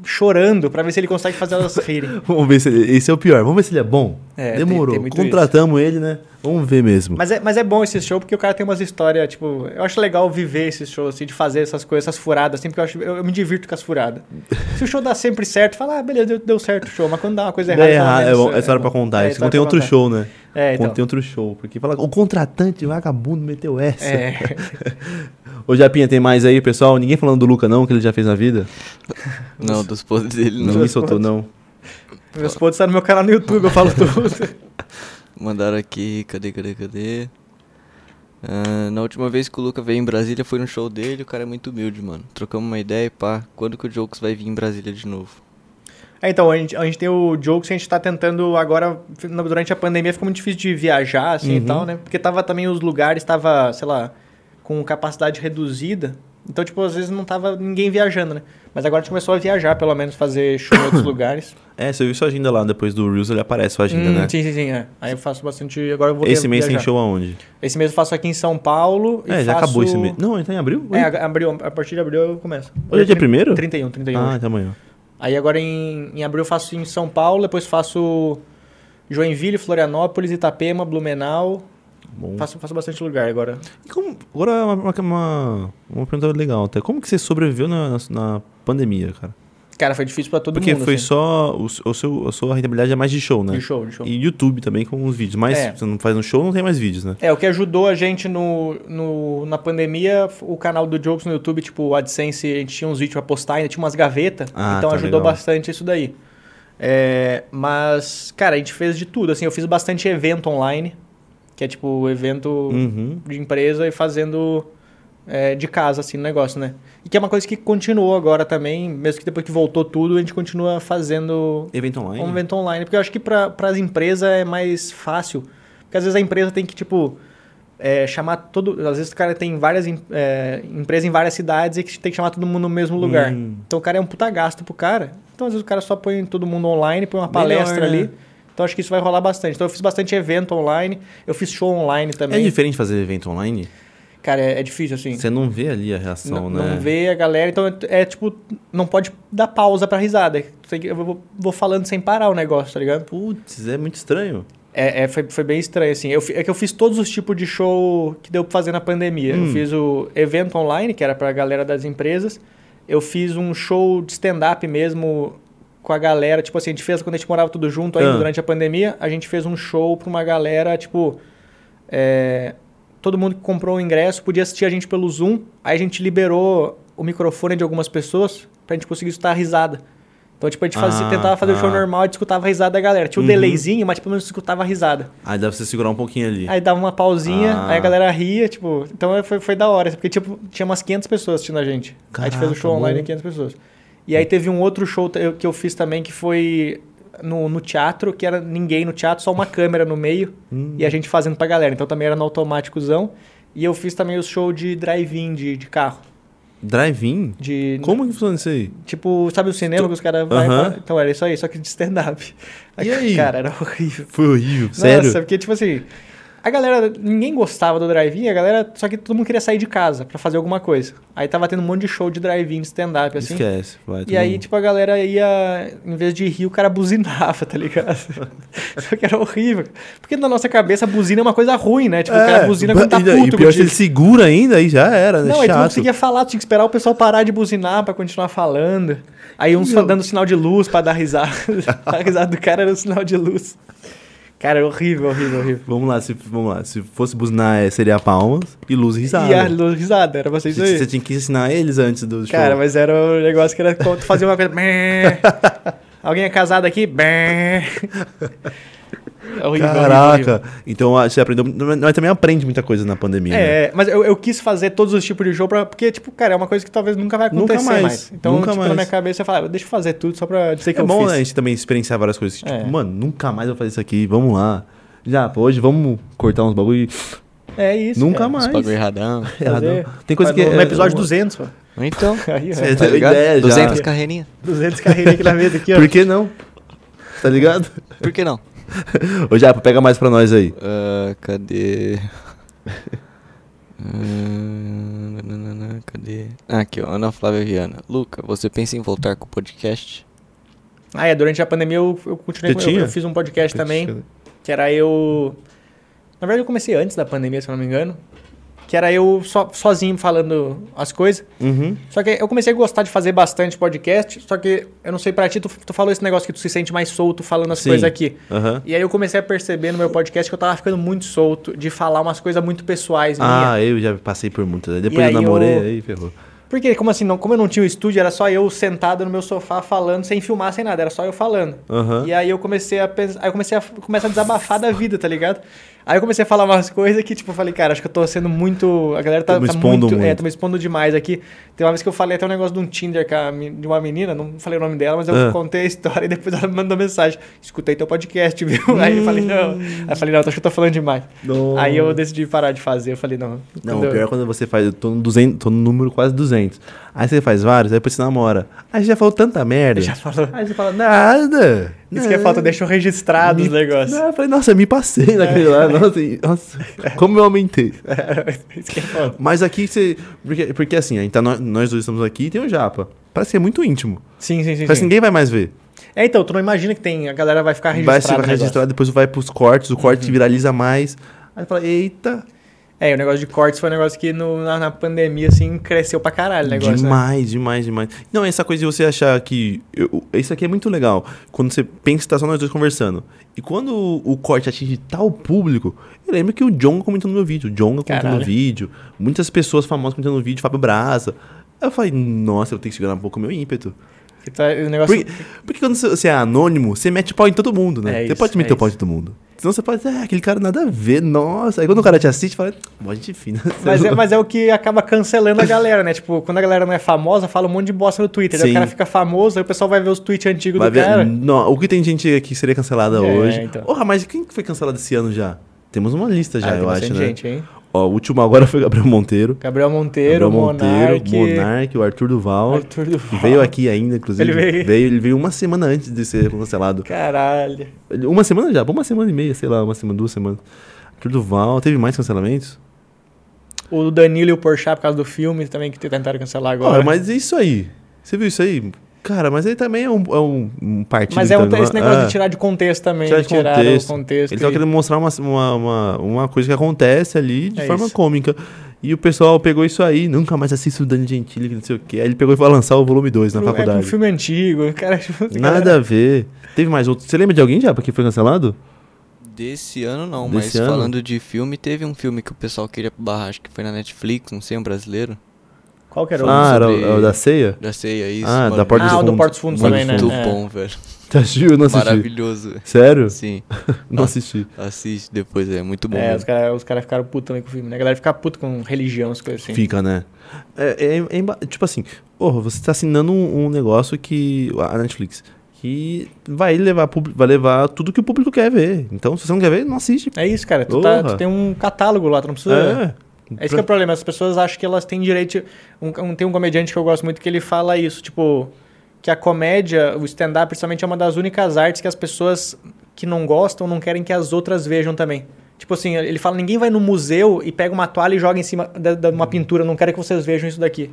S4: chorando, pra ver se ele consegue fazer elas rirem.
S2: Vamos ver se ele- esse é o pior. Vamos ver se ele é bom.
S4: É, tem-
S2: Demorou.
S4: tem muito
S2: Contratamos ele, né? Vamos ver mesmo.
S4: Mas é, mas é bom esse show porque o cara tem umas histórias, tipo. Eu acho legal viver esse show, assim, de fazer essas coisas, essas furadas, assim, porque eu, acho, eu, eu me divirto com as furadas. Se o show dá sempre certo, fala, ah, beleza, deu, deu certo o show, mas quando dá uma coisa errada.
S2: É,
S4: pelo
S2: errado, é
S4: menos,
S2: bom, é história pra contar.
S4: é
S2: Isso
S4: história
S2: contém
S4: pra
S2: outro
S4: contar.
S2: show, né?
S4: É, então.
S2: Contém outro show. Porque fala, o contratante, vagabundo, meteu essa.
S4: É.
S2: Ô, Japinha, tem mais aí, pessoal? Ninguém falando do Luca, não, que ele já fez na vida?
S3: Não, dos podres dele não.
S2: Ninguém soltou, não.
S4: Meus posts tá no meu canal no YouTube, eu falo tudo.
S3: Mandaram aqui, cadê, cadê, cadê? Ah, na última vez que o Luca veio em Brasília foi no show dele, o cara é muito humilde, mano. Trocamos uma ideia e pá, quando que o Jokes vai vir em Brasília de novo?
S4: É, então, a gente, a gente tem o Jokes que a gente tá tentando agora, na- durante a pandemia ficou muito difícil de viajar, assim, e
S2: Uhum.
S4: tal, né? Porque tava também os lugares, tava, sei lá, com capacidade reduzida. Então, tipo, às vezes não tava ninguém viajando, né? Mas agora a gente começou a viajar, pelo menos fazer show em outros lugares.
S2: É, você viu sua agenda lá, depois do Reels ele aparece sua agenda,
S4: Hum,
S2: né?
S4: Sim, sim, sim. é. Aí eu faço bastante. Agora eu vou
S2: Esse mês
S4: viajar.
S2: tem show aonde?
S4: Esse mês eu faço aqui em São Paulo. e
S2: É, já
S4: faço-
S2: acabou esse mês. Não, ele tá em abril? Oi?
S4: É, ag- abril, a partir de abril eu começo.
S2: Hoje é dia primeiro?
S4: 31, 31.
S2: ah, até amanhã.
S4: Aí agora em, em abril eu faço em São Paulo, depois faço Joinville, Florianópolis, Itapema, Blumenau.
S2: Bom.
S4: Faço, faço bastante lugar agora.
S2: E como- agora é uma, uma- uma, uma pergunta legal até. Como que você sobreviveu na, na, na pandemia, cara?
S4: Cara, foi difícil pra todo
S2: Porque
S4: mundo.
S2: foi
S4: assim.
S2: só. O, s- o seu, a sua rentabilidade é mais de show, né?
S4: De show, de show.
S2: E YouTube também com os vídeos. Mas
S4: É.
S2: você não faz um show, não tem mais vídeos, né?
S4: É, o que ajudou a gente no, no- na pandemia, f- o canal do Jokes no YouTube, tipo o AdSense, a gente tinha uns vídeos pra postar, ainda tinha umas gavetas,
S2: Ah,
S4: então
S2: tá,
S4: ajudou
S2: legal.
S4: bastante isso daí. É, mas, cara, a gente fez de tudo, assim, eu fiz bastante evento online, que é tipo evento
S2: Uhum.
S4: de empresa e fazendo é, de casa, assim, no negócio, né? E que é uma coisa que continuou agora também, mesmo que depois que voltou tudo, a gente continua fazendo
S2: Evento online.
S4: um evento online, porque eu acho que para as empresas é mais fácil. Porque às vezes a empresa tem que, tipo, é, chamar todo. Às vezes o cara tem várias em- é, empresas em várias cidades e que tem que chamar todo mundo no mesmo lugar.
S2: Hum.
S4: Então o cara é um puta gasto pro cara. Então às vezes o cara só põe todo mundo online, põe uma
S2: Melhor,
S4: palestra
S2: né?
S4: ali. Então acho que isso vai rolar bastante. Então eu fiz bastante evento online, eu fiz show online
S2: É
S4: também.
S2: diferente fazer evento online?
S4: cara, é, é difícil assim.
S2: Você não vê ali a reação,
S4: N-
S2: né?
S4: Não vê a galera, então é, é, tipo, não pode dar pausa pra risada. Tu tem que- Eu vou, vou falando sem parar o negócio, tá ligado?
S2: Putz, é muito estranho.
S4: É, é, foi, foi bem estranho, assim. Eu, fi- é que eu fiz todos os tipos de show que deu pra fazer na pandemia.
S2: Hum.
S4: Eu fiz o evento online, que era pra galera das empresas. Eu fiz um show de stand-up mesmo com a galera. Tipo assim, a gente fez quando a gente morava tudo junto ainda
S2: Ah.
S4: durante a pandemia. A gente fez um show pra uma galera, tipo... é, todo mundo que comprou o ingresso podia assistir a gente pelo Zoom. Aí a gente liberou o microfone de algumas pessoas pra gente conseguir escutar a risada. Então, tipo, a gente fazia-
S2: Ah,
S4: tentava fazer o show
S2: tá.
S4: normal e escutava a risada da galera. Tinha
S2: Uhum.
S4: um delayzinho, mas tipo, pelo menos escutava a risada.
S2: Aí dá pra você segurar um pouquinho ali.
S4: Aí dava uma pausinha,
S2: Ah.
S4: aí a galera ria, tipo... Então foi, foi da hora, porque tipo, tinha umas 500 pessoas assistindo a gente. aí a gente fez
S2: Caraca,
S4: o show online
S2: bom.
S4: de 500 pessoas. E aí teve um outro show te- que eu fiz também, que foi no, no teatro, que era ninguém no teatro, só uma câmera no meio.
S2: Hum.
S4: E a gente fazendo pra galera. Então também era no automáticozão. E eu fiz também o show de drive-in de, de carro.
S2: Drive-in?
S4: De,
S2: Como que funciona isso aí?
S4: Tipo, sabe o cinema
S2: Tu-
S4: que os caras... vai-
S2: Aham.
S4: vai- Então era isso aí, só que de stand-up.
S2: E aí?
S4: Cara, era horrível.
S2: Foi horrível. Sério?
S4: Nossa, porque, tipo assim, a galera, ninguém gostava do drive-in, a galera, só que todo mundo queria sair de casa pra fazer alguma coisa. Aí tava tendo um monte de show de drive-in, stand-up, assim.
S2: Esquece. Vai, todo
S4: E aí,
S2: mundo.
S4: tipo, a galera ia, em vez de rir, o cara buzinava, tá ligado? Só que era horrível. Porque na nossa cabeça, buzina é uma coisa ruim, né? Tipo, o cara buzina quando tá
S2: É, e, E
S4: puto
S2: pior se ele
S4: contigo.
S2: segura ainda, aí já era, né?
S4: Não, aí tu não
S2: Chato.
S4: conseguia falar, tu tinha que esperar o pessoal parar de buzinar pra continuar falando. Aí uns só dando sinal de luz pra dar risada. a risada do cara era o sinal de luz. Cara, é horrível, horrível, horrível.
S2: Vamos lá, se, vamos lá. Se fosse buzinar, é, seria palmas e luz e risada.
S4: E a luz risada, era vocês
S2: você,
S4: aí.
S2: você tinha que ensinar eles antes do show.
S4: Cara, mas era um negócio que era como tu fazia uma coisa. "Bé". Alguém é casado aqui? Bé. É horrível, horrível, horrível.
S2: Caraca. Então ah, você aprendeu... Mas também aprende muita coisa na pandemia, né?
S4: É, mas eu, eu quis fazer todos os tipos de show, pra, porque, tipo, cara, é uma coisa que talvez nunca vai
S2: Nunca
S4: acontecer
S2: mais,
S4: mais. Então,
S2: nunca
S4: tipo,
S2: mais.
S4: na minha cabeça, eu falava, deixa eu fazer tudo só pra dizer que
S2: É
S4: eu
S2: bom,
S4: fiz.
S2: né? A gente também experienciar várias coisas. Tipo,
S4: É.
S2: mano, nunca mais eu vou fazer isso aqui. Vamos lá. Já, pô, hoje vamos cortar uns bagulho. e-
S4: É isso.
S2: Nunca
S4: cara.
S2: mais.
S3: Os bagulho erradão.
S2: É,
S4: Fazer-
S2: não. Tem coisa
S4: Mas
S2: que.
S4: No, no
S2: é-
S4: episódio 200, pô.
S3: Então,
S4: Aí, ó.
S2: Cê- é
S3: tá
S2: Deu
S3: ligado?
S2: ideia já.
S3: 200 carreirinhas.
S4: 200 carreirinhas aqui na mesa, aqui, ó.
S2: Por que não? Tá ligado?
S3: Por que não?
S2: Ô, Japa, pega mais pra nós aí.
S3: Ah, cadê? Ah, nananana, cadê? Ah, aqui, ó. Ana Flávia Viana. Luca, você pensa em voltar com o podcast?
S4: Ah, é, durante a pandemia eu, eu
S2: Você
S4: continuei, com- eu,
S2: tinha?
S4: eu fiz um podcast também. Que era eu. Na verdade, eu comecei antes da pandemia, se eu não me engano. Que era eu so- sozinho falando as coisas.
S2: Uhum.
S4: Só que eu comecei a gostar de fazer bastante podcast. Só que eu não sei pra ti, tu, tu falou esse negócio que tu se sente mais solto falando as
S2: Sim.
S4: coisas aqui.
S2: Aham.
S4: E aí eu comecei a perceber no meu podcast que eu tava ficando muito solto de falar umas coisas muito pessoais minha.
S2: Ah, eu já Ah, passei por muitas. Aí Depois
S4: E
S2: eu
S4: aí eu-
S2: namorei, aí ferrou.
S4: Porque, como assim, não, como eu não tinha o estúdio, era só eu sentado no meu sofá falando, sem filmar, sem nada, era só eu falando.
S2: Aham.
S4: E aí eu comecei a pensar, aí eu comecei a, começar a desabafar da vida, tá ligado? Aí eu comecei a falar umas coisas que, tipo, eu falei, cara, acho que eu tô sendo muito. A galera tá,
S2: Tô me
S4: tá
S2: expondo
S4: muito. É,
S2: muito.
S4: tô me expondo demais aqui. Tem uma vez que eu falei até um negócio de um Tinder com a me- de uma menina, não falei o nome dela, mas eu
S2: Ah.
S4: contei a história e depois ela me mandou mensagem. Escutei teu podcast, viu? Aí eu falei, não. Aí eu falei, não, acho que eu tô falando demais.
S2: Hum. Não.
S4: Aí eu decidi parar de fazer, eu falei, não.
S2: Não,
S4: quando eu-
S2: o pior é quando você faz. Eu tô no, 200, tô no número quase 200. Aí você faz vários, aí depois você namora. Aí você já falou tanta merda.
S4: Já falou.
S2: Aí você fala, nada.
S4: Isso que é falta, deixa eu registrado os negócios. É.
S2: Não, eu falei, nossa, eu me passei naquele lá. Nossa, e- nossa, como eu aumentei.
S4: Isso que é foda.
S2: Mas aqui você. Porque, porque assim, aí tá nó- nós, dois estamos aqui e tem o Japa. Parece ser muito íntimo.
S4: Sim, sim, sim.
S2: Parece que
S4: sim.
S2: ninguém vai mais ver.
S4: É, então, tu não imagina que tem. A galera vai ficar
S2: vai
S4: registrada.
S2: ser
S4: no negócio. Uhum.
S2: registrado, depois vai pros cortes, o corte viraliza mais. Aí fala, eita,
S4: É, o negócio de cortes foi um negócio que no- na, na pandemia, assim, cresceu pra caralho o negócio. né?
S2: demais, demais, demais. Não, essa coisa de você achar que. eu- isso aqui é muito legal. Quando você pensa que tá só nós dois conversando. E quando o, o corte atinge tal público, eu lembro que o Jonga comentou no meu vídeo. O Jonga comentou no
S4: Caralho.
S2: vídeo. Muitas pessoas famosas comentando no vídeo, Fábio Braza. Aí eu falei, nossa, eu tenho que segurar um pouco o meu ímpeto.
S4: Que tá- o negócio.
S2: Porque, porque quando você você é anônimo, você mete pau em todo mundo, né?
S4: É
S2: você
S4: isso,
S2: pode
S4: é
S2: meter o pau em
S4: isso.
S2: todo mundo. Senão você pode dizer, ah, aquele cara nada a ver, nossa. Aí quando o cara te assiste, fala, boa gente fina.
S4: Mas é, mas é o que acaba cancelando a galera, né? Tipo, quando a galera não é famosa, fala um monte de bosta no Twitter. Aí
S2: Sim.
S4: o cara fica famoso, aí o pessoal vai ver os tweets antigos
S2: Vai
S4: do
S2: ver-
S4: cara.
S2: Não, o que tem gente que seria cancelada
S4: É,
S2: hoje.
S4: então.
S2: Porra, mas quem que foi cancelado esse ano já? Temos uma lista já,
S4: Ah, tem
S2: eu
S4: bastante
S2: acho, né?
S4: gente, hein?
S2: Ó, o último agora foi o Gabriel Monteiro.
S4: Gabriel Monteiro,
S2: Gabriel
S4: Monarque.
S2: Monark, o Arthur Duval.
S4: Arthur Duval.
S2: que Veio aqui ainda, inclusive.
S4: Ele veio.
S2: ele veio uma semana antes de ser cancelado.
S4: Caralho.
S2: Ele- Uma semana já, uma semana e meia, sei lá, uma semana, duas semanas. Arthur Duval, teve mais cancelamentos?
S4: O Danilo e o Porchat, por causa do filme também, que tentaram cancelar agora.
S2: Olha, mas e isso aí? Você viu isso aí? Cara, mas ele também é um, é um, um partido.
S4: Mas é um-
S2: então,
S4: esse negócio
S2: ah.
S4: de tirar de contexto também.
S2: Tirar
S4: Tirar
S2: de contexto.
S4: o contexto.
S2: Ele tava
S4: e-
S2: querendo mostrar uma, uma, uma, uma coisa que acontece ali de
S4: É
S2: forma
S4: isso.
S2: cômica. E o pessoal pegou isso aí, nunca mais assisto o Dani Gentili, que não sei o quê. Aí ele pegou e foi lançar o volume 2 na
S4: pro- É um
S2: faculdade.
S4: filme antigo. o Cara, tipo, a galera-
S2: Nada a ver. Teve mais outro. Você lembra de alguém já que foi cancelado?
S3: Desse ano não,
S2: Desse
S3: mas
S2: ano?
S3: falando de filme, teve um filme que o pessoal queria barrar, acho que foi na Netflix, não sei, um brasileiro.
S4: Qual que era o
S2: Ah, era, o-
S3: sobre-
S2: é o da ceia?
S3: Da ceia, isso.
S2: Ah, da
S3: mano.
S2: Porta dos
S4: Ah, o do
S2: Fundos.
S4: Porta dos Fundos
S2: Porta
S4: também,
S2: dos
S3: Muito
S4: né? É.
S3: bom, velho.
S2: Tá, Gil, eu não assisti.
S3: Maravilhoso. velho.
S2: Sério?
S3: Sim,
S4: Ah,
S2: Não assisti.
S3: assiste depois, é muito bom.
S4: É,
S3: velho.
S4: os caras os cara ficaram putos também com o filme, né? A galera fica puta com religião, as coisas assim.
S2: Fica, né? É, é- é emba- tipo assim, porra, você tá assinando um, um negócio que. A Netflix. Que vai levar, pub- vai levar tudo que o público quer ver. Então, se você não quer ver, não assiste.
S4: É isso, cara. Tu, tá-
S2: Porra.
S4: tu tem um catálogo lá, tu não precisa. É, isso que é o problema. As pessoas acham que elas têm direito. Um, um- tem um comediante que eu gosto muito que ele fala isso, tipo, que a comédia, o stand-up, principalmente, é uma das únicas artes que as pessoas que não gostam não querem que as outras vejam também. Tipo assim, ele fala: ninguém vai no museu e pega uma toalha e joga em cima da- de
S2: Uhum.
S4: uma pintura, não quero que vocês vejam isso daqui.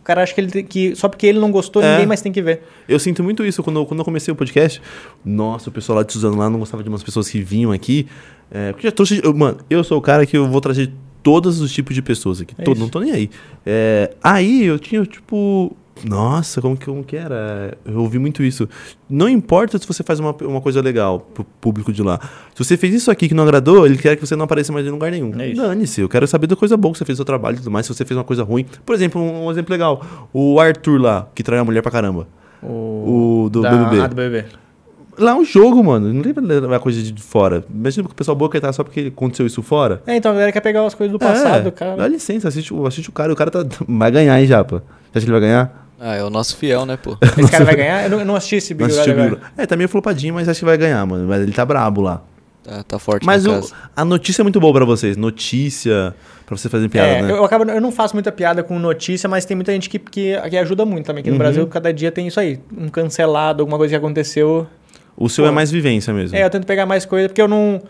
S4: O cara acha que, ele tem que só porque ele não gostou,
S2: É.
S4: ninguém mais tem que ver.
S2: Eu sinto muito isso quando, eu- quando eu comecei o podcast. Nossa, o pessoal lá de Suzano lá não gostava de umas pessoas que vinham aqui. É, porque já trouxe. eu- mano, eu sou o cara que eu vou trazer todos os tipos de pessoas aqui.
S4: É
S2: todo,
S4: isso.
S2: não tô nem aí. É, aí eu tinha, tipo. Nossa, como que, como que era? Eu ouvi muito isso. Não importa se você faz uma, uma coisa legal pro público de lá. Se você fez isso aqui que não agradou, ele quer que você não apareça mais em lugar nenhum.
S4: É isso.
S2: Dane-se, eu quero saber da coisa boa que você fez o seu trabalho e tudo mais. Se você fez uma coisa ruim. Por exemplo, um, um exemplo legal. O Arthur lá, que trai a mulher pra caramba. O do
S4: da-
S2: BBB.
S4: ah, do BBB.
S2: Lá é um jogo, mano. Não lembra levar coisa de fora. Imagina que o pessoal boquetar só porque aconteceu isso fora.
S4: É, então a galera quer pegar as coisas do passado,
S2: é, Dá
S4: cara.
S2: licença, assiste, o- assiste o cara. O cara tá, vai ganhar, hein, Japa? Você acha que ele vai ganhar?
S3: Ah, é o nosso fiel, né, pô?
S4: Esse cara vai ganhar? Eu não, eu não assisti esse
S2: Não
S4: Big
S2: assistiu
S4: Brother
S2: o Big
S4: agora.
S2: Brother. É, tá meio flopadinho, mas acho que vai ganhar, mano. Mas ele tá brabo lá.
S3: Tá, tá forte
S2: Mas
S3: no
S2: o-
S3: caso.
S2: a notícia é muito boa pra vocês. Notícia, pra vocês fazerem piada,
S4: É,
S2: né?
S4: eu, eu acabo, eu não faço muita piada com notícia, mas tem muita gente que, que, que ajuda muito também.
S2: Uhum.
S4: Aqui no Brasil, cada dia tem isso aí. Um cancelado, alguma coisa que aconteceu.
S2: O seu
S4: Pô.
S2: é mais vivência mesmo.
S4: É, eu tento pegar mais coisa, porque eu não,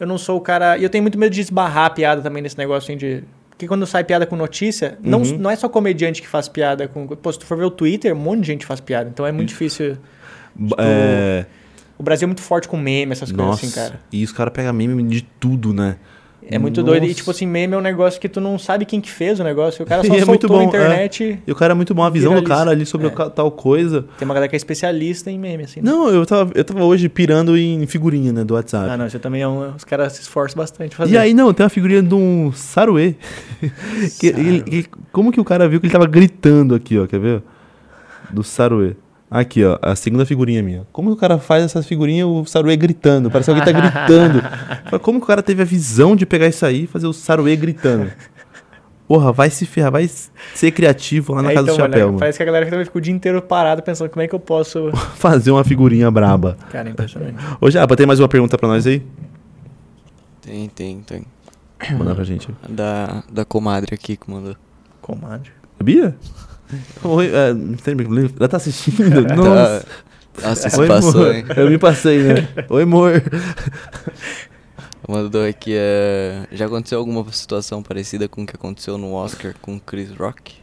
S4: eu não sou o cara... E eu tenho muito medo de esbarrar a piada também nesse negócio assim de... Porque quando sai piada com notícia, não,
S2: Uhum.
S4: não é só comediante que faz piada com... Pô, se tu for ver o Twitter, um monte de gente faz piada. Então é muito difícil...
S2: B- é,
S4: O Brasil é muito forte com meme, essas coisas
S2: Nossa,
S4: assim, cara.
S2: e os caras pegam meme de tudo, né?
S4: É muito
S2: Nossa.
S4: doido. E, tipo assim, meme é um negócio que tu não sabe quem que fez o negócio. O cara só
S2: E é muito
S4: soltou na
S2: bom,
S4: internet.
S2: E o cara é muito bom, a visão do
S4: assim, Viraliza.
S2: cara ali sobre
S4: É.
S2: ca- tal coisa.
S4: Tem uma galera que é especialista em meme, assim. né?
S2: Não, eu tava, eu tava hoje pirando em figurinha, né, do WhatsApp.
S4: Ah, não, isso também é um... Os caras se esforçam bastante pra fazer.
S2: E aí, não, tem uma figurinha de um Saruê. Que ele- ele- como que o cara viu que ele tava gritando aqui, ó? Quer ver? Do Saruê. Aqui, ó, a segunda figurinha minha. Como que o cara faz essas figurinhas o Saruê gritando? Parece que alguém tá gritando. Fala, Como que o cara teve a visão de pegar isso aí e fazer o Saruê gritando? Porra, vai se ferrar, vai ser criativo lá na
S4: É,
S2: Casa
S4: então,
S2: do
S4: mano,
S2: Chapéu, mano.
S4: Parece que a galera também fica o dia inteiro parado pensando como é que eu posso...
S2: Fazer uma figurinha braba.
S4: Cara, é impressionante.
S2: Ô, Japa, tem mais uma pergunta pra nós aí?
S3: Tem, tem, tem.
S2: Manda pra gente.
S3: A Da, da comadre aqui que mandou.
S4: Comadre.
S2: Sabia? Oi, é, não tem- ela tá assistindo? Nossa.
S3: Tá- Nossa,
S2: Oi,
S3: se passou,
S2: amor.
S3: hein?
S2: Eu me passei, né? Oi, amor.
S3: Mandou aqui, é... Já aconteceu alguma situação parecida com o que aconteceu no Oscar com Chris Rock?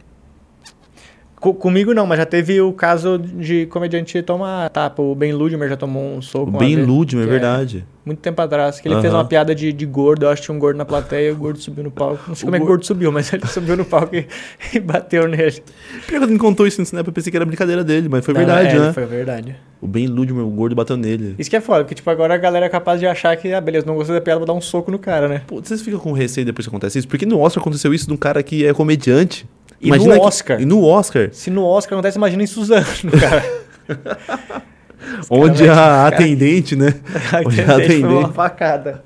S4: Co- comigo não, mas já teve o caso de comediante tomar tapa. O Ben Ludmer já tomou um soco. uma
S2: Bem
S4: vez,
S2: lúdico, é
S4: que
S2: verdade.
S4: muito tempo atrás, que ele fez
S2: Aham.
S4: uma piada de, de gordo. Eu acho que tinha um gordo na plateia, o gordo subiu no palco. Não sei como é que o gordo subiu, mas ele subiu no palco e, e bateu nele.
S2: Pior é. que ele me contou isso no cinema, eu pensei que era brincadeira dele, mas foi
S4: Não,
S2: verdade,
S4: é,
S2: né?
S4: Foi verdade.
S2: O bem lúdico, o gordo bateu nele.
S4: Isso que é foda, porque tipo, agora a galera é capaz de achar que, ah, beleza, não gostei da piada, vou dar um soco no cara, né?
S2: Pô, vocês ficam com receio depois que acontece isso? Porque no Oscar aconteceu isso de um cara que é comediante.
S4: E
S2: Imagina
S4: no
S2: é que-
S4: Oscar.
S2: E no Oscar,
S4: Se no Oscar acontece, imagina em Suzano, cara.
S2: onde
S4: cara
S2: a atendente, né? Onde a
S4: Foi uma
S2: atendente.
S4: facada.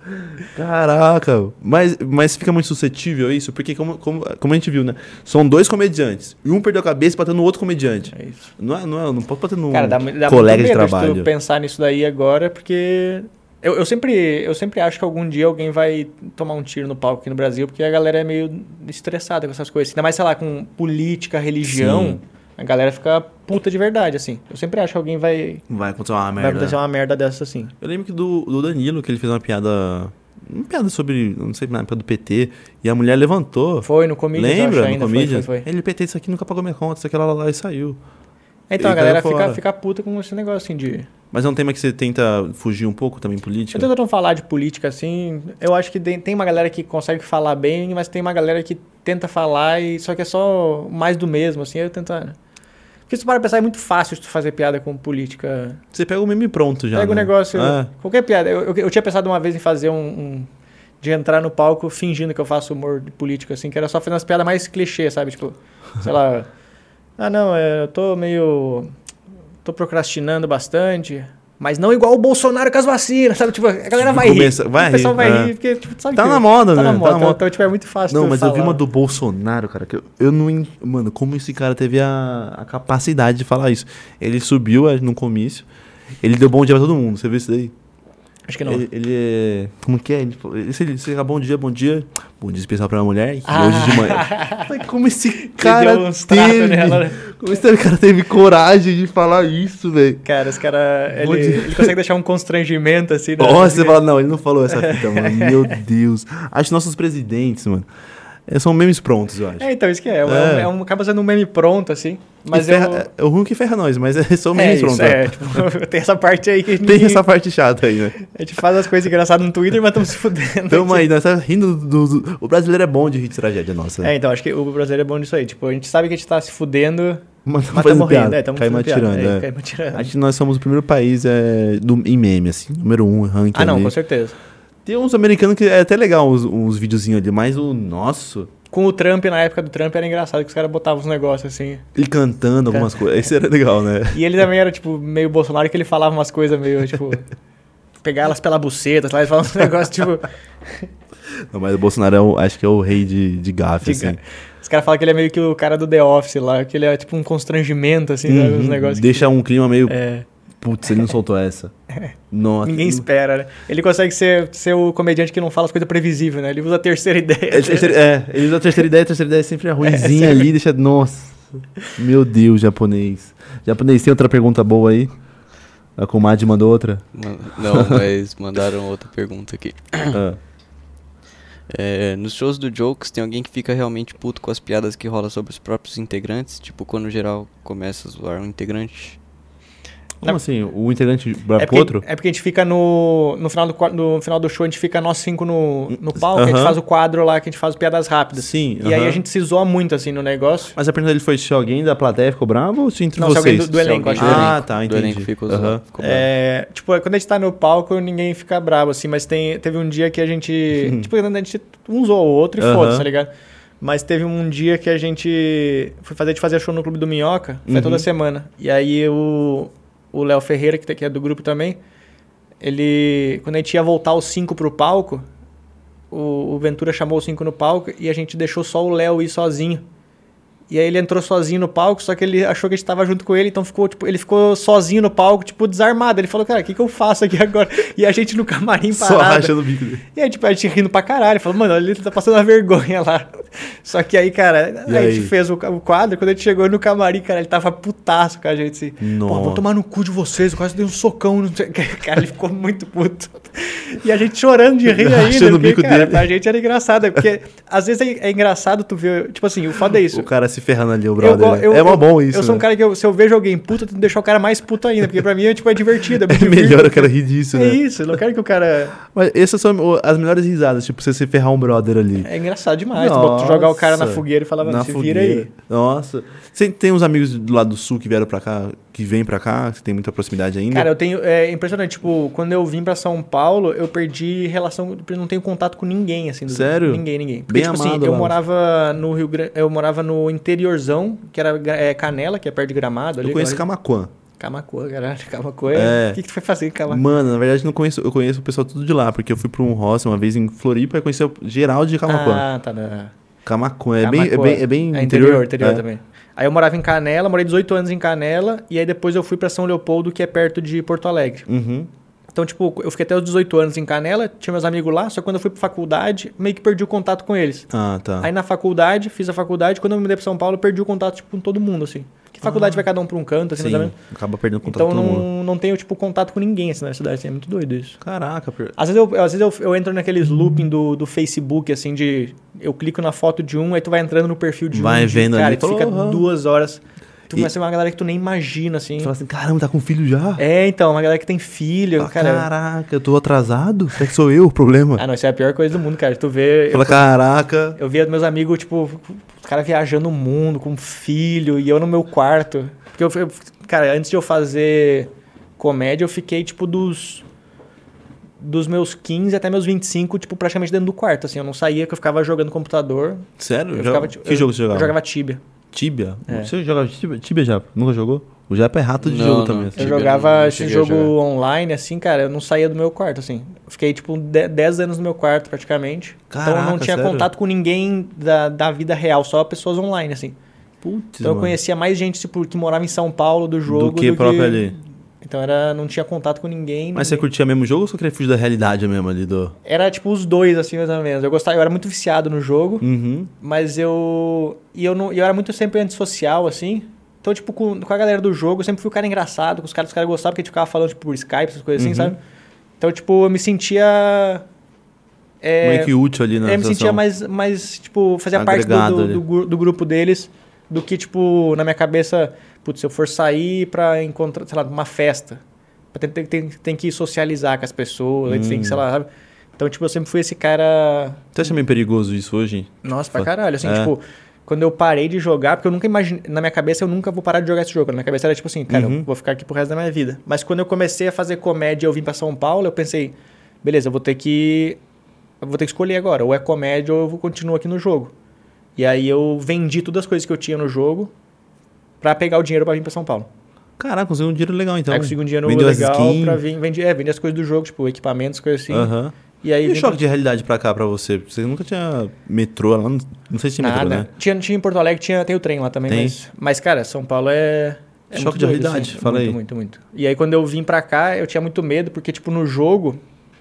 S2: Caraca, mas, mas fica muito suscetível a isso? Porque, como, como, como a gente viu, né? São dois comediantes. E um perdeu a cabeça e bateu no outro comediante.
S4: É isso.
S2: Não, é, não, é, não pode bater num
S4: Cara, dá, mu- dá
S2: colega
S4: muito
S2: de
S4: medo
S2: trabalho.
S4: tu pensar nisso daí agora, porque eu, eu sempre, eu sempre acho que algum dia alguém vai tomar um tiro no palco aqui no Brasil, porque a galera é meio estressada com essas coisas. Ainda mais, sei lá, com política, religião,
S2: Sim.
S4: a galera fica puta de verdade, assim. Eu sempre acho que alguém vai,
S2: Vai acontecer uma
S4: vai
S2: merda.
S4: acontecer uma merda dessa, assim.
S2: Eu lembro que do, do Danilo, que ele fez uma piada. Uma piada sobre. Não sei, na época do PT. E a mulher levantou.
S4: Foi no Comedians, eu acho,
S2: lembra? No
S4: ainda, foi,
S2: Comedians?
S4: foi, foi.
S2: Ele PT, isso aqui nunca pagou minha conta, isso aqui lá, lá, lá, e saiu.
S4: Então
S2: E
S4: a
S2: caiu
S4: galera
S2: fora.
S4: fica, fica puta com esse negócio, assim, de...
S2: Mas é um tema que você tenta fugir um pouco também, política.
S4: Eu tô tentando falar de política, assim, eu acho que tem tem uma galera que consegue falar bem, mas tem uma galera que tenta falar, e só que é só mais do mesmo, assim, eu tento... Porque se tu para pra pensar, é muito fácil tu fazer piada com política.
S2: Você pega o meme pronto já.
S4: Pega o
S2: né?
S4: negócio,
S2: É.
S4: qualquer piada. Eu, eu, eu tinha pensado uma vez em fazer um, um- De entrar no palco fingindo que eu faço humor de político, assim, que era só fazer umas piadas mais clichê, sabe? Tipo, sei lá... Ah, não, é, eu tô meio... Tô procrastinando bastante... Mas não igual o Bolsonaro com as vacinas, sabe? Tipo, a galera vai
S2: Começa-
S4: rir.
S2: vai
S4: o pessoal
S2: rir,
S4: vai
S2: é.
S4: rir, porque tipo, tu sabe
S2: Tá
S4: que
S2: na moda, né?
S4: tá Na
S2: Tá
S4: moda,
S2: na moda.
S4: Então, tipo, é muito fácil
S2: Não,
S4: tu
S2: mas eu vi
S4: falar.
S2: uma do Bolsonaro, cara, que eu, eu não. en- Mano, como esse cara teve a, a capacidade de falar isso? Ele subiu é, num comício, ele deu bom dia pra todo mundo, você viu isso daí?
S4: Acho que não.
S2: Ele, ele é. Como que é? Ele, falou- ele, ele, ele, bom dia, bom dia. Bom dia especial pra minha mulher. que
S4: Ah.
S2: Hoje de manhã. Eu falei, Como esse cara
S4: deu uns tratos
S2: teve.
S4: nela, né?
S2: Como esse cara teve coragem de falar isso, velho?
S4: Cara, esse cara...
S2: Bom
S4: Ele,
S2: dia.
S4: ele consegue deixar um constrangimento, assim. né?
S2: Nossa, você fala, não, ele não falou essa fita, mano. Meu Deus. Acho que nossos presidentes, mano. é, São memes prontos, eu acho.
S4: É, então, isso que é. É, um-
S2: É.
S4: é um, acaba sendo um meme pronto, assim. Mas
S2: E
S4: eu...
S2: ferra- é, O ruim que ferra nós, mas é, são
S4: é
S2: memes
S4: isso,
S2: prontos.
S4: é, tipo, tem essa parte aí que a gente,
S2: Tem essa parte chata aí, né?
S4: a gente faz as cocoisas engraçadas no Twitter, mas estamos se fudendo.
S2: Tamo
S4: aqui.
S2: aí, nós tá rindo do, do- do- O brasileiro é bom de rir de tragédia nossa.
S4: É, então, acho que o brasileiro é bom nisso aí. Tipo, a gente sabe que a gente tá se fudendo,
S2: mas
S4: mas
S2: fazendo
S4: estamos rindo.
S2: piada,
S4: É, estamos
S2: caímos atirando, é.
S4: caímos atirando.
S2: Acho que nós somos o primeiro país é, do, em meme, assim, número um, ranking.
S4: Ah, não,
S2: ali.
S4: com certeza.
S2: Tem uns americanos que é até legal uns, uns videozinhos ali, mas o nosso.
S4: Com o Trump, na época do Trump, era engraçado que os caras botavam uns negócios assim.
S2: E cantando algumas coisas. Isso era legal, né?
S4: E ele também era, tipo, meio Bolsonaro, que ele falava umas coisas meio, tipo... pegar elas pela buceta, sabe? Ele falava uns negócios, tipo...
S2: Não, mas o Bolsonaro é o- acho que é o rei de, de gafe,
S4: de-
S2: assim.
S4: Os caras falam que ele é meio que o cara do The Office lá, que ele é, tipo, um constrangimento, assim, sabe? Uns
S2: Uhum,
S4: negócios que-
S2: Deixa um clima meio.
S4: É...
S2: Putz, ele não soltou essa. Nossa.
S4: Ninguém espera, né? Ele consegue ser, ser o comediante que não fala as coisas previsíveis, né? Ele usa a terceira ideia.
S2: É, terceira- é, ele usa a terceira ideia, a terceira ideia sempre é ruimzinha ali, deixa. Nossa. Meu Deus, japonês. Japonês, tem outra pergunta boa aí? A comadre mandou outra?
S3: Man- Não, mas mandaram outra pergunta aqui.
S2: Ah.
S3: É, nos shows do Jokes, tem alguém que fica realmente puto com as piadas que rola sobre os próprios integrantes? Tipo, quando geral começa a zoar um integrante?
S2: Como
S4: Na-
S2: assim? O integrante bravo
S4: É
S2: com o outro?
S4: porque, é porque a gente fica no. No final do, qua- no final do show, a gente fica nós cinco no, no palco, a gente
S2: Aham.
S4: faz o quadro lá, que a gente faz o piadas rápidas.
S2: Sim,
S4: é, E aí
S2: aham.
S4: a gente se zoa muito, assim, no negócio.
S2: Mas a pergunta dele foi se alguém da plateia ficou bravo ou se entre
S4: Não, se
S2: vocês?
S4: alguém do- do
S3: Se
S4: elenco,
S3: alguém
S4: acho
S3: do
S4: que-
S2: Ah,
S3: elenco-
S2: tá,
S3: do
S2: entendi.
S3: elenco ficou
S2: Aham.
S3: zoando, ficou bravo.
S4: É, tipo, quando a gente tá no palco, ninguém fica bravo, assim, mas tem, teve um dia que a gente. tipo, a gente um zoou o outro e
S2: Aham.
S4: foda-se, tá ligado? Mas teve um dia que a gente foi fazer de fazer show no Clube do Minhoca, foi
S2: Uhum.
S4: toda semana. E aí o o Léo Ferreira, que tá- que é do grupo também, ele. Quando a gente ia voltar os cinco pro palco, o, o Ventura chamou os cinco no palco e a gente deixou só o Léo ir sozinho. E aí ele entrou sozinho no palco, só que ele achou que a gente tava junto com ele, então ficou, tipo, ele ficou sozinho no palco, tipo, desarmado. Ele falou, cara, o que, que eu faço aqui agora? E a gente no camarim
S2: Só
S4: parado.
S2: rachando o bico dele.
S4: E aí, tipo, a gente rindo pra caralho. Falou, mano, ele tá passando uma vergonha lá. Só que aí, cara,
S2: E
S4: aí a
S2: aí?
S4: gente fez o, ca- o quadro. Quando a gente chegou no camarim, cara, ele tava putaço com a gente. Assim, Pô,
S2: Nossa.
S4: vou tomar no cu de vocês. Eu quase dei um socão. Não sei. o quê." Cara, ele ficou muito puto. E a gente chorando de rir ainda.
S2: Achando o
S4: porque,
S2: bico
S4: cara,
S2: dele.
S4: pra gente era engraçado. é Porque às vezes é, é engraçado tu ver. Tipo assim, o foda é isso.
S2: O cara se ferrando ali, o
S4: Eu
S2: brother.
S4: go-
S2: né?
S4: eu-
S2: é mó
S4: eu-
S2: bom isso.
S4: Eu sou um
S2: né?
S4: cara que, eu- se eu vejo alguém puto, eu tento deixar o cara mais puto ainda. Porque pra mim é, tipo, é divertido. me
S2: É
S4: divirto.
S2: melhor, eu quero rir disso,
S4: É
S2: né?
S4: isso, eu não quero que o cara.
S2: Mas essas são o- as melhores risadas, tipo, você se ferrar um brother ali.
S4: É engraçado demais. Tu bota- tu jogar o cara na fogueira e falar, mano, se vira aí.
S2: Nossa. Você tem uns amigos do lado do sul que vieram pra cá, que vêm pra cá, que tem muita proximidade ainda?
S4: Cara, eu tenho. É impressionante. Tipo, quando eu vim pra São Paulo, eu perdi relação. eu Não tenho contato com ninguém, assim. do-
S2: Sério?
S4: Ninguém, ninguém. Porque,
S2: Bem
S4: tipo
S2: amado
S4: assim, eu
S2: lá.
S4: morava no Rio Grande. Eu morava no interiorzão, que era gra- é, Canela, que é perto de Gramado.
S2: eu
S4: ali,
S2: conheço
S4: agora-
S2: Camacuã.
S4: Camacuã, caralho. Camacuã é.
S2: É.
S4: O que, que tu foi fazer em Camacuã?
S2: Mano, na verdade, não conheço, eu conheço o pessoal tudo de lá, porque eu fui pra um hostel uma vez em Floripa e conheci o geral de Camacuã.
S4: Ah, tá. tá, tá.
S2: Camacuã, é,
S4: Camacuã.
S2: Bem, é bem, é bem
S4: interior, interior
S2: é.
S4: também. Aí eu morava em Canela, morei 18 anos em Canela, e aí depois eu fui pra São Leopoldo, que é perto de Porto Alegre.
S2: Uhum.
S4: Então, tipo, eu fiquei até os 18 anos em Canela, tinha meus amigos lá, só que quando eu fui pra faculdade, meio que perdi o contato com eles.
S2: Ah, tá.
S4: Aí na faculdade, fiz a faculdade, quando eu me mudei pra São Paulo, eu perdi o contato, tipo, com todo mundo, assim. Que faculdade vai cada um pra um canto, assim,
S2: Ah. Sim,
S4: mais ou menos.
S2: acaba perdendo contato
S4: Então
S2: com todo mundo.
S4: não, não tenho, tipo, contato com ninguém, assim, na cidade, assim, é muito doido isso.
S2: Caraca, per-
S4: Às vezes, eu, às vezes eu, eu entro naqueles looping do, do Facebook, assim, de... Eu clico na foto de um, aí tu vai entrando no perfil de um.
S2: Vai
S4: de-
S2: vendo
S4: cara,
S2: ali,
S4: e tu fica
S2: porra.
S4: duas horas. Tu
S2: E-
S4: vai ser uma galera que tu nem imagina, assim.
S2: Você fala assim, caramba, tá com filho já?
S4: É, então, uma galera que tem filho,
S2: Fala,
S4: cara...
S2: Caraca, eu tô atrasado? Será que sou eu o problema?
S4: Ah, não, isso é a pior coisa do mundo, cara. Tu vê. Eu,
S2: Fala, caraca.
S4: eu via meus amigos, tipo, os caras viajando o mundo com um filho e eu no meu quarto. Porque eu, eu- cara, antes de eu fazer comédia, eu fiquei, tipo, dos. Dos meus 15 até meus 25, tipo, praticamente dentro do quarto, assim. Eu não saía, que eu ficava jogando computador.
S2: Sério?
S4: Eu
S2: Joga-
S4: ficava, tipo,
S2: que
S4: eu-
S2: jogo você jogava?
S4: Eu jogava Tibia.
S2: Tibia?
S4: É.
S2: Você jogava Tibia, tibia Japa? Nunca jogou? O Japa é rato de
S3: Não,
S2: jogo
S3: não.
S2: também. assim.
S4: Eu
S3: Tibia,
S4: jogava
S3: não
S4: esse
S3: cheguei a
S4: jogo
S3: jogar.
S4: online, assim, cara, eu não saía do meu quarto, assim. Eu Fiquei, tipo, de- 10 anos no meu quarto, praticamente. então eu não
S2: Caraca,
S4: tinha
S2: sério?
S4: contato com ninguém da, da vida real, só pessoas online, assim.
S2: Putz,
S4: Então eu
S2: mano.
S4: conhecia mais gente tipo, que morava em São Paulo do jogo.
S2: Do que próprio ali.
S4: Então era, não tinha contato com ninguém.
S2: Mas você
S4: ninguém-
S2: curtia mesmo o jogo ou você queria fugir da realidade mesmo ali do...
S4: Era tipo os dois, assim, mais ou menos. Eu gostava, eu era muito viciado no jogo,
S2: Uhum.
S4: mas eu. E eu, não, e eu era muito sempre antissocial, assim. Então, tipo, com, com a galera do jogo, eu sempre fui o cara engraçado, com os caras, os caras gostavam, porque a gente ficava falando, tipo, por Skype, essas coisas assim,
S2: Uhum.
S4: sabe? Então, tipo, eu me sentia. é,
S2: Meio que útil ali na
S4: eu me sentia
S2: situação.
S4: mais, mais tipo, fazia parte
S2: Agregado
S4: do- do,
S2: ali.
S4: do gru- do grupo deles do que, tipo, na minha cabeça, putz, se eu for sair pra encontrar, sei lá, uma festa, pra ter- tem, tem, tem que socializar com as pessoas, aí tu tem que,
S2: Hum.
S4: sei lá, sabe? Então, tipo, eu sempre fui esse cara,
S2: Você acha meio perigoso isso hoje?
S4: nossa, pra
S2: Fa-
S4: caralho, assim,
S2: É.
S4: tipo, quando eu parei de jogar, porque eu nunca imaginei, na minha cabeça eu nunca vou parar de jogar esse jogo, na minha cabeça era tipo assim, cara, eu
S2: Uhum.
S4: vou ficar aqui pro resto da minha vida. Mas quando eu comecei a fazer comédia e eu vim pra São Paulo, eu pensei, beleza, eu vou ter que eu vou ter que escolher agora, ou é comédia ou eu vou continuo aqui no jogo. E aí eu vendi todas as coisas que eu tinha no jogo pra pegar o dinheiro pra vir pra São Paulo.
S2: Caraca, conseguiu um dinheiro legal então.
S4: aí consegui um dinheiro
S2: Vendeu as
S4: legal
S2: skin.
S4: pra vir, vendi, é, vendi as coisas do jogo, tipo, equipamentos, coisas assim.
S2: Aham.
S4: E aí
S2: E o
S4: vim pra-
S2: choque de realidade pra cá, pra você? Você nunca tinha metrô lá? Não, não sei se tinha
S4: Nada.
S2: metrô, né?
S4: tinha, tinha em Porto Alegre, tinha, tem o trem lá também,
S2: Tem.
S4: mas. Mas, cara, São Paulo é. é
S2: Choque
S4: muito
S2: de
S4: doido,
S2: realidade,
S4: assim.
S2: fala
S4: muito,
S2: aí.
S4: Muito, muito. E aí, quando eu vim pra cá, eu tinha muito medo, porque, tipo, no jogo,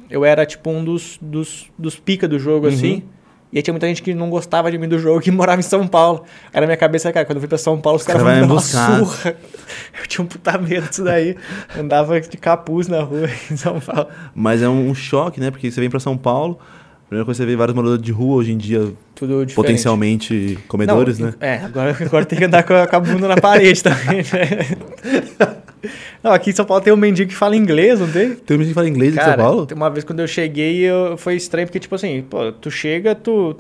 S4: eu era, tipo, um dos, dos, dos pica do jogo,
S2: Uhum.
S4: assim. E aí tinha muita gente que não gostava de mim do jogo que morava em São Paulo. Aí na minha cabeça, cara, quando eu fui pra São Paulo, os caras
S2: cara
S4: vão me
S2: vai
S4: dar uma
S2: me buscar.
S4: surra. Eu tinha um puta medo disso daí. Andava de capuz na rua em São Paulo.
S2: Mas é um choque, né? Porque você vem pra São Paulo, a primeira coisa que você vê vários moradores de rua hoje em dia,
S4: Tudo diferente.
S2: potencialmente comedores,
S4: Não,
S2: né?
S4: É, agora, agora tem que andar com a, com a bunda na parede também. né? Não, aqui em São Paulo tem um mendigo que fala inglês, não tem?
S2: Tem um menino que fala inglês em São Paulo?
S4: uma vez quando eu cheguei, eu, foi estranho, porque, tipo assim, pô, tu chega, tu.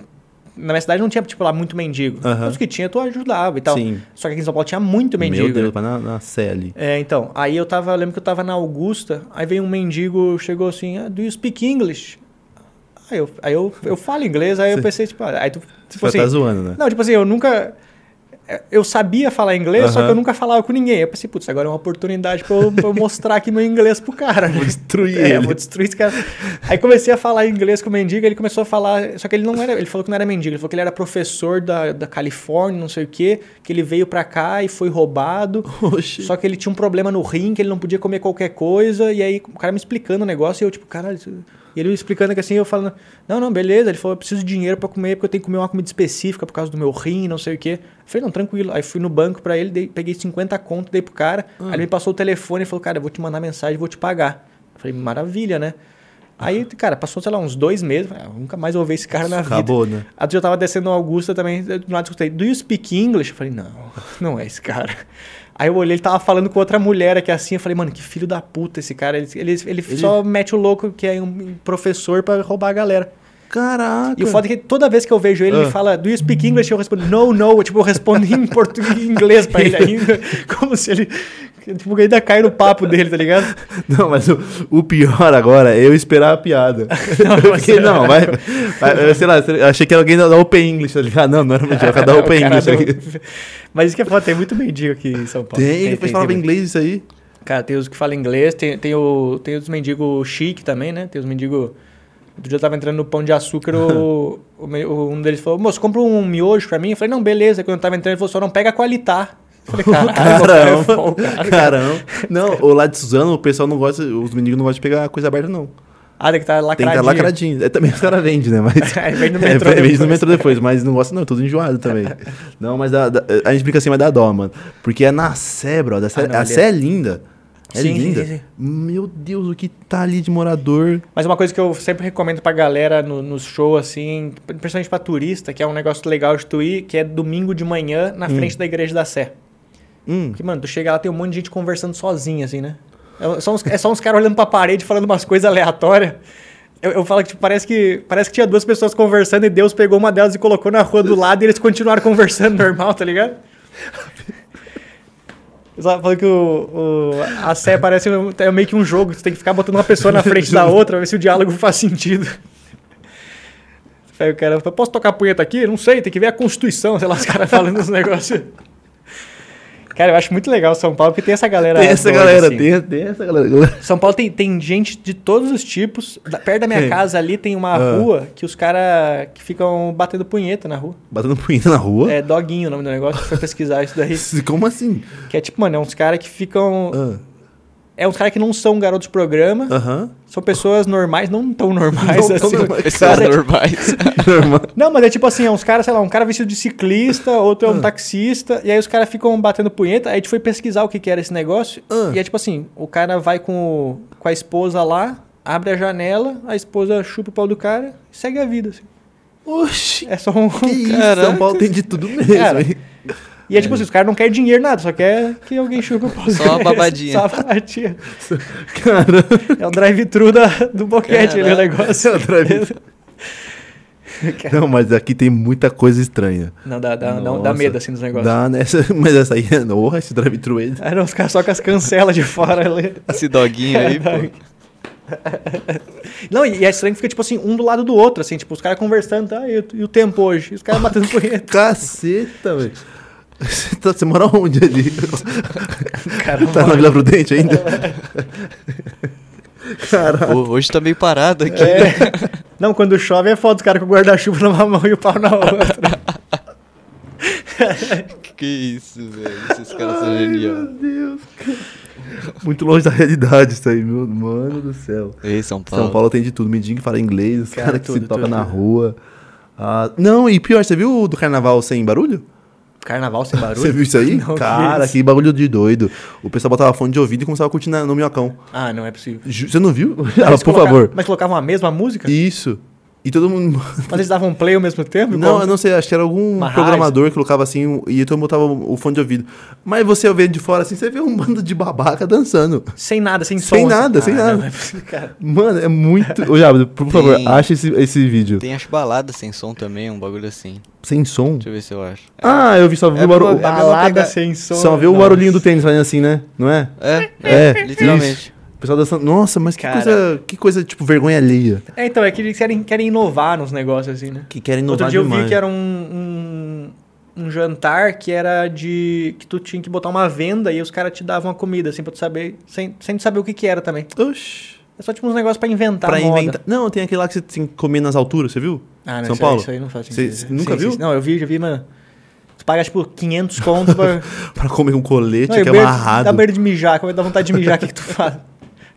S4: Na minha cidade não tinha, tipo, lá muito mendigo.
S2: Aham.
S4: Os que tinha, tu ajudava e tal.
S2: Sim.
S4: Só que aqui em São Paulo tinha muito mendigo. né?
S2: Meu Deus, vai na, na Sé ali.
S4: É, então, aí eu tava, eu lembro que eu tava na Augusta, aí veio um mendigo, chegou assim, ah, do you speak English? Aí eu, aí eu, eu falo inglês, aí eu pensei, tipo, ah, aí tu, tipo
S2: Você tá
S4: assim,
S2: zoando, né?
S4: não, tipo assim, eu nunca, eu sabia falar inglês, só que eu
S2: Aham.
S4: nunca falava com ninguém, eu pensei, putz, agora é uma oportunidade pra eu, pra eu mostrar aqui meu inglês pro cara, né?
S2: Vou destruir
S4: É,
S2: ele.
S4: vou destruir esse cara. Aí comecei a falar inglês com o mendigo, ele começou a falar. Só que ele não era. Ele falou que não era mendigo, ele falou que ele era professor da, da Califórnia, não sei o quê, que ele veio pra cá e foi roubado.
S2: Oxi.
S4: Só que ele tinha um problema no rim, que ele não podia comer qualquer coisa. E aí o cara me explicando o negócio e eu, tipo, caralho. isso- E ele me explicando que assim, eu falando, não, não, beleza. Ele falou, eu preciso de dinheiro pra comer, porque eu tenho que comer uma comida específica por causa do meu rim, não sei o quê. Eu falei, não, tranquilo. Aí fui no banco pra ele, dei- peguei 50 conto, dei pro cara.
S2: Ah.
S4: Aí ele me passou o telefone e falou, cara, eu vou te mandar mensagem, vou te pagar. Eu falei, maravilha, né? Aí, cara, passou, sei lá, uns dois meses. eu falei, ah, nunca mais vou ver esse cara na vida.
S2: Acabou, né?
S4: Aí eu tava descendo no Augusta também, do nada escutei, do you speak English? Eu falei, não, não é esse cara. Aí eu olhei, ele tava falando com outra mulher aqui assim, eu falei, mano, que filho da puta esse cara. Ele, ele, ele só mete o louco que é um professor pra roubar a galera.
S2: Caraca.
S4: E o foda é que toda vez que eu vejo ele, ele
S2: Ah.
S4: fala, do you speak English? Eu respondo, no, no. Eu, tipo, eu respondo em português, em inglês pra ele ainda. Como se ele, tipo, ainda cai no papo dele, tá ligado?
S2: Não, mas o, o pior agora é eu esperar a piada. Não, eu fiquei, não vai, vai- eu Sei lá, eu achei que era alguém da da Open English, tá ligado? Não, não era mentira, era da
S4: É O
S2: Open
S4: cara um-
S2: English.
S4: não-
S2: aqui.
S4: Mas isso que é foda, tem muito mendigo aqui em São Paulo.
S2: Tem, depois falava
S4: tem
S2: inglês isso aí.
S4: Cara, tem os que falam inglês, tem, tem, o, tem os mendigos chique também, né? Tem os mendigos. Outro dia eu tava entrando no pão de açúcar, o, o me- o- um deles falou, moço, compra um miojo pra mim. Eu falei, não, beleza. Aí Quando eu tava entrando, ele falou, só não pega qualitar. Eu falei, caralho,
S2: Caramba, um
S4: é bom, cara.
S2: caramba. Não, o lá de Suzano, o pessoal não gosta, os mendigos não gostam de pegar coisa aberta, não.
S4: Ah, tem que tá lacradinho.
S2: Tem que estar lacradinho. É, também os caras vendem, né? Mas,
S4: É, vende no
S2: É,
S4: metrô
S2: vende no
S4: depois.
S2: metrô depois, mas não gosta não, é tudo enjoado também. não, mas dá- dá- a gente brinca assim, mas dá dó, mano. Porque é na Sé, brother. A Sé,
S4: Ah, não,
S2: a
S4: ali
S2: Sé
S4: é-
S2: é linda. É
S4: Sim, sim,
S2: linda.
S4: sim, sim.
S2: Meu Deus, o que tá ali de morador.
S4: Mas uma coisa que eu sempre recomendo pra galera no- nos shows, assim, principalmente pra turista, que é um negócio legal de tu ir, que é domingo de manhã na frente da Igreja da Sé.
S2: Hum.
S4: Porque, mano, tu chega lá, tem um monte de gente conversando sozinha, assim, né? É só uns, é só uns caras olhando pra parede, falando umas coisas aleatórias. Eu, eu falo que, tipo, parece que parece que tinha duas pessoas conversando e Deus pegou uma delas e colocou na rua do lado e eles continuaram conversando normal, tá ligado? Eu só falo que o, o- a Sé parece um- é meio que um jogo, tu tem que ficar botando uma pessoa na frente da outra pra ver se o diálogo faz sentido. Aí o cara fala, posso tocar punheta aqui? Não sei, tem que ver a Constituição, sei lá, os caras falando uns negócios. Cara, eu acho muito legal São Paulo, porque tem essa galera.
S2: Tem essa
S4: doida,
S2: galera,
S4: assim.
S2: tem, tem essa galera.
S4: São Paulo tem, tem gente de todos os tipos. Da- perto da minha
S2: Tem.
S4: casa ali tem uma
S2: Ah.
S4: rua que os caras que ficam batendo punheta na rua.
S2: Batendo punheta na rua?
S4: É doguinho o nome do negócio, foi pesquisar isso daí.
S2: Como assim?
S4: Que é tipo, mano, é uns caras que ficam.
S2: Ah,
S4: É uns caras que não são garotos de programa,
S2: Aham.
S4: são pessoas normais, não tão normais
S2: Não tão
S4: assim.
S2: normais.
S4: Mas
S3: Pessoas
S4: é-
S3: normais.
S2: Normal.
S4: Não, mas é tipo assim, é uns caras, sei lá, um cara vestido de ciclista, outro é um taxista, e aí os caras ficam batendo punheta, aí a gente foi pesquisar o que, que era esse negócio,
S2: Ah.
S4: e é tipo assim, o cara vai com, o- com a esposa lá, abre a janela, a esposa chupa o pau do cara e segue a vida, assim.
S2: Oxi.
S4: É só um...
S2: Que isso, São Paulo tem de tudo mesmo,
S4: Cara,
S2: hein?
S4: E é tipo assim, os caras não querem dinheiro, nada, só quer que alguém chupa o pau do
S3: Só
S4: cara.
S3: uma babadinha.
S4: Só uma babadinha.
S2: Caramba.
S4: É o drive-thru da- do boquete ali, o
S3: Caralho.
S4: negócio.
S2: É o drive-thru. Não, mas aqui tem muita coisa estranha.
S4: Não, dá, dá, dá, dá
S2: Nossa.
S4: medo, assim, dos negócios.
S2: Dá, né? Essa- Mas essa aí é Porra, esse drive-thru aí.
S4: Aí não, os caras só com as cancelas de fora ali.
S3: Esse doguinho aí,
S4: É
S3: pô.
S4: Não, e é estranho que fica, tipo assim, um do lado do outro, assim, tipo, os caras conversando, tá? E, o- e o tempo hoje? E os caras batendo punheta.
S2: Caceta, velho. Você, tá- você mora onde ali?
S4: Cara,
S2: tá na Vila Prudente ainda?
S4: É,
S2: Caralho.
S3: Pô, Hoje tá meio parado aqui.
S4: É. Não, quando chove é foda, os caras com o guarda-chuva numa mão e o pau na outra.
S3: Que isso, velho. Esses
S4: tá
S3: caras são geniais.
S2: Deus. Muito longe da realidade isso aí, meu. Mano do céu.
S3: Ei, São Paulo.
S2: São Paulo tem de tudo. Midinho que fala inglês, os
S4: Cara,
S2: caras que se
S4: tudo,
S2: toca
S4: tudo.
S2: na rua. Ah, não, e pior, você viu o do carnaval sem barulho?
S4: Carnaval sem barulho?
S2: Você viu isso aí?
S4: Não,
S2: Cara,
S4: que
S2: que bagulho de doido. O pessoal botava fone de ouvido e começava a curtir na- no minhocão.
S4: Ah, não é possível.
S2: Ju- Você não viu? Ah,
S4: Mas
S2: por
S4: coloca-
S2: favor.
S4: Mas colocavam a mesma música?
S2: Isso. E todo mundo.
S4: Mas eles davam um play ao mesmo tempo?
S2: Não,
S4: igual-
S2: eu não sei, acho que era algum
S4: Uma
S2: programador que colocava assim um- e todo mundo botava o fone de ouvido. Mas você vendo de fora assim, você vê um bando de babaca dançando.
S4: Sem nada, sem som.
S2: Sem nada, sem nada.
S4: não é possível, cara.
S2: Mano, é muito. Ô, Jabo, por favor, acha esse, esse vídeo.
S3: Tem as baladas sem som também, um bagulho assim.
S2: Sem som?
S3: Deixa eu ver se eu acho.
S2: Ah, eu vi só vi
S3: É
S2: o barulho.
S3: proba-
S4: Balada
S3: pegada-
S4: sem som.
S2: Só vê o
S4: Nossa.
S2: barulhinho do tênis fazendo assim, né? Não é?
S3: É,
S2: É,
S3: é, literalmente.
S2: O pessoal dançando. Nossa, mas que
S4: Cara.
S2: coisa, que coisa, tipo, vergonha alheia.
S4: É, então, é que eles querem, querem inovar nos negócios, assim, né?
S2: Que querem
S4: Outro
S2: inovar
S4: dia eu
S2: demais.
S4: vi que era um, um, um jantar que era de. que tu tinha que botar uma venda e os caras te davam a comida, assim, pra tu saber. Sem, sem tu saber o que que era também.
S2: Oxi.
S4: É só tipo uns negócios pra inventar.
S2: pra
S4: moda.
S2: inventar. Não, tem aquele lá que você tem que comer nas alturas, você viu?
S4: Ah, não,
S2: São
S4: isso
S2: Paulo?
S4: Aí, isso aí não faz
S2: Cê-
S4: sentido.
S2: cê nunca
S4: Sim,
S2: viu?
S4: sim. não, eu vi, já vi, mano. Tu paga tipo 500 conto pra.
S2: Pra comer um colete
S4: não, eu
S2: que é
S4: beiro-
S2: amarrado.
S4: Dá beira de mijar, quando dá vontade de mijar, o que, que tu faz?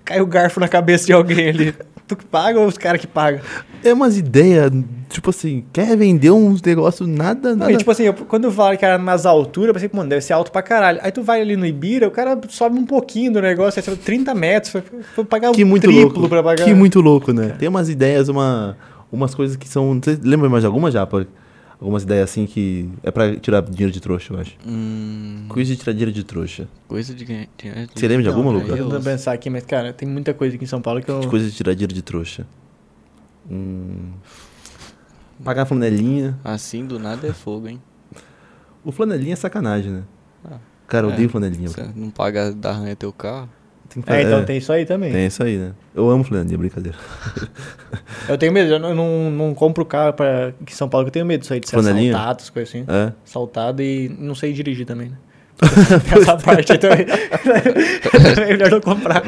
S4: Cai o garfo na cabeça de alguém ali. Tu que paga ou os caras que pagam?
S2: É umas ideias, tipo assim, quer vender uns negócios nada,
S4: Não,
S2: nada.
S4: e tipo assim, eu- quando eu falo que era nas alturas, eu pensei, mano, deve ser alto pra caralho. Aí tu vai ali no Ibira, o cara sobe um pouquinho do negócio, aí sobe 30 metros, foi, foi pagar
S2: que
S4: um
S2: muito
S4: triplo
S2: louco.
S4: pra pagar. É.
S2: Que muito louco, né? Tem umas ideias, uma, umas coisas que são. Você lembra mais de alguma já? Paulo? Algumas ideias assim que é pra tirar dinheiro de trouxa, eu acho.
S3: Hum,
S2: Coisa de tirar dinheiro de trouxa.
S3: coisa de ganhar dinheiro.
S2: Você lembra de alguma,
S3: Não,
S2: Luca?
S3: aí eu-
S4: Tentando pensar aqui, mas cara, tem muita coisa aqui em São Paulo que eu...
S2: Coisa de tirar dinheiro de trouxa. Hum. Pagar a flanelinha.
S3: Assim do nada é fogo, hein?
S2: O flanelinha é sacanagem, né?
S3: Ah,
S2: Cara, eu
S3: é.
S2: odeio flanelinha.
S3: Você não paga da ranha teu carro?
S2: Tem que
S4: É,
S2: fazer-
S4: então tem isso aí também.
S2: Tem isso aí, né? Eu amo flanelinha, brincadeira.
S4: Eu tenho medo, eu não, não, não compro carro pra, aqui em São Paulo, que eu tenho medo disso aí, de ser
S2: Flanelinha?
S4: assaltado, essas coisas assim.
S2: É.
S4: Assaltado e não sei dirigir também, né? Tem Essa parte aí também. é melhor não comprar.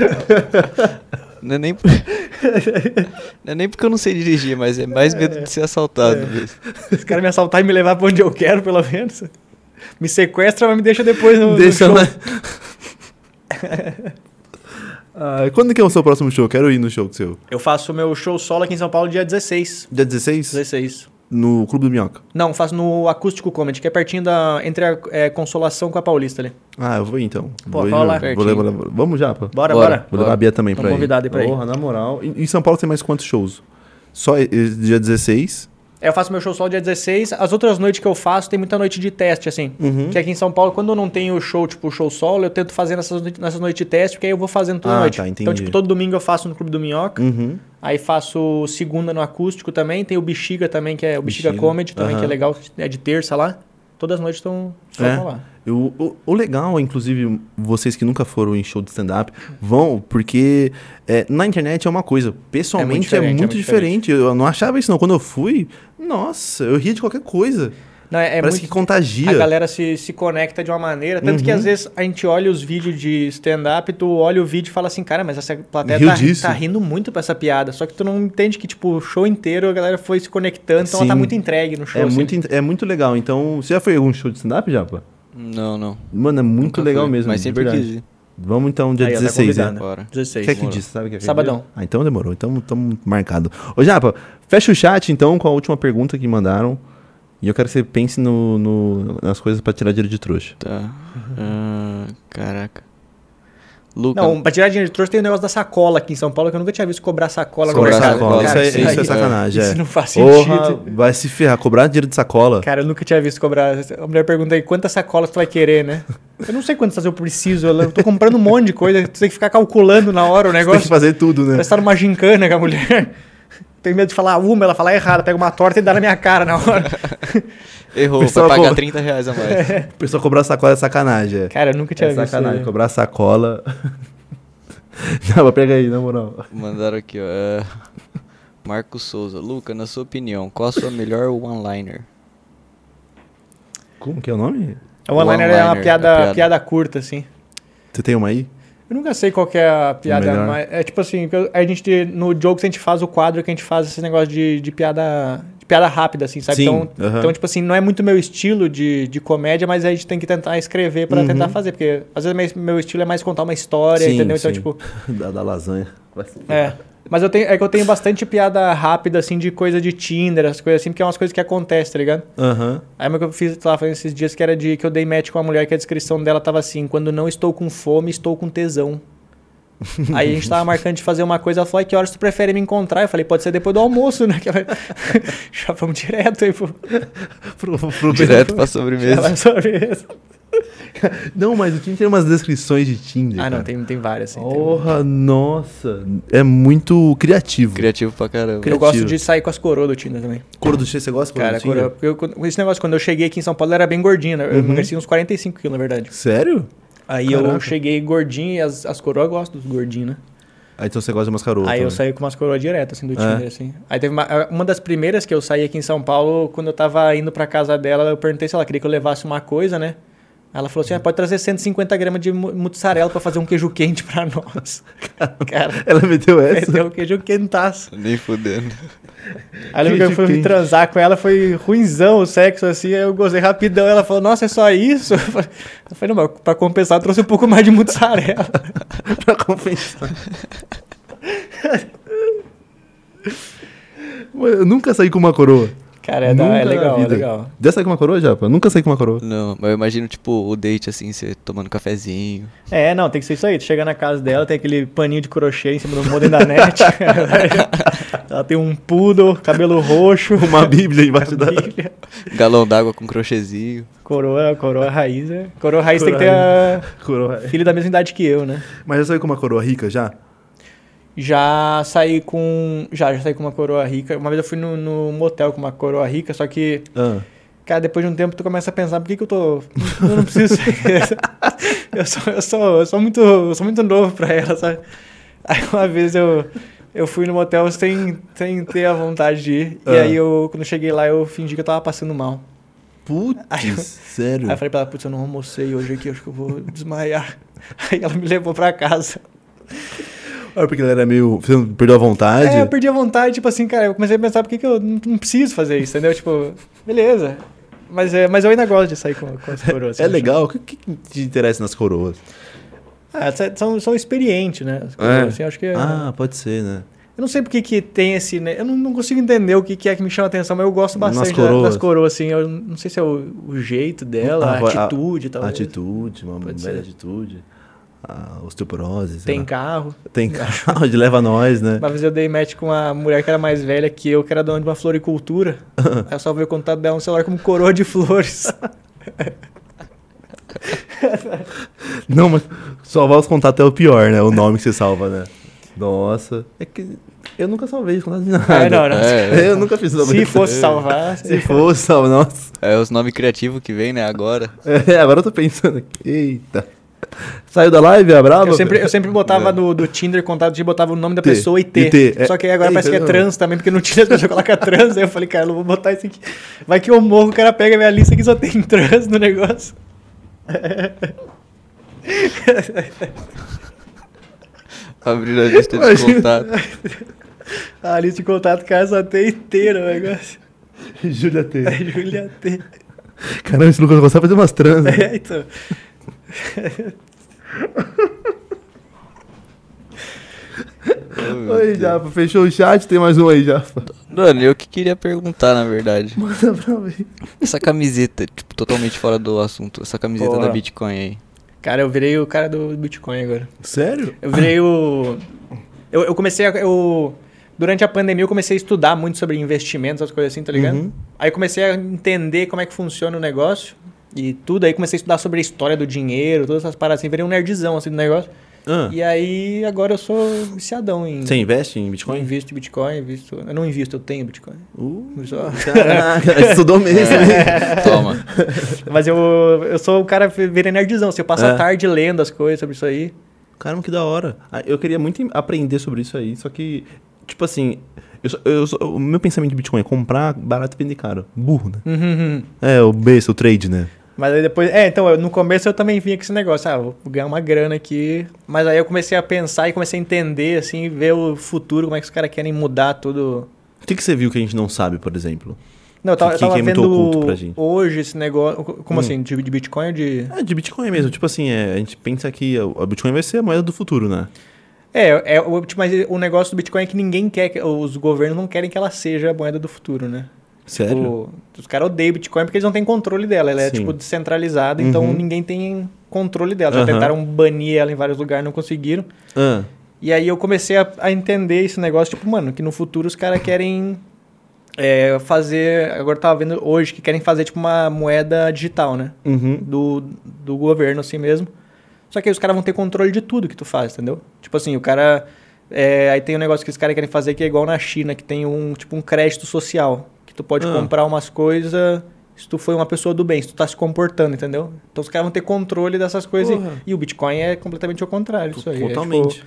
S3: Não é nem, por- não é nem porque eu não sei dirigir, mas é mais medo de ser
S2: É.
S3: assaltado. mesmo.
S4: Os caras me assaltar e me levar pra onde eu quero, pelo menos. Me sequestra, mas me deixa né? depois no, no
S2: Deixa
S4: show.
S2: lá. Ah, quando que é o seu próximo show? Quero ir no show do seu.
S4: Eu faço meu show solo aqui em São Paulo dia 16.
S2: Dia 16?
S4: 16.
S2: No Clube do Minhoca.
S4: Não, faço no Acústico Comedy, que é pertinho da. Entre a é, Consolação com a Paulista ali.
S2: Ah, eu vou ir então.
S4: Pô,
S2: vou ir,
S4: cola lá.
S2: vou levar- levar- Vamos já, pô.
S3: Bora.
S4: Bora, bora.
S2: Vou levar a Bia também
S4: Tô
S2: pra ir.
S4: convidado aí pra ir.
S2: Porra, na moral. E- Em São Paulo tem mais quantos shows? Só e- e- dia 16?
S4: É, Eu faço meu show solo dia 16. As outras noites que eu faço, tem muita noite de teste, assim.
S2: Uhum.
S4: Que aqui em São Paulo, quando eu não tenho show, tipo, show solo, eu tento fazer nessas, noite- nessas noites de teste, porque aí eu vou fazendo toda
S2: Ah,
S4: noite.
S2: tá,
S4: Então,
S2: entendi.
S4: tipo, todo domingo eu faço no Clube do Minhoca.
S2: Uhum.
S4: Aí faço segunda no acústico também. Tem o Bexiga também, que é o Bexiga,
S2: Bexiga.
S4: Comedy também, que é
S2: Aham.
S4: legal. É de terça lá. Todas as noites estão só
S2: É.
S4: pra lá.
S2: Eu- O, o legal, inclusive, vocês que nunca foram em show de stand-up, vão, porque é, na internet é uma coisa, pessoalmente é
S4: diferente,
S2: muito,
S4: é muito
S2: diferente. Eu não achava isso, não. Quando eu fui, nossa, eu ria de qualquer coisa.
S4: Não, é, é
S2: Parece
S4: muito...
S2: que Uhum. contagia.
S4: A galera se, se conecta de uma maneira. Tanto que às vezes a gente olha os vídeos de stand-up, tu olha o vídeo e fala assim, cara, mas essa plateia
S2: Riu
S4: tá,
S2: disso.
S4: tá rindo muito pra essa piada. Só que tu não entende que, tipo, o show inteiro a galera foi se conectando, então ela tá
S2: Sim.
S4: muito entregue no show.
S2: É
S4: assim.
S2: muito, in- é muito legal. Então, você já foi em algum show de stand-up, Japa?
S3: Não, não.
S2: Mano, é muito
S3: Nunca
S2: legal
S3: fui,
S2: mesmo.
S3: Mas
S2: de
S3: sempre
S2: verdade.
S3: quis ir.
S2: Vamos então, dia
S4: Aí, ó, tá
S2: 16, né?
S4: convidado.
S3: Bora.
S4: 16.
S2: Que é que
S3: Demorou.
S2: dia? Você sabe que é que
S4: Sabadão.
S2: dia? Ah, então demorou. Então estamos marcado. Ô, Japa, fecha o chat então com a última pergunta que mandaram. E eu quero que você pense no, no- nas coisas pra tirar dinheiro de trouxa.
S3: Tá. Ah, caraca. Luca.
S2: um
S4: Não, pra tirar dinheiro de trouxa tem o negócio da sacola aqui em São Paulo, que eu nunca tinha visto cobrar sacola
S3: Cobrar
S4: no mercado.
S3: sacola,
S4: Cara,
S2: isso, é,
S4: aí-
S2: isso é sacanagem.
S4: Isso
S2: é.
S4: não faz
S2: Porra,
S4: sentido.
S2: vai se ferrar. Cobrar dinheiro de sacola.
S4: Cara, eu nunca tinha visto cobrar. A mulher pergunta aí quantas sacolas tu vai querer, né? Eu não sei quantas eu preciso. Eu tô comprando um monte de coisa. Tu tem que ficar calculando na hora o
S2: Você tem que
S4: negócio.
S2: fazer tudo, né?
S4: Parece estar numa gincana com a mulher. Tenho medo de falar uma, ela falar errada, pega uma torta e dá na minha cara na hora.
S3: Errou,
S2: Pessoal,
S3: vai pagar
S2: co-
S3: 30 reais a mais.
S2: O pessoal cobrar sacola é sacanagem. É,
S4: Cara, eu nunca tinha
S2: é
S4: visto.
S2: sacanagem.
S4: isso.
S2: Cobrar sacola. Japa, pega aí, na moral.
S3: Mandaram aqui, ó. é, Marco Souza. Luca, na sua opinião, qual a sua melhor one-liner?
S2: Como que é o nome?
S4: O one-liner é uma
S3: One-liner, é
S4: piada,
S3: piada.
S4: piada curta, assim.
S2: Você tem uma aí?
S4: Eu nunca sei qual que é a piada
S2: melhor.
S4: mais. É tipo assim, que eu- a gente, no Jokes a gente faz o quadro que a gente faz esse negócio de, de piada. De piada rápida, assim, sabe?
S2: Sim,
S4: então,
S2: aham.
S4: então, tipo assim, não é muito meu estilo de, de comédia, mas a gente tem que tentar escrever pra tentar fazer. Porque às vezes meu- meu estilo é mais contar uma história,
S2: Uhum. Sim,
S4: entendeu? Então,
S2: sim.
S4: tipo.
S2: da, da lasanha. Vai se ferrar.
S4: É. Mas eu tenho, é que eu tenho bastante piada rápida, assim, de coisa de Tinder, essas coisas assim, porque é umas coisas que acontecem, tá ligado?
S2: Aham.
S4: Aí uma que eu fiz, tava fazendo esses dias, que era de que eu dei match com uma mulher que a descrição dela tava assim, quando não estou com fome, estou com tesão. Aí a gente tava marcando de fazer uma coisa, ela falou, "Ai, que horas tu prefere me encontrar? Eu falei, pode ser depois do almoço, né? Que ela- Já vamos direto aí pro...
S2: Pro- pro-
S3: Direto pra sobremesa.
S4: Ela sabe isso.
S2: Não, mas o Tinder tem umas descrições de Tinder.
S4: Ah, não,
S2: cara.
S4: tem, tem várias, assim. tem-
S2: Porra, nossa. É muito criativo.
S3: Criativo pra caramba.
S2: Cri-
S4: Eu gosto
S2: criativo.
S4: de sair com as coroas do Tinder também.
S2: Cor do Tinder, você gosta? de cor
S4: Cara,
S2: do Tinder?
S4: coroa, porque eu, quando- esse negócio, quando eu cheguei aqui em São Paulo, eu era bem gordinho, né? Eu emagreci uns 45 quilos, na verdade.
S2: Sério?
S4: Aí
S2: Caraca.
S4: eu cheguei gordinho e as, as coroas gostam dos gordinhos, né?
S2: Ah, então você gosta de umas carotas.
S4: Aí eu
S2: né?
S4: saí com umas coroas direto, assim, do
S2: É.
S4: Tinder, assim. Aí teve uma, uma das primeiras que eu saí aqui em São Paulo, quando eu tava indo pra casa dela, eu perguntei se ela queria que eu levasse uma coisa, né? Ela falou assim, ah, pode trazer 150 gramas de mu- mussarela pra fazer um queijo quente pra nós. Cara,
S2: Ela meteu essa?
S4: meteu um queijo quentaço.
S3: Nem fudendo.
S4: Aí eu lembro que eu
S2: Queijo
S4: fui me
S2: quente.
S4: transar com ela, foi ruinzão o sexo, assim, aí eu gozei rapidão. Ela falou, nossa, é só isso? Eu falei, não, mas pra compensar, eu trouxe um pouco mais de mussarela.
S2: pra compensar. Mano, eu nunca saí com uma coroa.
S4: Cara, é, da-
S2: Nunca
S4: é
S2: na
S4: legal, é
S2: vida.
S4: legal.
S2: Já saí com uma coroa, Japa? Nunca saí com uma coroa.
S3: Não, mas eu imagino, tipo, o date assim, você tomando cafezinho.
S4: É, não, tem que ser isso aí. Tu chega na casa dela, tem aquele paninho de crochê em cima do modem da net. Ela tem um poodle, cabelo roxo,
S2: Uma bíblia embaixo da...
S4: bíblia.
S3: Galão d'água com crochêzinho.
S4: Coroa, coroa raiz. é. Coroa raiz tem que ter
S2: Coroa
S4: a
S2: Coroa.
S4: filho da mesma idade que eu, né?
S2: Mas já saiu com uma coroa rica, já?
S4: Já saí com. Já, já saí com uma coroa rica. Uma vez eu fui no, no motel com uma coroa rica, só que,
S2: Ah.
S4: cara, depois de um tempo tu começa a pensar, por que, que eu tô. Eu não preciso ser. eu, sou, eu, sou, eu sou muito. Eu sou muito novo pra ela, sabe? Aí uma vez eu. Eu fui no motel sem, sem ter a vontade de ir. E
S2: Ah.
S4: aí eu, quando eu cheguei lá, eu fingi que eu tava passando mal.
S2: Putz,
S4: Aí eu-
S2: sério?
S4: Aí eu falei pra ela, putz, eu não almocei hoje aqui, acho que eu vou desmaiar. Aí ela me levou pra casa.
S2: Ah, porque ela era meio... Você não perdeu a vontade?
S4: É, eu perdi a vontade, tipo assim, cara, eu comecei a pensar por que, que eu não, não preciso fazer isso, entendeu? Tipo, beleza. Mas, é, mas eu ainda gosto de sair com, com as coroas.
S2: É
S4: assim,
S2: legal? O que, que te interessa nas coroas?
S4: acho. Ah, sa- são, são experientes, né? As coroas,
S2: É.
S4: assim, acho que é-
S2: Ah, pode ser, né?
S4: Eu não sei por que que tem esse. né? Eu não, não consigo entender o que, que é que me chama a atenção, mas eu gosto
S2: Nas
S4: bastante da-
S2: coroas.
S4: das coroas, assim. Eu não sei se é o, o jeito dela,
S2: Ah, vai-
S4: a
S2: a-
S4: atitude, talvez.
S2: Atitude, uma
S4: Pode
S2: bela
S4: ser.
S2: atitude. Ah, osteoporose, sei
S4: Tem
S2: lá.
S4: carro.
S2: Tem carro de leva nós, né?
S4: Uma vez eu dei match com uma mulher que era mais velha que eu, que era dona de uma floricultura. Aí eu só vi o contato dela no celular como coroa de flores.
S2: Não, mas salvar os contatos é o pior, né? O nome que você salva, né? Nossa. É que eu nunca salvei os contatos de nada.
S4: Ah, não, não.
S3: É,
S2: Eu nunca fiz isso. É.
S4: Se fosse salvar, assim.
S2: Se fosse, salva. Nossa.
S3: é os nomes criativos que vem, né, agora.
S2: É, agora eu tô pensando aqui. Eita. Saiu da live, a brava?
S4: eu sempre, eu sempre botava
S3: É.
S4: no do Tinder contato de botava o nome da
S2: T,
S4: pessoa e T.
S2: IT, é.
S4: Só que aí agora
S2: É,
S4: parece que é
S2: não.
S4: trans também, porque no Tinder as pessoas colocam trans. Aí eu falei, cara, eu não vou botar isso aqui. Vai que eu morro, o cara pega minha lista que só tem trans no negócio.
S3: Abrindo a lista de
S2: Imagina.
S3: contato.
S4: A lista de contato, cara, só tem T no negócio.
S2: Júlia T.
S4: Aí Julia T.
S2: Caramba, esse Lucas Gonçalves fazer umas trans. né?
S4: É, então.
S3: Oh, meu
S2: Oi,
S3: Deus.
S2: Japa. Fechou o chat? Tem mais um aí, Japa.
S3: Mano, eu que queria perguntar, na verdade.
S2: Manda pra mim.
S3: Essa camiseta, tipo, totalmente fora do assunto. Essa camiseta
S4: Porra.
S3: da Bitcoin aí.
S4: Cara, eu virei o cara do Bitcoin agora.
S2: Sério?
S4: Eu virei o. Eu, eu comecei a. Eu, durante a pandemia eu comecei a estudar muito sobre investimentos, essas coisas assim, tá ligado?
S2: Uhum.
S4: Aí eu comecei a entender como é que funciona o negócio e tudo. Aí comecei a estudar sobre a história do dinheiro, todas essas paradas assim. Virei um nerdzão assim do negócio.
S2: Ah,
S4: E aí agora eu sou viciadão em.
S2: Você investe em
S4: Eu
S2: Bitcoin?
S4: invisto em Bitcoin, invisto. Eu não invisto, eu tenho Bitcoin.
S2: Uh,
S4: Eu só-
S2: caraca, estudou mesmo. hein?
S3: É, Toma.
S4: Mas eu, eu sou o cara, virei nerdzão. Assim, eu passo
S2: É.
S4: a tarde lendo as coisas sobre isso aí.
S2: Caramba, que da hora. Ah, Eu queria muito em- aprender sobre isso aí, só que, tipo assim, eu só- eu só- o meu pensamento de Bitcoin é comprar barato e vender caro. Burro, né?
S4: Uhum.
S2: É, o besta, o trade, né?
S4: Mas aí depois. É, então, eu- no começo eu também vinha com esse negócio, ah, vou ganhar uma grana aqui. Mas aí eu comecei a pensar e comecei a entender, assim, ver o futuro, como é que os caras querem mudar tudo.
S2: O que, que você viu que a gente não sabe, por exemplo?
S4: Não, eu tava,
S2: Que-
S4: eu tava
S2: que é muito oculto pra
S4: vendo
S2: gente. Hum.
S4: hoje esse negócio. Como assim? De, de Bitcoin ou de.
S2: É, de Bitcoin mesmo. Tipo assim, é, a gente pensa que a- a Bitcoin vai ser a moeda do futuro, né?
S4: É, é o- tipo, mas o negócio do Bitcoin é que ninguém quer, que- os governos não querem que ela seja a moeda do futuro, né?
S2: Sério?
S4: Tipo, os caras odeiam Bitcoin porque eles não têm controle dela. Ela é,
S2: Sim.
S4: tipo, descentralizada, então
S2: Uhum.
S4: ninguém tem controle dela. Já
S5: Aham.
S4: tentaram banir ela em vários lugares, não conseguiram.
S5: Ah,
S4: E aí eu comecei a, a entender esse negócio, tipo, mano, que no futuro os caras querem é, fazer. Agora eu tava vendo hoje que querem fazer, tipo, uma moeda digital, né?
S5: uhum.
S4: do, do governo assim mesmo. Só que aí os caras vão ter controle de tudo que tu faz, entendeu? Tipo assim, o cara. é, aí tem um negócio que os caras querem fazer que é igual na China, que tem um tipo um crédito social. Que tu pode
S5: Ah.
S4: comprar umas coisas se tu foi uma pessoa do bem, se tu tá se comportando, entendeu? Então os caras vão ter controle dessas coisas. e-
S5: Porra.
S4: E, o Bitcoin é completamente ao contrário disso aí. É, tipo,
S5: Totalmente.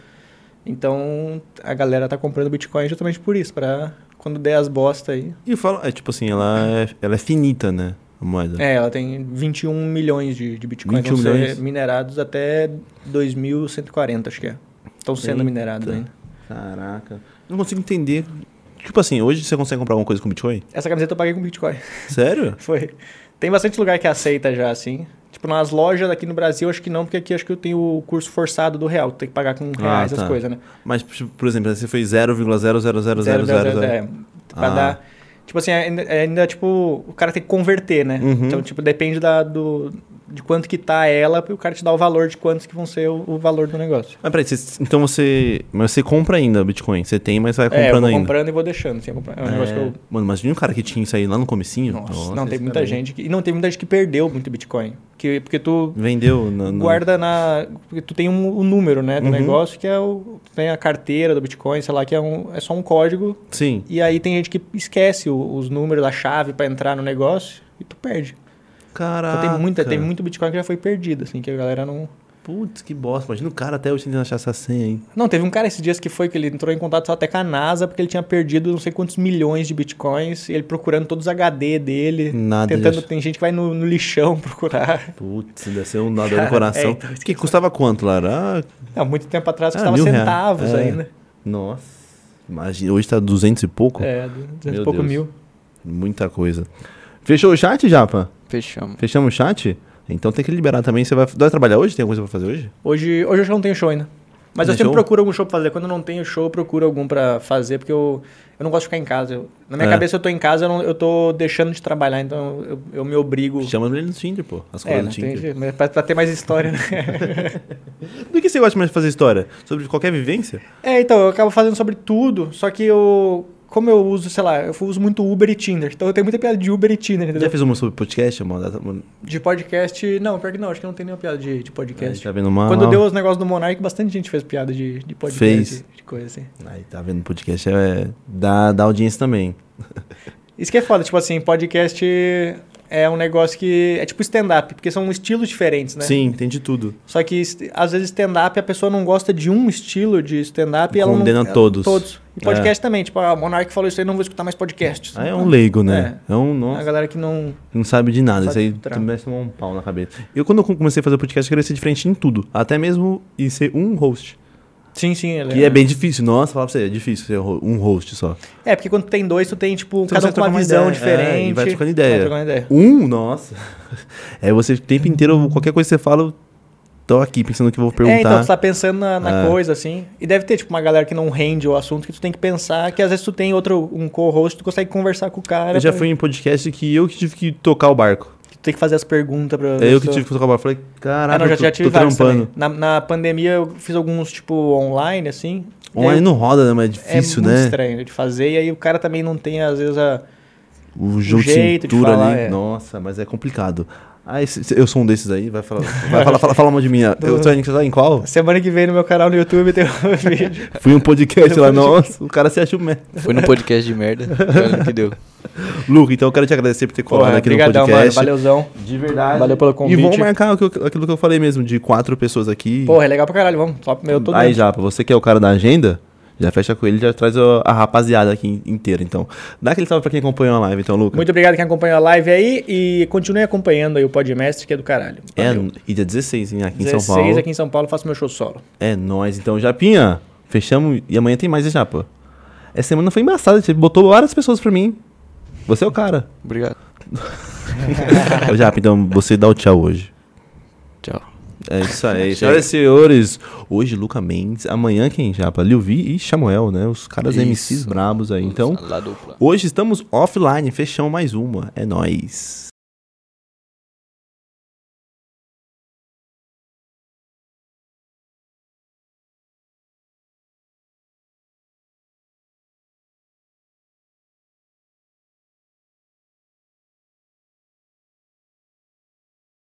S4: então a galera tá comprando Bitcoin justamente por isso, pra quando der as bosta aí.
S5: E fala, é tipo assim, ela é, ela é finita, né? A moeda.
S4: É, ela tem 21 milhões de, de bitcoins
S5: 21
S4: vão ser
S5: milhões?
S4: minerados até 2140, acho que é. Estão sendo
S5: Eita.
S4: minerados ainda.
S5: Caraca. Eu não consigo entender. Tipo assim, hoje você consegue comprar alguma coisa com Bitcoin?
S4: Essa camiseta eu paguei com Bitcoin.
S5: Sério?
S4: Foi. Tem bastante lugar que aceita já, assim. Tipo, nas lojas aqui no Brasil, acho que não, porque aqui acho que eu tenho o curso forçado do real. Tu tem que pagar com
S5: Ah,
S4: reais
S5: tá.
S4: as coisas, né?
S5: Mas, tipo, por exemplo, você foi 0,00000.
S4: é, Pra
S5: Ah.
S4: dar. Tipo assim, ainda, ainda, tipo, o cara tem que converter, né?
S5: Uhum.
S4: Então, tipo, depende da, do, de quanto que tá ela, o cara te dá o valor de quantos que vão ser o- o valor do negócio.
S5: Mas peraí, você, então você. Mas você compra ainda Bitcoin. Você tem, mas vai
S4: É, eu
S5: comprando
S4: vou
S5: ainda.
S4: comprando e vou deixando. Assim, eu compro- é um negócio que eu...
S5: Mano, imagina um cara que tinha isso aí lá no comecinho.
S4: Nossa, não, tem
S5: esse
S4: muita
S5: cara aí
S4: gente... Que... E não, tem muita gente que perdeu muito Bitcoin. Que... Porque tu
S5: Vendeu na. na-
S4: guarda na... Porque tu tem um, um número, né, do
S5: Uhum.
S4: negócio, que é o... Tu tem a carteira do Bitcoin, sei lá, que é, um... é só um código.
S5: Sim.
S4: E aí tem gente que esquece o- os números, a chave pra entrar no negócio e tu perde. Então
S5: Caraca.
S4: tem, muita, tem muito Bitcoin que já foi perdido, assim, que a galera não...
S5: Putz, que bosta. Imagina o cara até hoje tentando achar essa senha, hein?
S4: Não, teve um cara esses dias que foi que ele entrou em contato só até com a NASA porque ele tinha perdido não sei quantos milhões de bitcoins e ele procurando todos os HD dele.
S5: Nada
S4: tentando,
S5: disso.
S4: Tem gente que vai no, no lixão procurar.
S5: Putz, deve ser um nadador
S4: Cara,
S5: no coração.
S4: é, então, isso
S5: que custava quanto, Lara? Ah,
S4: Há muito tempo atrás
S5: Ah,
S4: custava
S5: mil reais.
S4: centavos
S5: É.
S4: ainda.
S5: nossa. Imagina, hoje tá 200 e pouco?
S4: É, duzentos
S5: Meu
S4: e pouco
S5: Deus.
S4: mil.
S5: Muita coisa. Fechou o chat, Japa?
S3: Fechamos.
S5: Fechamos o chat? Então tem que liberar também. Você vai, vai trabalhar hoje? Tem alguma coisa pra fazer hoje?
S4: Hoje, hoje eu já não tenho show ainda. Mas
S5: Não
S4: eu sempre
S5: show?
S4: procuro algum show pra fazer. Quando eu não tenho show, eu procuro algum pra fazer, porque eu, eu não gosto de ficar em casa. Eu- na minha
S5: É.
S4: cabeça eu tô em casa, eu, não- eu tô deixando de trabalhar, então eu, eu me obrigo.
S5: Chama ele no Tinder, pô. As
S4: É,
S5: coisas
S4: não
S5: no
S4: tem
S5: Tinder.
S4: jeito, mas pra, pra ter mais história, né?
S5: Do que você gosta mais de fazer história? Sobre qualquer vivência?
S4: É, então, eu acabo fazendo sobre tudo, só que eu. Como eu uso, sei lá, eu uso muito Uber e Tinder. Então eu tenho muita piada de Uber e Tinder, entendeu?
S5: Já fez uma sobre podcast? Tá Uma data, uma...
S4: De podcast. Não, pior que não, acho que não tem nenhuma piada de, de
S5: Aí
S4: podcast.
S5: tá vendo uma.
S4: Quando deu os negócios do Monark, bastante gente fez piada de, de podcast,
S5: Fez.
S4: de coisa assim.
S5: Aí tá vendo podcast é. Dá, dá audiência também.
S4: Isso que é foda, tipo assim, podcast é um negócio que. É tipo stand-up, porque são estilos diferentes, né?
S5: Sim, tem de tudo.
S4: Só que est- às vezes stand-up a pessoa não gosta de um estilo de stand-up e ela não-
S5: Condena
S4: ela-
S5: todos.
S4: E podcast também, tipo, ah, o Monark falou isso aí, não vou escutar mais podcast.
S5: Aí é um leigo, né? É, um.
S4: A
S5: Nossa,
S4: galera que não.
S5: não sabe de nada. Isso
S4: Sabe
S5: aí
S4: filtrar.
S5: tu merece tomar um pau na cabeça. Eu, quando eu comecei a fazer podcast, eu queria ser diferente em tudo. Até mesmo em ser um host.
S4: Sim, sim. Ele
S5: Que é bem difícil. Nossa, falar pra você, é difícil ser um host só.
S4: É, porque quando tem dois, tu tem, tipo,
S5: Você
S4: cada um
S5: consegue
S4: com uma
S5: trocar uma
S4: visão
S5: ideia, é,
S4: diferente.
S5: e vai trocando ideia.
S4: Vai trocando ideia.
S5: Um, nossa. É você o tempo inteiro, qualquer coisa que você fala, eu tô aqui pensando o que eu vou perguntar.
S4: É, então tu tá pensando na, na
S5: É.
S4: coisa, assim. E deve ter, tipo, uma galera que não rende o assunto, que tu tem que pensar, que às vezes tu tem outro, um co-host, tu consegue conversar com o cara.
S5: eu já
S4: pra-
S5: fui em podcast que eu que tive que tocar o barco.
S4: que Tu tem que fazer as perguntas pra.
S5: É eu que
S4: pessoa.
S5: tive que tocar o barco. Falei,
S4: Ah,
S5: caraca,
S4: não, já,
S5: eu tô,
S4: já tive
S5: tô
S4: vários
S5: trampando.
S4: também. Na, na pandemia eu fiz alguns, tipo, online, assim. E aí
S5: Online
S4: eu-
S5: não roda, né? Mas é difícil,
S4: é muito
S5: né?
S4: estranho de fazer. E aí o cara também não tem, às vezes, a.
S5: O jogo de
S4: jeito de
S5: cintura
S4: falar,
S5: ali.
S4: é.
S5: Nossa, mas é complicado. Ah, esse- esse- eu sou um desses aí, vai falar. Vai falar, fala, fala mal de mim. Ah, Eu tô em, sabe em qual?
S4: Semana que vem no meu canal no YouTube tem um vídeo.
S5: Fui um podcast lá, nossa, o cara se achou merda.
S3: Foi no podcast de merda. Olha o que deu.
S5: Luca, então eu quero te agradecer por ter colado
S4: Porra,
S5: aqui
S4: brigadão,
S5: no podcast.
S4: mano. Valeuzão.
S5: De verdade.
S4: Valeu pelo convite.
S5: E vamos marcar o que eu- aquilo que eu falei mesmo, de quatro pessoas aqui.
S4: Porra, é legal pra caralho, vamos. Top meu, todo
S5: Aí, Japa, você que é o cara da agenda, já fecha com ele já traz a a rapaziada aqui in- inteira, então. Dá aquele salve pra quem acompanhou a live, então, Lucas.
S4: Muito obrigado quem acompanhou a live aí e continue acompanhando aí o Podmestre, que é do caralho.
S5: é,
S4: Valeu.
S5: e dia 16, hein, aqui em
S4: 16
S5: São Paulo.
S4: aqui em São Paulo, faço meu show solo.
S5: É nóis, então. Japinha, fechamos. E amanhã tem mais, hein, Japa? Essa semana foi embaçada, você botou várias pessoas pra mim. Você é o cara.
S3: Obrigado.
S5: Ô, Japa, então você dá o tchau hoje.
S3: Tchau.
S5: É isso aí. Senhoras e senhores, hoje Luca Mendes, amanhã quem, Japa? Liuvi e Samuel, né? Os caras
S3: Isso.
S5: MCs brabos aí. Então,
S3: Lá dupla.
S5: Hoje estamos offline, fechamos mais uma. É nóis.